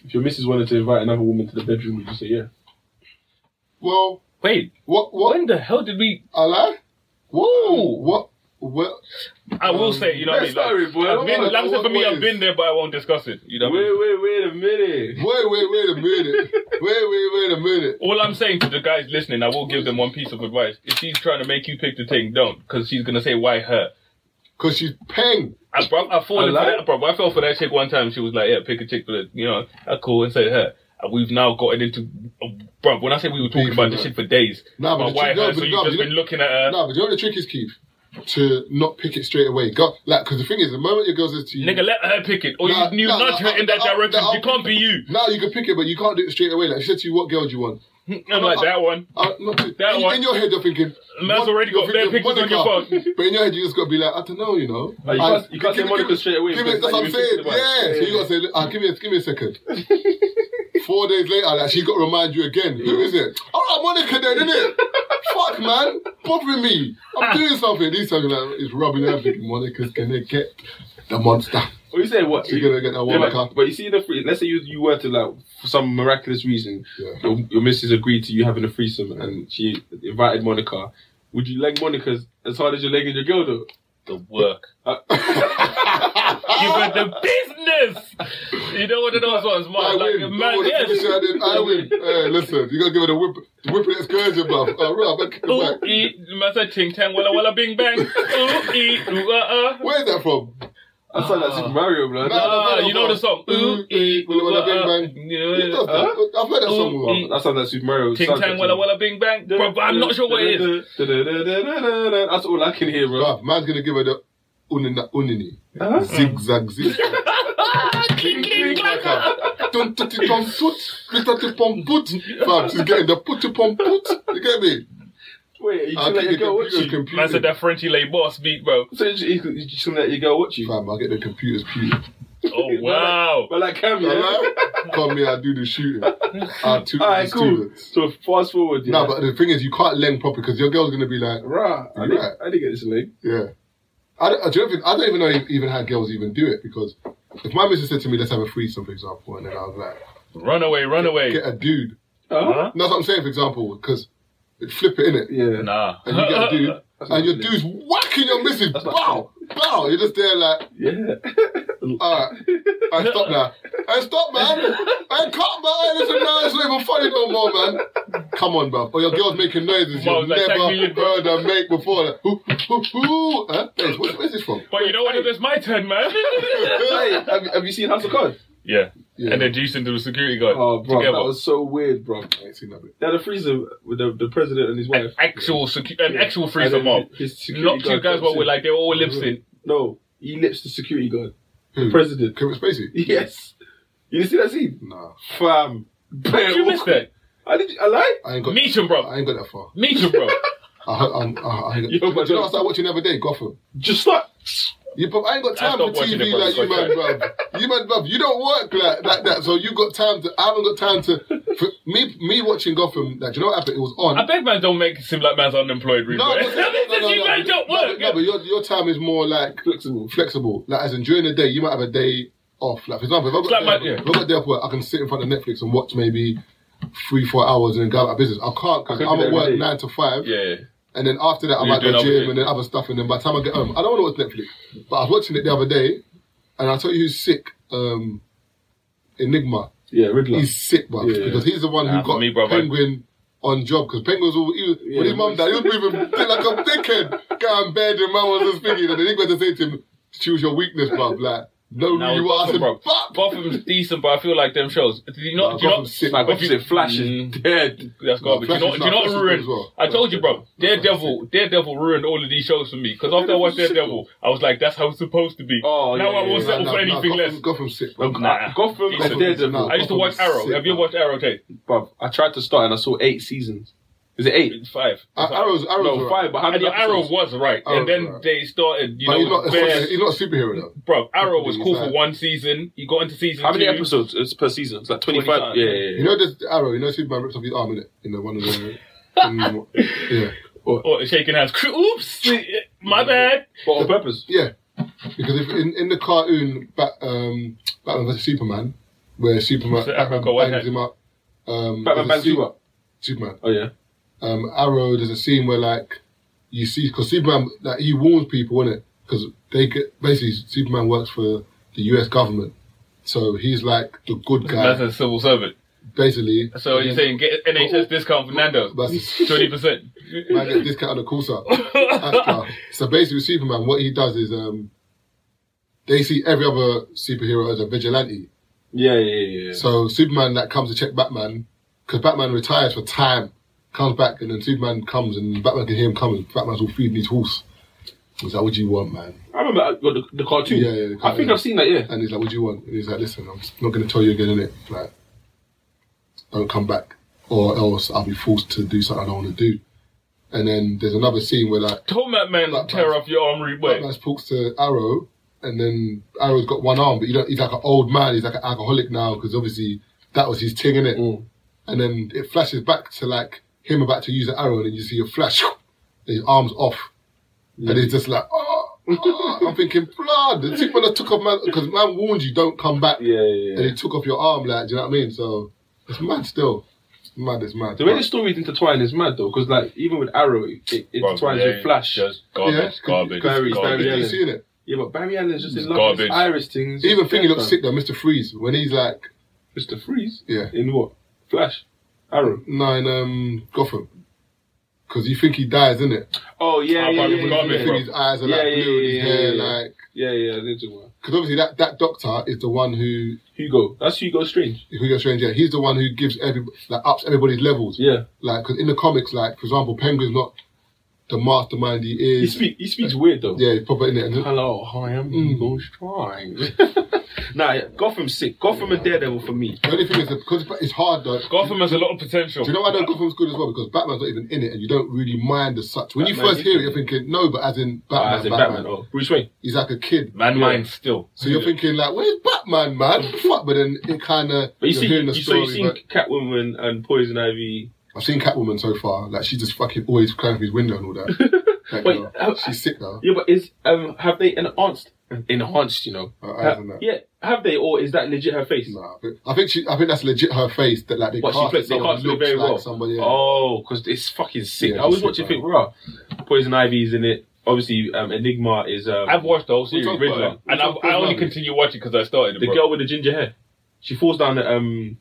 If your missus wanted to invite another woman to the bedroom, would you say yeah?
Well,
Wait,
what? What?
when the hell did we?
I lie? Whoa!
Ooh.
What? Well,
I will say, you know what I
let's
mean? Like,
start it, boy.
I've been,
What-
like I said, for me,
what
I've
is-
been there, but I won't discuss it. You know what I mean?
Wait, wait, wait a minute.
wait, wait, wait a minute. wait, wait, wait a minute.
All I'm saying to the guys listening, I will give them one piece of advice. If she's trying to make you pick the thing, don't, because she's gonna say why her.
Because she's peng.
I, bro, I fall into
Hello?
that, bro. I fell for that chick one time. She was like, "Yeah, pick a chick for the, you know, I cool," and said her. And we've now gotten into, bro. When I say we were talking
Beef,
about this
bro.
shit for days,
Nah, but the
about why
chick- no,
her,
but
so
the-
you've
no,
just
but
been
the-
looking at her.
No, but you know what the trick is, Keith? To not pick it straight away. Go, like, because the thing is, the moment your girl says to you,
Nigga, let her pick it, or
Nah,
you, you
nah,
nudge
nah,
her in that
nah, nah,
direction.
nah,
she can't be you.
now you can pick it, but you can't do it straight away. Like, she said to you, what girl do you want?
I'm like that one.
Uh, not to,
That
in,
one.
in your head, you're thinking.
Man's
what-
already
you're
got bare
thinking
pictures on your
Monica.
phone.
But in your head, you just got to be like, I don't know, you know.
Oh, you
I-
can't- you can't
give
say
me-
Monica
give me-
straight away
Give me,
because
that's what I'm
you're
saying.
thinking about it.
Yeah. So you
Yeah.
got to say, uh, give me, a, give me a second. Four days later, like, she got to remind you again. Who is it? All right, Monica, then, innit? Fuck, man. Bothering me.
Ah.
I'm doing something. He's talking like, it's rubbing her. thinking Monica's going to get the monster.
What you say? What
She's going to get that
Yeah,
Monica.
but, but you see, the free, let's say you you were to like for some miraculous reason,
Yeah.
your, your missus agreed to you having a threesome, and she invited Monica. Would you leg Monica as- as hard as you're legging your girl though?
the work.
Uh,
you got the business. You know what those ones, man.
I
like
win.
a
Don't
man,
wanna finish
yes.
her, then I win. Hey, listen, you gotta give it a whip, whipping excursion, bruv. Uh, right, I'm gonna kick it
Ooh,
back.
ee, man said ting tang, walla walla, bing bang. Ooh, ee, ooh, uh, uh.
Where's that from?
I sound like Super Mario, bro.
Nah,
Ah, you know the song. Ooh, ee, ooh,
Walla Walla,
uh, uh.
Bing Bang. It
Yeah.
does that. I've heard that song
Oh,
Ooh,
before.
ee.
That sounds like Super Mario.
Ting tang, walla walla, bing bang. Bro, but I'm not sure what it is.
is. That's all I can hear, bro.
Bruv, man's gonna give her the unina, unini.
oh. Huh?
Zigzag, zigzag. Cling, cling, clacker. Don't touch it on foot. Glitter to pom put. Bruv, she's getting the put to pom put. You get me?
Wait, are you
I'll
gonna let your
get the
girl watch
computer's
you?
Man said
computed.
that Frenchy lay boss beat, bro.
So you just- you just gonna let your girl watch you?
Fam, I'll get the computer's puke.
Oh wow.
But like, Cam, yeah.
Come here, I do the shooting. I toot
All right,
the
cool.
students.
So fast forward, yeah.
No, but the thing is, you can't lend proper because your girl's gonna be like,
Rah, I, didn't,
Right.
I didn't get this link.
yeah. I don't, I don't even, I don't even know if- even how girls even do it because if my missus said to me, let's have a threesome, for example, and then I was like,
Run away, run away.
get a dude.
Huh?
No, that's what I'm saying, for example, because flip it in it.
Yeah.
Nah.
And you get a dude, and your
not
dude's whacking your missus. Wow, wow. You're just there like,
Yeah.
Alright. Alright, stop now. Hey, stop, man. Hey, cut, man. This is now. It's not even funny no more, man. Come on, bruv. Oh, your girl's making noises
Mom,
you've
like,
never
thank me, you-
heard her make before. Like, ooh, ooh, ooh. Huh? Hey, where- where's this from?
But you know what? It was my turn, man.
hey, have, you- have you seen House of Cards?
yeah.
Yeah.
And then juice into the security guard
Oh, bro,
together.
that was so weird, bro.
I ain't seen that bit.
They had a freezer with the, the president and his wife.
an actual secu- an
Yeah.
actual freezer
And then
mob.
his security
Not two
guard
guys,
comes
but
in.
we're Hmm. like they're all lip sync.
No, he lips the security guard.
Who?
President.
Kevin Spacey?
Yes. You didn't see that scene?
Nah.
Fam.
Did you miss that?
I did. I lied.
I ain't got,
Meet him, bro.
I ain't got that far.
Meet him, bro.
I, um, I, I, I ain't got, do, you know
Yo, but don't-
what I started watching the other day? Gotham.
Just like
Yeah, but I ain't got
I
time for
stopped watching
TV
it,
like you,
but
man, bruv. You, man, bruv, you don't work like, like that, so you got time to. I haven't got time to. For me, me watching Gotham, like, do you know what happened? It was on.
I beg man don't make it seem like man's unemployed, Rebo.
No, no, no, no, no,
you man
no,
don't
no,
work.
no, but your, your time is more like
flexible.
flexible. Like as in during the day, you might have a day off. Like for example, if I got,
It's like
day,
my-
if I got day off work, I can sit in front of Netflix and watch maybe three, four hours and then go about business. I can't because
I could
I'm
do
at
that
work
every day.
nine to five,
yeah.
and then after that I'm
You're
at the
doing other
gym
shit.
and then other stuff. And then by the time I get home, I don't want to watch Netflix. But I was watching it the other day, and I tell you who's sick. Um, Enigma.
Yeah, Riddler.
He's sick, bruv,
Yeah.
because he's the one who
Nah, for
got
me, bruv, I-
Penguin on job. Because Penguin was all, he was,
Yeah,
when his
the
mum
voice.
died, he was moving like a dickhead. Got in bed, and mum was just thinking, and then he went to say to him, "Choose your weakness, bruv." Like, no,
Now,
you are. I
Gotham,
said,
bro.
fuck.
Gotham's decent, but I feel like them shows. Do you not?
Nah,
do you
Gotham's
not?
sick,
Like
bruv.
opposite Flash is
Mm.
dead.
That's garbage.
Nah,
you know,
Flash is
do you
not-
not
Flash is
ruin?
good as well.
I told you, bro.
Flash is
Daredevil, Daredevil ruined all of these shows for me. Because after I watched Daredevil, I was like, that's how it's supposed to be.
Oh,
now
yeah,
I
yeah,
won't
yeah.
settle
Nah,
for
nah,
anything
Gotham-
less.
Gotham sick. bruv.
Nah.
Gotham
Decent.
and Daredevil.
Nah.
I used to watch
Gotham's
Arrow.
sick,
Have you
bro.
watched Arrow? Tate?
Bruv, I tried to start and I saw eight seasons. Is it eight?
It's five.
Uh, Arrow's Arrow's
no,
alright.
five. But how
And
many
the Arrow
episodes?
was right,
Arrow's
and then
right.
they started. You
But
know,
he's not,
bare-
he's not a superhero though.
bro. Arrow was
He's
cool for
like-
one season. He got into season.
How many
two.
episodes is per season? It's like twenty-five.
25.
Yeah, yeah,
You
yeah.
know this arrow. You know Superman rips off his arm in it in the one of the. in- yeah,
Or Oh, shaking hands. Oops, my bad.
But on purpose.
yeah. Because if in, in the cartoon Bat, um, Batman vs Superman, where Superman
So Arrow
Batman
got one
bangs
hand.
him up, um,
Batman
there's
bangs
a scene-
you up.
Superman.
Oh yeah.
um, Arrow, there's a scene where like you see because Superman like he warns people in it because they get basically Superman works for the U.S. government, so he's like the good
That's
guy
a civil servant.
basically.
So you're saying get NHS discount for Nando's
Oh, That's-
twenty percent.
I get a discount on the Corsa. Astra. so basically, with Superman, what he does is um, they see every other superhero as a vigilante.
Yeah, yeah, yeah. yeah.
So Superman that comes to check Batman because Batman retires for time, comes back, and then Superman comes and Batman can hear him coming. Batman's all feeding his horse. He's like, "What do you want, man?"
I remember I got the, the cartoon.
Yeah, yeah, the
I think
cartoon.
I've seen that. Yeah.
And he's like, "What do you want?" And he's like, "Listen, I'm just not going to tell you again, innit? Like, don't come back, or else I'll be forced to do something I don't want to do." And then there's another scene where like
Told that man
Batman's-
tear off your arm root way.
Batman talks to Arrow, and then Arrow's got one arm, but you don't, he's like an old man. He's like an alcoholic now because obviously that was his thing, innit?
Mm.
And then it flashes back to like him about to use the arrow, and then you see a flash, and his arms off, and he's just like, oh, oh." I'm thinking, blood. The people that took off man because man warned you, don't come back.
Yeah, yeah,
And
yeah.
he took off your arm, like, do you know what I mean? So it's mad still. It's mad, it's mad.
The way the stories intertwine is mad though, because like even with Arrow, it, it intertwines with Flash.
Just garbage,
Yeah.
garbage,
Barry-
garbage.
Barry
you
Allen.
seen it?
Yeah, but Barry Allen's just in
It's
love with his
garbage.
Irish things.
Even thing he
Yeah,
looks
fam.
sick though, Mr. Freeze, when he's like,
Mr. Freeze.
Yeah.
In what? Flash. Arrow.
nine um Gotham. Because you think he dies, innit?
Oh yeah,
Oh,
yeah,
Barry
yeah,
You
Garbage,
yeah,
think
bro.
his eyes are
Yeah,
like
yeah,
blue and his
yeah,
hair
yeah, yeah.
like.
yeah, yeah. I did do one.
Because obviously that, that doctor is the one who
Hugo. That's Hugo Strange.
who you're strange. Yeah, he's the one who gives every like ups everybody's levels.
Yeah.
Like because in the comics, like for example, Penguin's not the mastermind he
He
is.
speak. He speaks weird though.
Yeah, Mm. he's proper in it. And then,
Hello, I am Eagle Strong. nah, yeah, Gotham's sick. Gotham and Daredevil for me.
the only thing is that because it's- it's hard though.
Gotham has a lot of potential.
Do you know why I don't go from school as well? Because Batman's not even in it, and you don't really mind as such. When you
Batman
first hear it,
is-
you're thinking no, but as in Batman,
Ah, as in
Batman,
Batman. Oh, Bruce Wayne.
he's like a kid.
Man
Yeah.
mind still.
So you're thinking like, where's Batman, man? Fuck, but then it kind of
But you
you're
see,
hearing the
you, so
story.
you've seen
but
Catwoman and Poison Ivy.
I've seen Catwoman so far. Like she's just fucking always climbing his window and all that. That
Wait,
girl.
how-
she's sick though.
Yeah, but is um have they enhanced? Enhanced, you know.
Her eyes and
Ha-
Uh, that.
yeah, have they, or is that legit her face?
Nah, but I think she, I think that's legit. Her face that like they
What she
cast
plays, they
someone
can't do
looks
very
like
well.
somebody. else.
Oh, because it's fucking sick.
Yeah,
I was
it's
watching
sick,
Think Raw. Poison Ivy's in it. Obviously, um, Enigma is um,
I've watched the whole series,
talked
Riddler,
about it. We
and I've,
talked
I
about
only
it.
continue watching because I started it.
the
bro.
girl with the ginger hair. She falls down the um,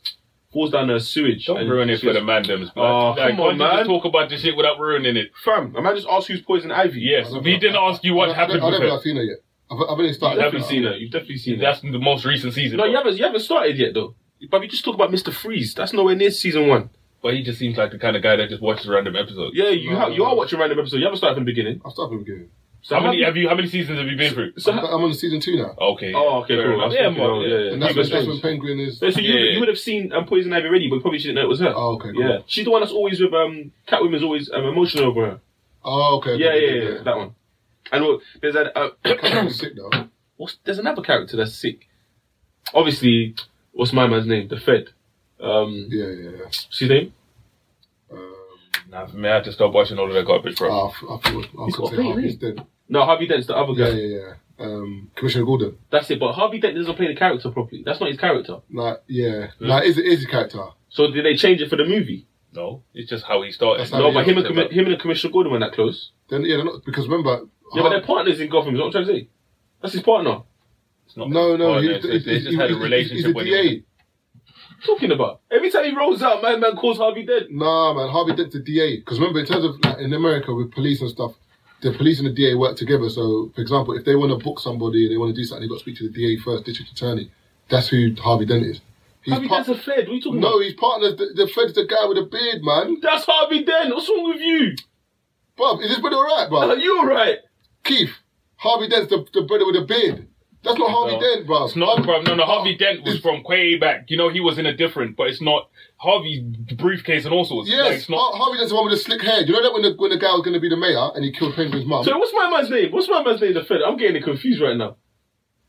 falls down a sewage.
Don't
and
ruin it
she
for the
goes,
man dems, but
Oh,
like,
come on,
can't you just
man.
talk about this shit without ruining it.
Fam, a man just asked who's Poison Ivy.
Yes, we didn't ask
Oh,
you what
I don't,
happened
I
with
don't think I've
her.
seen her yet. I've, I've only
You've
started.
definitely seen her. You've definitely seen her.
That's the most recent season.
No,
bro.
you haven't. You haven't started yet though. But we just talk about Mister Freeze. That's nowhere near season one.
But he just seems like the kind of guy that just watches random episodes.
Yeah, you
No,
ha-
no,
you
no.
are watching random episodes. You haven't started from the beginning.
I've started from the beginning.
So
How many
you-
have you? How many seasons have you been through?
So
I'm,
ha-
I'm on season two now,
Okay.
oh, okay, cool.
fair
I
enough.
was
Yeah,
thinking,
more.
oh,
Yeah,
yeah.
and
You
that's, when,
must
that's
change.
when Penguin is.
So you,
Yeah, yeah.
you would have seen um, Poison Ivy already, but you probably didn't know it was her.
Oh, okay, cool.
Yeah, she's the one that's always with um, Catwoman's always um, emotional over her.
Oh, okay.
Yeah,
okay,
yeah, yeah, that one. And look, there's that. Uh,
Catwoman's sick though.
what's, there's another character that's sick. Obviously, what's my man's name? The Fed. Um,
Yeah, yeah, yeah.
what's his name?
Nah, for me, I had to stop watching all of that garbage, bro.
Oh, I f- I thought I was going to
got big
say Harvey's
ring.
dead.
No, Harvey Dent's the other
Yeah,
guy.
yeah, yeah. Um, Commissioner Gordon.
That's it. But Harvey Dent doesn't play the character properly. That's not his character.
Like, yeah. Like, is it is a character?
So did they change it for the movie?
No, it's just how he started.
That's how
No,
he
but him and
is.
commi- him and the Commissioner Gordon were not that close.
Then yeah, they're not, because remember.
Yeah, but they're partners in Gotham. Is what I'm trying to say. That's his partner.
It's not
no, no,
oh,
he-
they- they
he-
they just
he-
had a
he-
relationship
He's a
when he was-
DA.
Talking about every time he rolls out, man, man calls Harvey Dent.
Nah, man, Harvey Dent's a DA. Because remember, in terms of like, in America with police and stuff, the police and the DA work together. So, for example, if they want to book somebody and they want to do something, they've got to speak to the DA first, district attorney. That's who Harvey Dent is. He's
Harvey
part-
Dent's a Fed. What are you talking
no,
about?
he's partner. The, the Fred's the guy with the beard, man.
That's Harvey Dent. What's wrong with you?
Bob, is this brother alright, bro?
Are you alright?
Keith, Harvey Dent's the, the brother with the beard. That's not Harvey
No.
Dent, bro.
It's not from no no Harvey Dent was from way back. You know he was in a different, but it's not Harvey's briefcase and all sorts. Like,
Yes,
it's not.
Har- Harvey Dent's the one with the slick hair. You know that when the, when the guy was going to be the mayor and he killed Penguin's mum?
So what's my man's name? What's my man's name? The Fed. I'm getting it confused right now.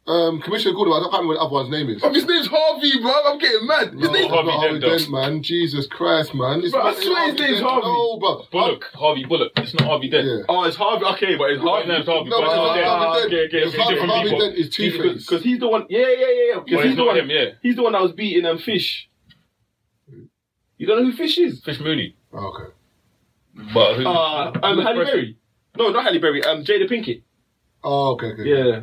Um, Commissioner Gordon, I don't remember what the other one's name is.
Bro, his name's Harvey, bro. I'm getting mad. His
No,
name's
it's not
Harvey Dent, though.
man. Jesus Christ, man. It's
Bro, I
not- it's
swear his name's
Dent.
Harvey.
No, bro.
Bullock, Harvey Bullock. It's not Harvey Dent.
Yeah.
Oh, it's Harvey. Okay, but it's
Harvey
Harvey.
Dent's Harvey,
No,
but it's not
Harvey
Dent.
Dent.
Okay, okay,
It's
okay,
Harvey-
different
Harvey
people.
Dent is Two-Face.
Because he's the one. Yeah, yeah, yeah, yeah.
Well,
Because he's
it's
the
not
one.
him, yeah.
He's the one that was beating um fish. You don't know who fish is?
Fish Mooney.
Oh, okay.
But who,
Uh, um,
who's
Halle
Preston?
Berry. No, not Halle Berry. Um, Jada Pinkett.
Oh, okay, okay.
Yeah.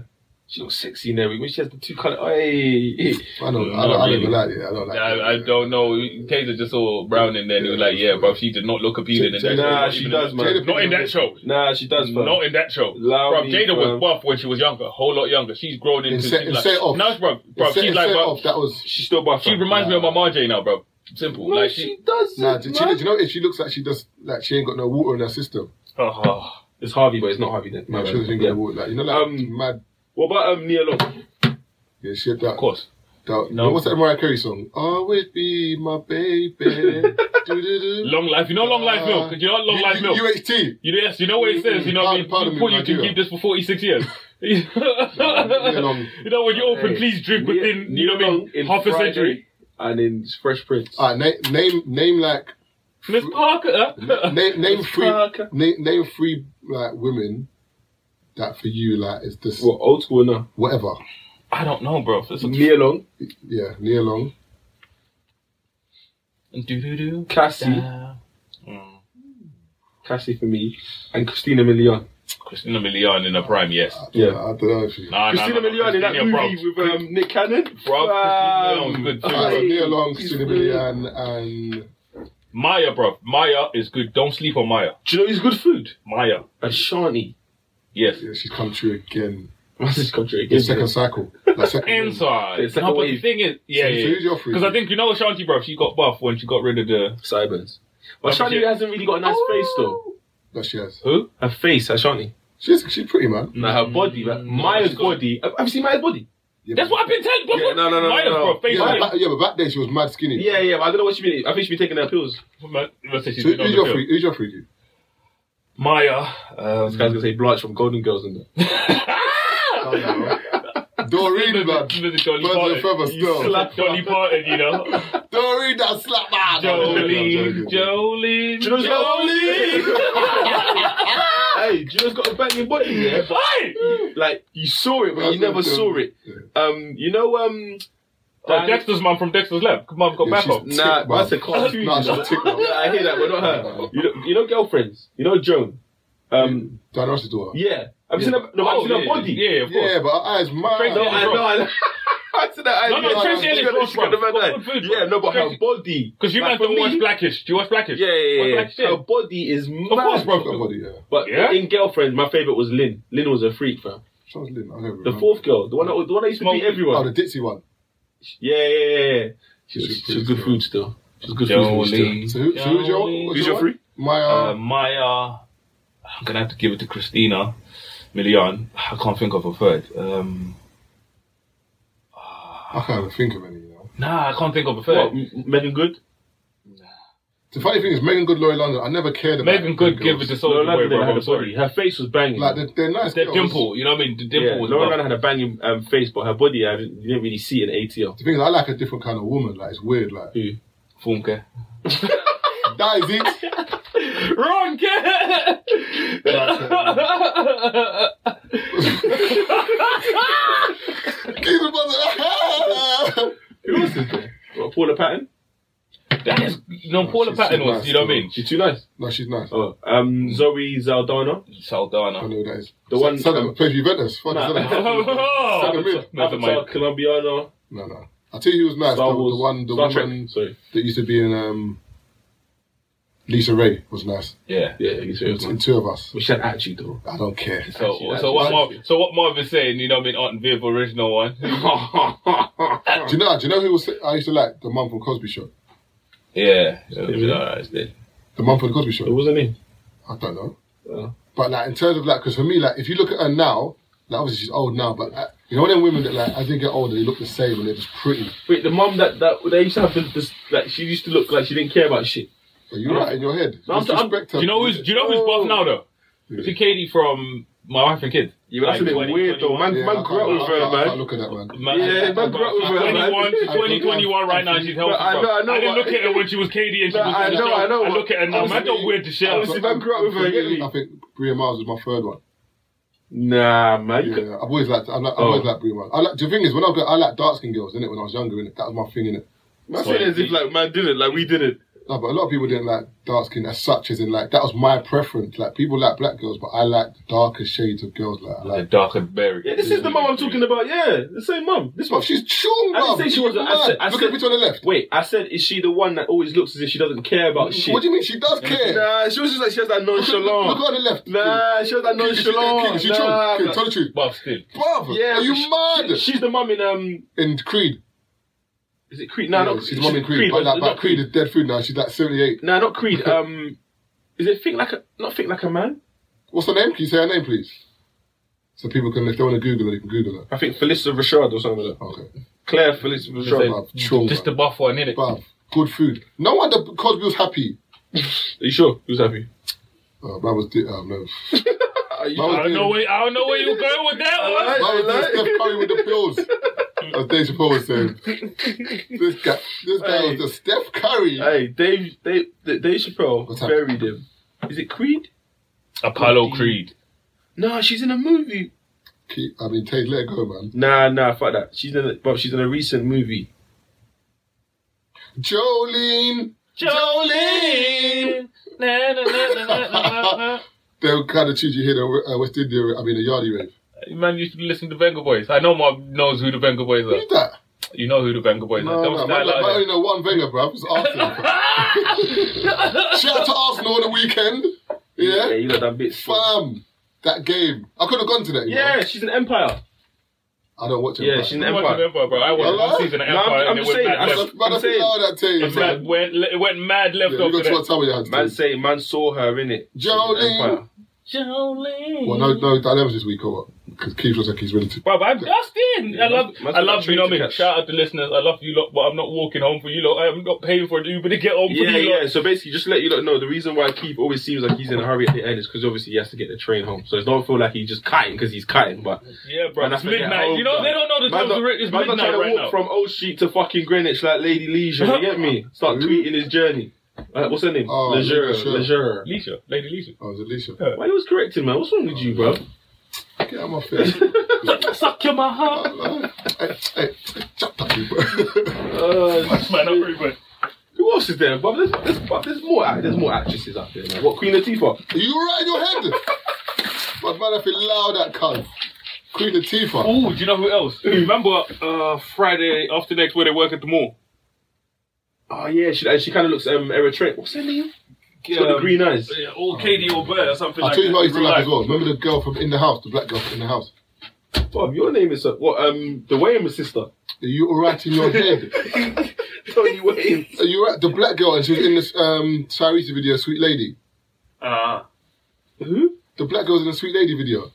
She looks sexy in there. When she has the two color. Hey.
I know. I
Not
don't, I don't
really.
even like it. I don't like it.
I, I don't know. Taser just saw Brown and then he was like, "Yeah, bro, she did not look appealing in that."
Nah,
show.
she
Even-
does, man.
Not in that show.
Nah, she does. fam.
Not in that show.
Allow
Bro,
me,
Jada
bruv.
was buff when she was younger, a whole lot younger. She's grown into.
In set,
she's
in
like,
set off.
No, bro,
In
bro,
set,
she's
in
like,
set
bro,
off, that was.
She's still buff.
She
fam.
reminds me of my Marjay now, bro. Simple.
No,
like
she,
she.
does.
Nah,
Nah,
do, you- do you know if she looks like she does, like she ain't got no water in her system?
Oh,
It's Harvey, but it's not Harvey Dent.
No,
My
she
bad.
doesn't
Yeah.
got no water. Like, you know, like,
Um,
mad.
What about um, Nia Long?
Yeah, she had that.
of course.
that
No.
What's that Mariah Carey song? Always be my baby. Doo-doo-doo.
Long life. You know, long life milk. You know, what long
U-
life
Ah. U-
milk.
UHT.
You know, yes, you know what it says. You know, what I mean,
Pardon- pardon me,
Paul, you can
Nigeria.
keep this for forty-six years. you
long.
know, when you open,
um, Hey,
please drink
Nia-
within. You know,
Nia
what I
Long
mean,
in
half a
Friday
century.
And in Fresh Prince.
All right, name, Ah, name, name like
Miss Parker.
name, name three,
Parker.
name, name three like women that for you like is this
What, old school now?
whatever.
I don't know, bro. It's a
Nia Long,
Yeah, Nia Long.
doo-doo-doo. Hmm.
Cassie, Cassie for me, and Christina Milian.
Christina Milian in her prime, yes.
Yeah,
Yeah.
I don't know if you.
Nah,
Christina
nah, nah,
Milian in that
Christina, bro.
movie with um, Nick Cannon.
Bro, Christina Milian was
Um,
good too.
Alright, so
hey,
Nia Long,
he's
Christina
good.
Milian, and
Maya, bro. Maya is good. Don't sleep on Maya.
Do you know he's good food?
Maya.
Ashanti.
Yes.
yeah, she's come through again.
That's his country
The
again.
second cycle. Like second
Inside.
It's like
no,
a
but the
wave.
thing is, yeah,
So who's
yeah.
your free
Because I
kick?
think you know Ashanti, bro. She got buff when she got rid of the.
Sideburns. But Ashanti
yeah.
hasn't really got a nice face though.
wave. that she has.
Who? Her face, Ashanti.
She's she's pretty man.
No, her body, like, Maya's body. Have have you seen Maya's body?
Yeah,
That's
but-
what I've been telling.
Yeah, no, no, no,
Maya's
no.
got a
Yeah,
face.
but
Maya-
back, yeah, but back then she was mad skinny.
Yeah, yeah, but I don't know what she's been. I think she's been taking her pills.
Let's say she's
So
been on
who's
the
your
pill.
free? Who's your free? dude?
Maya. ehm,
This guy's gonna say Blanche from Golden Girls in there. Oh,
Doreen, man. Birds of a feather
You
still.
slapped Dolly Parton, you know.
Doreen, that slap man.
Jolene,
Joe.
Jolene,
Do you know who's got-
Jolene.
Hey, do you know who's got a banging body? Yeah,
Why?
like you saw it, but you never saw it. Um, you know, um,
That Oh, Dexter's mum from Dexter's Lab. Mum got
Yeah,
back
she's-
up.
Tick
Nah,
Mom.
that's a cartoon.
Nah,
you know.
she's Tick Mom.
Yeah, I hear that. We're not her. You know, you know, girlfriends. You know, Joan. Um,
Dan Ross's daughter.
yeah. Oh, I've seen her. No, I've seen
yeah,
her body.
Oh, Yeah, of course.
Yeah, but her eyes mad.
No, I know. I know. I said that. I
No, no,
know.
Tracy
She's
Ellis
got-
was
she's got the
from-
bad
from
eye.
Food
Yeah,
Fight.
no, but her
Tracy-
body.
Because you
like,
might
for
don't watch
me-
Blackish. Do you watch Blackish?
Yeah, yeah,
Watch
yeah.
Blackish, yeah.
Her body is mad.
course, bro.
Broke her body. Yeah.
But
Yeah?
in girlfriend, my favorite was Lynn. Lynn was a freak, fam.
She was lit. I don't remember.
The fourth girl, the one that the one that used to beat
Smoking.
Oh,
everyone.
the ditzy one.
Yeah, yeah, yeah. yeah.
She was
She's,
pretty
she's good
still.
food still. She's good food
Jolene.
still.
So, who, so who's your what's
Who's your
one?
three? Um,
Maya.
Uh, Maya. I'm gonna have to give it to Christina Milian. I can't think of a third. Um,
I can't even think of any. You know.
nah, I can't think of a
What,
third.
M- Megan Good?
The funny thing is, Megan Good, Laurie London. I never cared about.
Megan Good give it to
Laura
Soldier Boy,
London
bro.
had a
I'm
body.
sorry.
Her face was banging.
Like they're, they're nice.
That
girls.
dimple, you know what I mean? The dimple
yeah,
was
Laura
rough.
London had a banging um, face, but her body, I didn't- you didn't really see it in ATL.
The thing is, I like a different kind of woman. Like it's weird. Like
Who?
Funke.
that is it.
Wrong!
He's a brother.
Who else is there? What, Paula Patton?
that is, you know, Paula
she's
Patton
so
was,
nice,
you know what I
though.
mean?
She's too nice.
no, she's nice.
Oh, um, Zoe Zaldana.
I
Saldana.
know who that is.
The one-
Southern, plays Juventus. Fuck,
Nah.
Southern.
Oh,
Avatar-
never
Avatar,
mind.
Colombiana.
no, no. I tell you who's nice.
Star
The,
Wars.
the one, the
Star
woman
Trek. Sorry.
that used to be in um, Lisa Ray was nice.
Yeah.
Yeah, he's very
Between two of us,
But she had attitude though.
I don't care.
So,
Actually,
so,
that's
what
nice.
Marv, so what Marv is saying, you know what I mean? Aunt Viv, original one.
Do you know? Do you know who was? I used to like the mum from Cosby Show.
yeah. yeah.
The mum from the Cosby Show.
What was her name?
I don't know.
Oh.
But like in terms of like, because for me, like if you look at her now, like obviously she's old now, but uh, you know them women that like as they get older, they look the same and they're just pretty.
Wait, the mum that that they used to have the, this like she used to look like she didn't care about shit.
Are you right in your head?
No, I'm-
Disrespect her.
Do you know who's, do you know who's buff now, though? Is it Katie from My Wife and Kids?
Yeah, but that's
Like
a bit
20,
weird though. Man,
Yeah, I
man
can't-
grew up
I
with her,
can't- I can't
man.
look at that man.
Man,
Yeah,
I-
man, grew up with her, man.
21, 2021 right now, she's healthy.
I know,
bro.
I know,
I didn't
but-
look at her when she was Katie and she
No,
was
I
on the
know,
show.
I know,
I
but
look at her now, man,
obviously-
don't weird the shit out.
obviously- man grew up with her, didn't he?
I think Bria Miles was my third one.
Nah, man. you
Yeah,
could-
I've always liked. I'm like, I've
Oh.
always liked Bria Miles. I like. The thing is, when I got, I liked dark skinned girls in it when I was younger. In it, that was my thing in it.
Man said as if like man didn't, like we didn't.
No, but a lot of people didn't like dark skin as such, as in like that was my preference. Like people like black girls, but I like darker shades of girls. Like I
The
like.
dark and berry.
Yeah, this is the mum I'm talking about. Yeah, the same mum. This
But
mum.
she's chung,
I
bruv.
didn't say she was. I said, I
Look
said,
at me to the left.
Wait, I said, is she the one that always looks as if she doesn't care about shit?
What do you mean? She does care.
Nah, she was just like she has that nonchalant.
Look, look on the left.
Nah, she has that
King, she- King,
nonchalant.
she
nah,
chung. King,
man.
tell the truth.
Buff still.
Brother,
yeah,
are you
she-
mad?
She's the mum in um.
in Creed.
Is it Creed? No,
Yeah,
not
she's the mum in Creed. but like, but
not
Creed is dead food now. She's like 78.
No, not Creed. Um, is it think like a not think like a man?
What's her name? Can you say her name, please? So people can, if they want to Google her, they can Google her. Oh,
I think Felissa Rashad or something like that.
Okay.
Claire Felissa Rashad. Are
Bruv, chung,
Just the
bruv.
buff one, innit?
Bruv, good food. No wonder Cosby was happy.
you sure? Who's happy?
Uh, man was, di- um, no.
Are you
Man was
I don't know
doing-
where I don't know where you're going with that one.
man was doing Steph Curry with the pills. As Dave Chappelle was saying. This guy, this guy
Hey.
was the Steph Curry.
Hey, Dave, Dave, Dave Chappelle
What's up?
buried him. Is it Creed?
Apollo Creed.
Nah, she's in a movie.
Keep- I mean, Tate, let it go, man.
Nah, nah, fuck that. She's in, a, but she's in a recent movie.
Jolene.
Jolene. Na, na, na, na, na, na, na.
They kind of choose you here, the uh, West India, I mean, the Yardie rave.
Man used to listen to Venga Boys. I know Mob knows who the Venga Boys are.
Who's that?
You know who the Venga Boys
No,
are. That
no,
was
man,
Style
I
Out
only
there.
know one Wenger, bruv. It's Arsenal. Shout out to Arsenal on the weekend.
Yeah,
Yeah.
you know that bit.
Bam. That game. I could have gone to that. you know.
Yeah, she's an Empire.
I don't watch it.
Yeah, she's in
I watched
Empire.
Empire, bro. I watched
Hello?
one season of
No, I'm-
Empire
I'm
and it went
saying,
mad
I'm
left.
just-
Man, I
saying-
forgot that team,
It's like
man.
went, it went mad left
Yeah, you
after
got to
that.
what time you had
Man
to.
say man saw her in it.
Jolene.
Empire.
Jolene.
Well, no, no dilemmas this week, or what? Because Keith looks like he's ready to.
Bro, I'm just in. I love,
must- must
I
be
love,
a
you know
treat
what I
to
mean?
catch.
Shout out to listeners. I love you lot, but I'm not walking home for you lot. I'm not paying for an Uber to get home for
Yeah,
you lot.
yeah. So basically, just to let you lot know, the reason why Keith always seems like he's in a hurry at the end is because obviously he has to get the train home. So it don't feel like he's just cutting because he's cutting, but
Yeah, bro.
Man,
It's
that's gonna get
midnight.
old,
You know,
bro.
they don't know the
Man's
time
not-
of the
man's
It's
not trying
midnight
to
right
walk
now.
from Old Street to fucking Greenwich like Lady Leisure. You get me? Start tweeting his journey. Uh, what's her name?
Oh,
Leisure.
Leisure.
Leisure.
Leisha, Lady Leisha.
Oh, is it Lisa?
Why you was correcting, man? What's wrong with you, bro?
Get out of my face.
Suck your my heart.
Hello? hey, hey, shut up, you bro.
Uh,
Man, I'm pretty much.
who else is there, bro? There's, there's, but there's more. act- There's more actresses out there. Man. What Queen Latifah?
Are you right in your head? But man, I feel loud that cunt. Queen Latifah.
Ooh, do you know who else? Remember uh, Friday after next where they work at the mall?
Oh yeah, she and she kind of looks um Eritrean. What's her name? She's got the green eyes.
Yeah, or Katie or Bear or something
I'll
like
tell you
that.
what I used to
in real
like as
life.
well. Remember the girl from In the House, the black girl from In the House?
Bob, your name is uh, what? Um, the Wayman sister.
Are you alright in your head?
Tony Wayne.
Are you right? The black girl, and she was in this um, Tyrese video, Sweet Lady.
Ah.
Who?
The black girl's in the Sweet Lady video.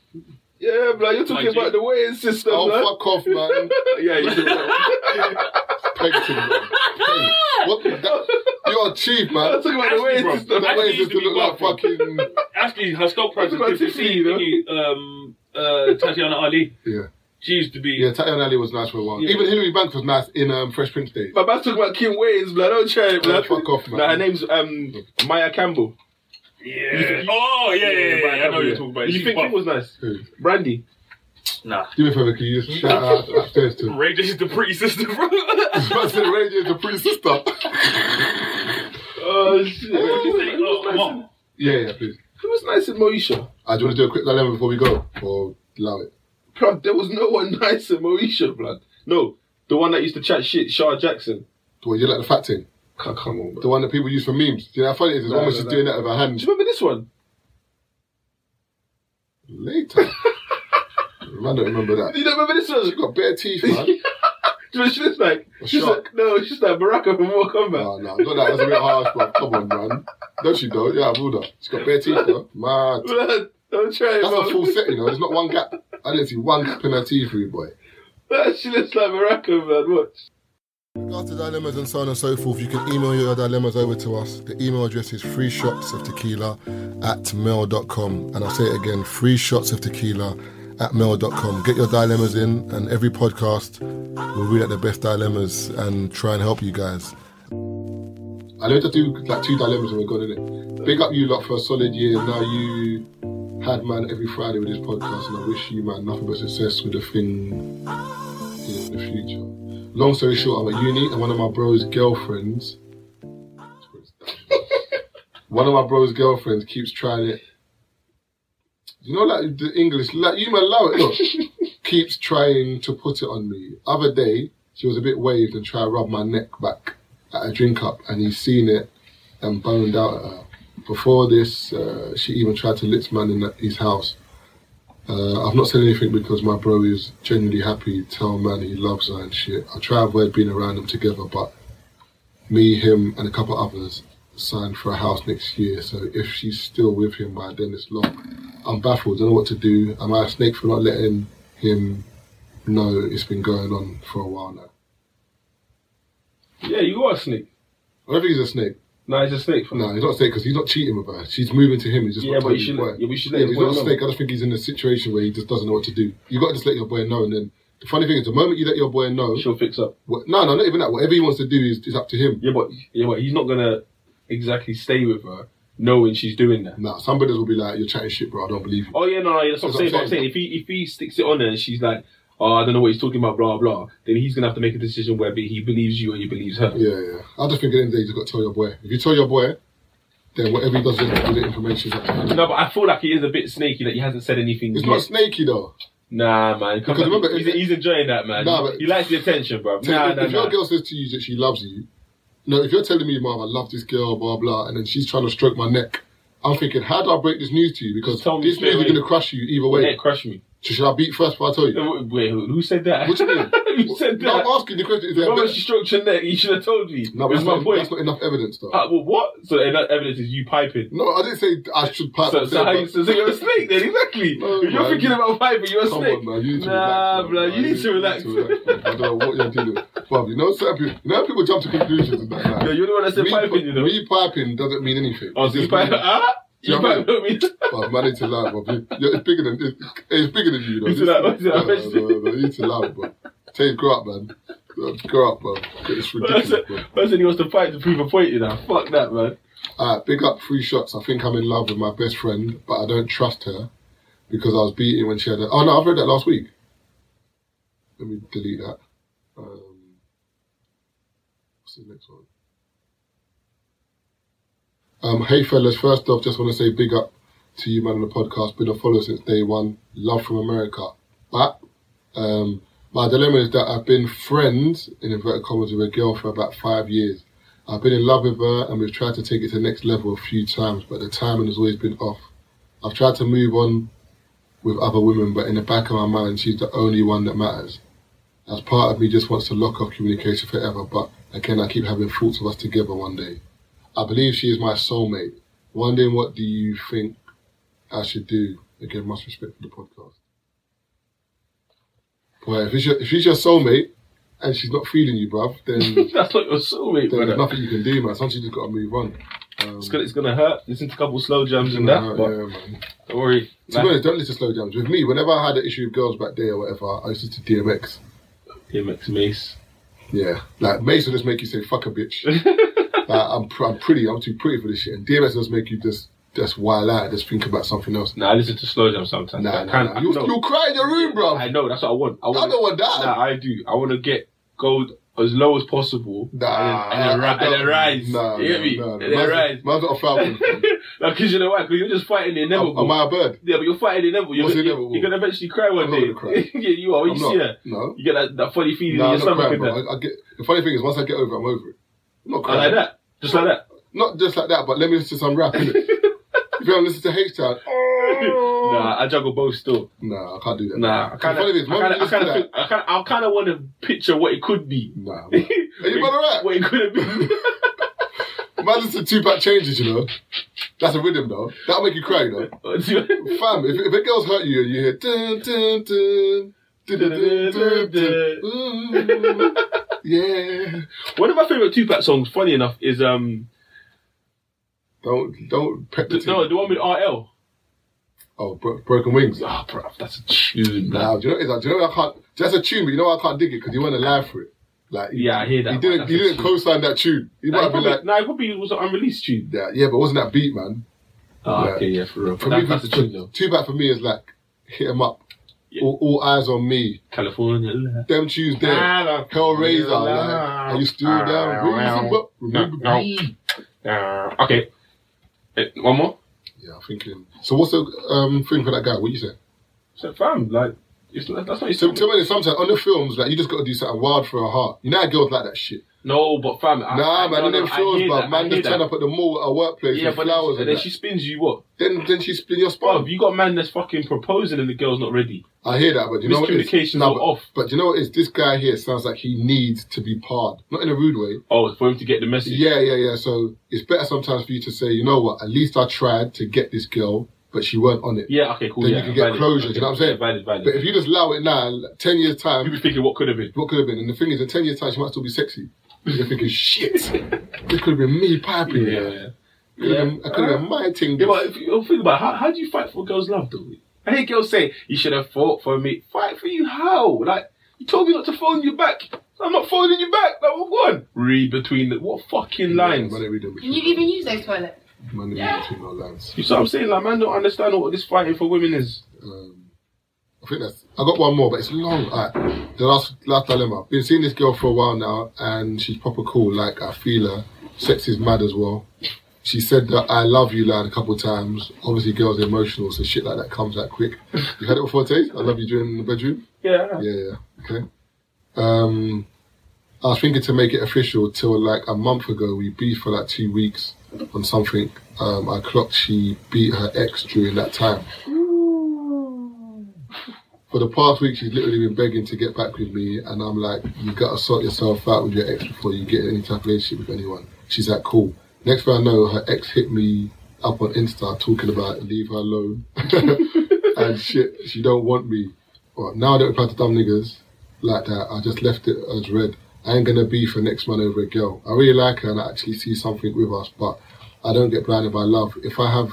Yeah, bro, you're talking
Like
about
you.
the Wayman sister.
Oh,
blood.
fuck off, man.
yeah, you did that.
Pegged him, man. Pegged. What? That, you're cheap,
I'm
man.
talking about the Wayman
Bro,
sister.
That way
Actually,
is just to look like fucking.
Actually, her stock price is
That's about
different.
50,
See,
you know?
thingy, um, uh, Tatiana Ali,
Yeah.
she used to be.
Yeah, Tatiana Ali was nice for a while. Even Hillary Banks was nice in um, Fresh Prince days.
My man's talking about Kim Wayans, blood. Don't try it, blood.
Oh, fuck off, man.
Nah, her name's um, Maya Campbell.
Yeah. Oh, yeah, yeah, yeah. yeah, I know what you're talking about.
You
She's
think
buff.
Kim was nice?
Who?
Brandy.
Nah.
Do me a favour, can you just shout out upstairs to
Ray J is the pretty sister, bro.
I said Ray is the pretty sister.
Oh, shit.
Uh, She said,
Who
"Oh,
was
come
nice in-
on."
yeah, yeah, please.
who was nice in Moesha?
Uh, do you want to do a quick dilemma before we go? Or allow it?
Blood, there was no one nice in Moesha, blood. No, the one that used to chat shit, Shah Jackson.
Well, you like the fat thing?
Come come on, bro.
The one that people use for memes. Do you know how funny it is? It's
No,
almost
no,
just
no.
doing that with her
Do
hand.
you remember this one?
Later. Man, I don't remember that.
You don't remember this one?
She got bare teeth, man.
Do you know what she looks like? She's
shark.
like, no, she's like Baraka from Mortal
No,
Kombat.
no, not that. That's a bit harsh, bro. Come on, man. Don't you though? Yeah, I will though. She's got bare teeth, though. Mad.
Blood, don't try it,
That's a
bro.
full set, you know. There's not one gap. I didn't see one gap in her teeth, rude boy.
Blood, she looks like Baraka, man. Watch.
regards to dilemmas and so on and so forth, you can email your dilemmas over to us. The email address is free shots of tequila at mail.com. And I'll say it again free shots of tequila at mail.com. Get your dilemmas in, and every podcast will read out the best dilemmas and try and help you guys. I know to do like two dilemmas and we're gone in it. Big up you lot for a solid year. Now you had man every Friday with this podcast, and I wish you man nothing but success with the thing in the future. Long story short, I'm at uni and one of my bro's girlfriends. one of my bro's girlfriends keeps trying it. You know, like the English, like you man, allow it. Look, keeps trying to put it on me. Other day, she was a bit waved and tried to rub my neck back at a drink up, and he's seen it and boned out at her. Before this, uh, she even tried to lips man in the- his house. Uh, I've not said anything because my bro is genuinely happy. Tell man he loves her and shit. I try to avoid being around them together, but me, him, and a couple others signed for a house next year. So if she's still with him by then, it's locked. I'm baffled. Don't know what to do. Am I a snake for not letting him know it's been going on for a while now?
Yeah, you are a snake.
I don't think he's a snake.
No, he's a snake. fam.
No, he's not a snake because he's not cheating with her. She's moving to him. He's just
Yeah,
not
but you
telling his
should-
boy.
yeah, but you should
Yeah, but
let your
he's
boy
not a
know.
snake. I just think he's in a situation where he just doesn't know what to do. You got to just let your boy know, and then the funny thing is, the moment you let your boy know,
She'll fix up.
What, no, no, not even that. Whatever he wants to do is, is up to him.
Yeah, but yeah, but he's not gonna exactly stay with her knowing she's doing that.
Nah, some brothers will be like, "You're chatting shit, bro. I don't believe you."
Oh yeah, no, no that's what I'm
That's
saying. But I'm saying if he if he sticks it on her and she's like, oh, I don't know what he's talking about, blah blah, then he's gonna have to make a decision whether he believes you and you believes her.
Yeah, yeah. I just think at the end of the day, you just got to tell your boy. If you tell your boy, then whatever he does with with the information, is up to him.
No, but I feel like he is a bit snaky that he hasn't said anything.
it's
yet.
not snaky though.
Nah, man. Come
Because
on.
remember,
he's,
if-
he's enjoying that, man.
Nah, but-
he likes the attention, bro.
Tell-
Nah,
if
nah,
your
nah.
girl says to you that she loves you, no, if you're telling me, "Mom, I love this girl," blah blah, and then she's trying to stroke my neck, I'm thinking, how do I break this news to you? Because
Tell me
this news
straight
is
away.
going to crush you either way.
Hey, crush me.
So should I beat first before I tell you?
Wait, who who said that?
What do you mean?
who said
No,
that?
I'm asking the question. Is
The
there
moment
evidence?
she stroked your neck, you should have told me.
No, but
That's
that's
my
not,
point.
that's not enough evidence, though.
Ah, well, what? So and that evidence is you piping.
no, I didn't say I should pipe.
So,
up
so, how
there,
you, so, so you're a snake then, exactly.
No,
If you're
man.
thinking about piping, you're
but
a
Come
snake.
on, man. You need to
nah,
relax.
bro,
man.
you need to relax.
relax, man. I don't know what you're dealing with. Bruv, you know, certain people, you know, how people jump to conclusions about that.
Yo, you're the one that said
me,
piping, you know.
me piping doesn't mean anything.
Oh,
It's
so you
just
pipe,
me-
ah?
Yeah,
You
I
pipe
mean-
with me.
Well, man, it's allowed, bro. You- you- It's bigger than it's, it's bigger than you. Though.
It's allowed, it's allowed.
No, no, no, no, it's allowed, bro. Take, grow up, man. Uh, Grow up, bro. It's ridiculous, bro.
Person he wants to fight to prove a point, you know. Fuck that, man.
Alright, big up three shots. I think I'm in love with my best friend, but I don't trust her because I was beaten when she had. A, oh no, I've read that last week. Let me delete that. Um, what's the next one? Um, hey fellas, first off, just want to say big up to you, man, on the podcast. Been a follower since day one. Love from America, but um, my dilemma is that I've been friends in inverted commas with a girl for about five years. I've been in love with her and we've tried to take it to the next level a few times, but the timing has always been off. I've tried to move on with other women, but in the back of my mind, she's the only one that matters. As part of me just wants to lock off communication forever, but again, I keep having thoughts of us together one day. I believe she is my soulmate. Wondering what do you think I should do? Again, much respect for the podcast. Boy, if it's your, if she's your soulmate and she's not feeling you, bruv, then
That's not your soulmate,
there's
brother.
nothing you can do, man. Sometimes you just gotta move on. Um,
It's gonna, it's gonna hurt. Listen to a couple slow jams and
yeah,
that, but
yeah, man.
don't worry.
To be honest, don't listen to slow jams. With me, whenever I had an issue with girls back there or whatever, I used to DMX.
DMX Mace.
Yeah, like Mace will just make you say "fuck a bitch." like, I'm, pr- I'm pretty. I'm too pretty for this shit. And DMX will just make you just just wild out, just think about something else.
Nah, I listen to slow jams sometimes.
Nah,
I
nah,
can't-
nah.
I-
You,
no.
you'll cry in your room, bro.
I know, that's what I want. I, want
don't want that.
Nah, I do. I want to get gold as low as possible.
Nah,
And then,
I-
and then, ri-
I
and then
don't-
rise.
Nah,
you get
nah,
me?
nah, nah.
and then
Man's-
rise.
Man's not a Falcon. fan.
No, because you know why? Because you're just fighting the
am,
inevitable.
am I a bird?
yeah, but you're fighting the inevitable. You're,
What's
you're,
inevitable?
you're gonna eventually cry one
I'm not
day.
gonna cry.
yeah, you are. When
I'm
you
not.
see that,
No.
you get that, that funny feeling
Nah,
in
I'm not
your stomach
crying,
and
bro.
that.
I, I get, the funny thing is, once I get over, it, I'm over it. I'm not
I
crying.
like that. Just like that.
Not just like that, but let me listen to some rap. innit? if you don't listen to H Town,
Nah, I juggle both still.
nah, I can't do that.
Nah, I kind
The funny thing
of,
is, when
I kind
we
of, I
listen
kind
to
of,
that-
I kind of, I kind of want to picture what it could be.
Nah, man. Are you
What-
mad alright?
What it could have been.
Man, listen to two back changes, you know. That's a rhythm, though. That'll make you cry, you know. Fam, if, if a girl's hurt you and you hear dun dun dun. dun, dun, dun, dun, dun, ooh, Yeah.
One of my favorite Tupac songs, funny enough, is um
Don't don't pet the
th- no
team.
the one with RL.
Oh, bro- broken wings.
Ah, bruv, that's a tune.
Nah, do you know what it is? Like, do you know what I can't? That's a tune, but you know why I can't dig it because you weren't alive for it. Like, he-
Yeah, I hear that,
He
man.
didn't.
That's
He
a
didn't
tune.
co-sign that tune. He might
Nah, it
have been
probably,
like,
nah, it probably was an unreleased tune.
yeah, yeah, but wasn't that beat, man?
Ah,
Yeah.
okay, yeah, for real.
For
That-
me,
that's a
for,
tune though.
too bad for me is like hit 'em up.
Yeah.
All, all eyes on me.
California. love.
Them Tuesday, Hellraiser, like, are you still down? Reason, but remember
Oh.
No, no.
me.
Uh, okay, Eh, one more.
Yeah, I'm thinking. So what's the um thing for that guy? What you say?
So fam, like it's like, that's not your
So
song.
tell me, this, sometimes on the films, like you just got to do something wild for a heart. You know, how girls like that shit.
No, but fam, I,
nah,
I,
man,
no,
on
no,
them
I
films,
hear
but
that, I
man,
hear
they turn
that.
up at the mall, at a workplace,
Yeah,
with
but
flowers,
then,
and,
then
that.
she spins you what?
then then she spin your
Bruv,
spine.
you got a man that's fucking proposing and the girl's not ready.
I hear that, but you know what? it is?
Miscommunications
Nah,
are
but,
off.
But you know what? It is? This guy here sounds like he needs to be parred, not in a rude way.
Oh, for him to get the message.
Yeah, yeah, yeah. So it's better sometimes for you to say, you know what? At least I tried to get this girl, but she weren't on it.
Yeah, okay, cool.
Then
yeah,
you can get
valid.
closure. Do
Okay,
you know what I'm saying?
yeah, valid, valid.
But if you just allow it now, like, ten years time,
You'd be thinking, what could have been?
what could have been? And the thing is, in ten years time, she might still be sexy. You're thinking, shit, this could have been me piping.
Yeah.
Yeah, could have been, it could have been my thing.
Yeah,
this.
but if you think about it, how, how do you fight for a girls' love, though? I hate girls say, you should have fought for me. Fight for you how? Like, you told me not to phone you back. I'm not phoning you back. Like, what one? Read between the... What fucking
Man,
lines?
they read them
Can you
between
even use those toilets?
man, they read between our lines.
You see what I'm saying? Like, man don't understand what this fighting for women is.
Um, I think that's. I got one more, but it's long. Alright, the last last dilemma. Been seeing this girl for a while now, and she's proper cool. Like I feel her. Sex is mad as well. She said that I love you line a couple times. Obviously, girls are emotional, so shit like that comes out quick. You had it before, Tate? I love you during the bedroom.
Yeah.
Yeah, yeah. Okay. Um, I was thinking to make it official till like a month ago. We beefed for like two weeks on something. Um, I clocked she beat her ex during that time. for the past week, she's literally been begging to get back with me, and I'm like, you got to sort yourself out with your ex before you get in any type of relationship with anyone. She's like, cool. Next thing I know, her ex hit me up on Insta talking about leave her alone and shit. She don't want me. Well, now I don't reply to dumb niggas like that. I just left it as red. I ain't gonna be for next man over a girl. I really like her and I actually see something with us, but I don't get blinded by love. If I have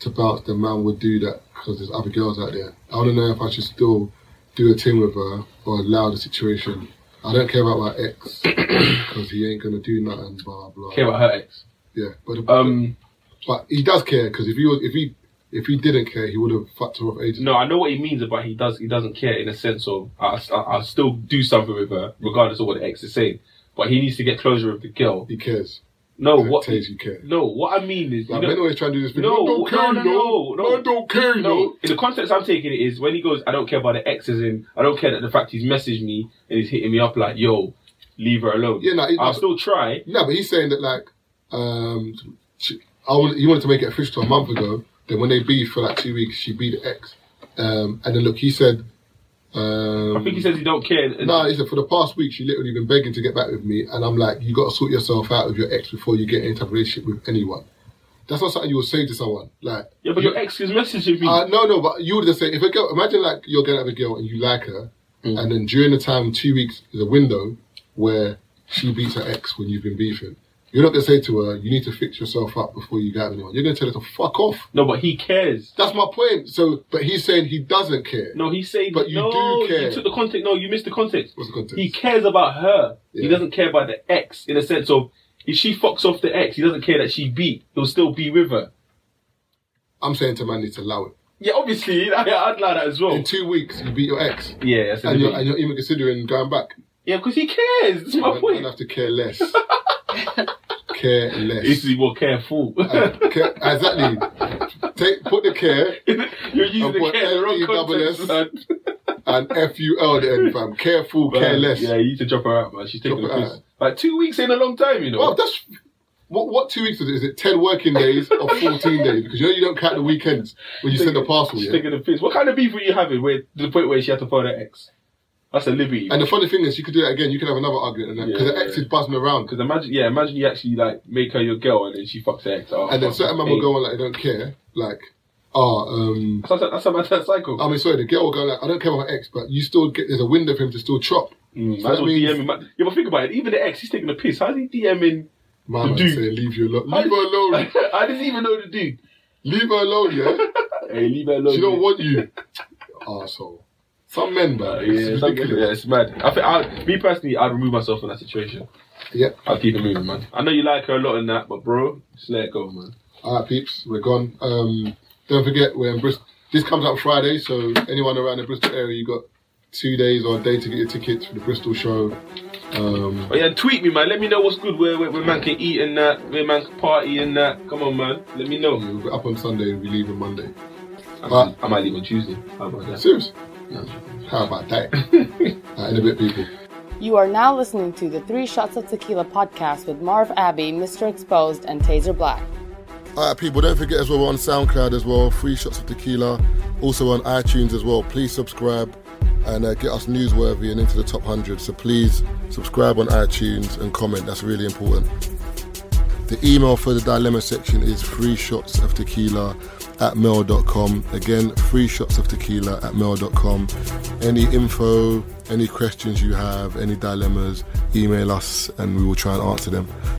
to bounce, the man would do that because there's other girls out there. I want to know if I should still do a thing with her or allow the situation. I don't care about my ex because he ain't gonna do nothing. Blah blah.
Care about her ex.
Yeah, but
Um,
but he does care because if he was, if he if he didn't care, he would have fucked her off ages.
no, I know what he means, but he does. He doesn't care in a sense of I, I, I'll still do something with her regardless of what the ex is saying. But he needs to get closure with the girl.
He cares.
No,
That
what?
tells you care.
No, what I mean is, you
Like,
know-
men always try to do this thing.
No,
I don't
no,
care, you
no,
know.
no, no.
I don't care, you know.
No, in the context I'm taking it is when he goes, I don't care about the exes in, I don't care that the fact he's messaged me and he's hitting me up like, yo, leave her alone.
Yeah, nah, it-
I'll
nah,
still try.
No, but he's saying that like, um, she, I want, he wanted to make it official a month ago. Then when they beef for like two weeks, she beat the ex. Um, and then look, he said, um,
I think he says he don't care.
No, he said for the past week she literally been begging to get back with me, and I'm like, you got to sort yourself out with your ex before you get into a relationship with anyone. That's not something you would say to someone. Like,
yeah, but your ex is messaging me.
uh, no, no, but you would just say if a girl. Imagine like you're getting out with a girl and you like her,
Mm.
and then during the time two weeks is a window where she beats her ex when you've been beefing. You're not gonna say to her, you need to fix yourself up before you get out with anyone. You're gonna tell her to fuck off.
no, but he cares.
That's my point. So, but he's saying he doesn't care.
No, he's saying,
But you
no,
do care.
You took the context. No, you missed the context.
What's the context?
He cares about her. He
Yeah.
doesn't care about the ex in the sense of if she fucks off the ex, he doesn't care that she beat. He'll still be with her.
I'm saying to man, need to allow it.
Yeah, obviously, I, I'd like that as well.
In two weeks, you beat your ex,
yeah, that's
and
the
you're,
thing.
and you're even considering going back.
Yeah, because he cares. That's my
I
point.
have to care less. care less.
This is more careful.
Uh, care, exactly. Take put the care
You're using
I've
the
got
care in the wrong context,
LESS.
man.
and F U L the end, fam. Careful, care less.
Yeah, you need to drop her out, man. She's taking
Drop
the
her
piss.
out.
Like two weeks ain't a long time, you know.
Well, Oh, that's what. What two weeks is it? Is it ten working days or fourteen days? Because you know you don't count the weekends when you send the parcel.
She's
Yeah?
taking the piss. What kind of beef were you having? Where to the point where she had to phone her ex? That's a liberty.
And the funny thing is, you could do that again. You could have another argument, and because
Yeah,
the ex
yeah.
is buzzing around,
Because imagine, yeah, imagine you actually like make her your girl and then she fucks her ex. Oh,
and then
fuck,
certain man
hey.
will go on like they don't care, like, oh, um,
That's, that's, that's, that's cycle.
I mean, sorry, the girl will go like, I don't care about my ex, but you still get there's a window for him to still chop.
Might as
that
well
means-
DM him. Yeah, but think about it. Even the ex, he's taking the piss. How's he DMing?
My man
Dude.
say, leave you alone,
How
leave
does-
her alone,
I didn't even know the dude.
leave her alone, yeah.
Hey, leave her alone.
She don't
dude.
want you, arsehole. Some men, man,
Uh,
it's
yeah, it's
ridiculous.
yeah, it's mad. I think I, me personally, I'd remove myself from that situation.
Yeah.
I'll keep it moving, man. I know you like her a lot in that, but bro, just let it go, man.
All right, peeps, we're gone. Um, don't forget, we're in Bristol. This comes out Friday, so anyone around the Bristol area, you got two days or a day to get your tickets for the Bristol show. Um,
But yeah, tweet me, man. Let me know what's good. Where where, where man can eat and that. Where man can party and that. Come on, man. Let me know.
we'll be up on Sunday, we leave on Monday.
I,
But-
I might leave on Tuesday. How about that?
Serious? How about that? uh, in a bit, people.
You are now listening to the Three Shots of Tequila podcast with Marv Abbey, Mr. Exposed, and Taser Black.
All right, people, don't forget as well, we're on SoundCloud as well, Free Shots of Tequila, also on iTunes as well. Please subscribe and uh, get us newsworthy and into the top 100. So please subscribe on iTunes and comment, that's really important. The email for the dilemma section is free shots of tequila at mail.com. Again, free shots of tequila at mail.com. Any info, any questions you have, any dilemmas, email us and we will try and answer them.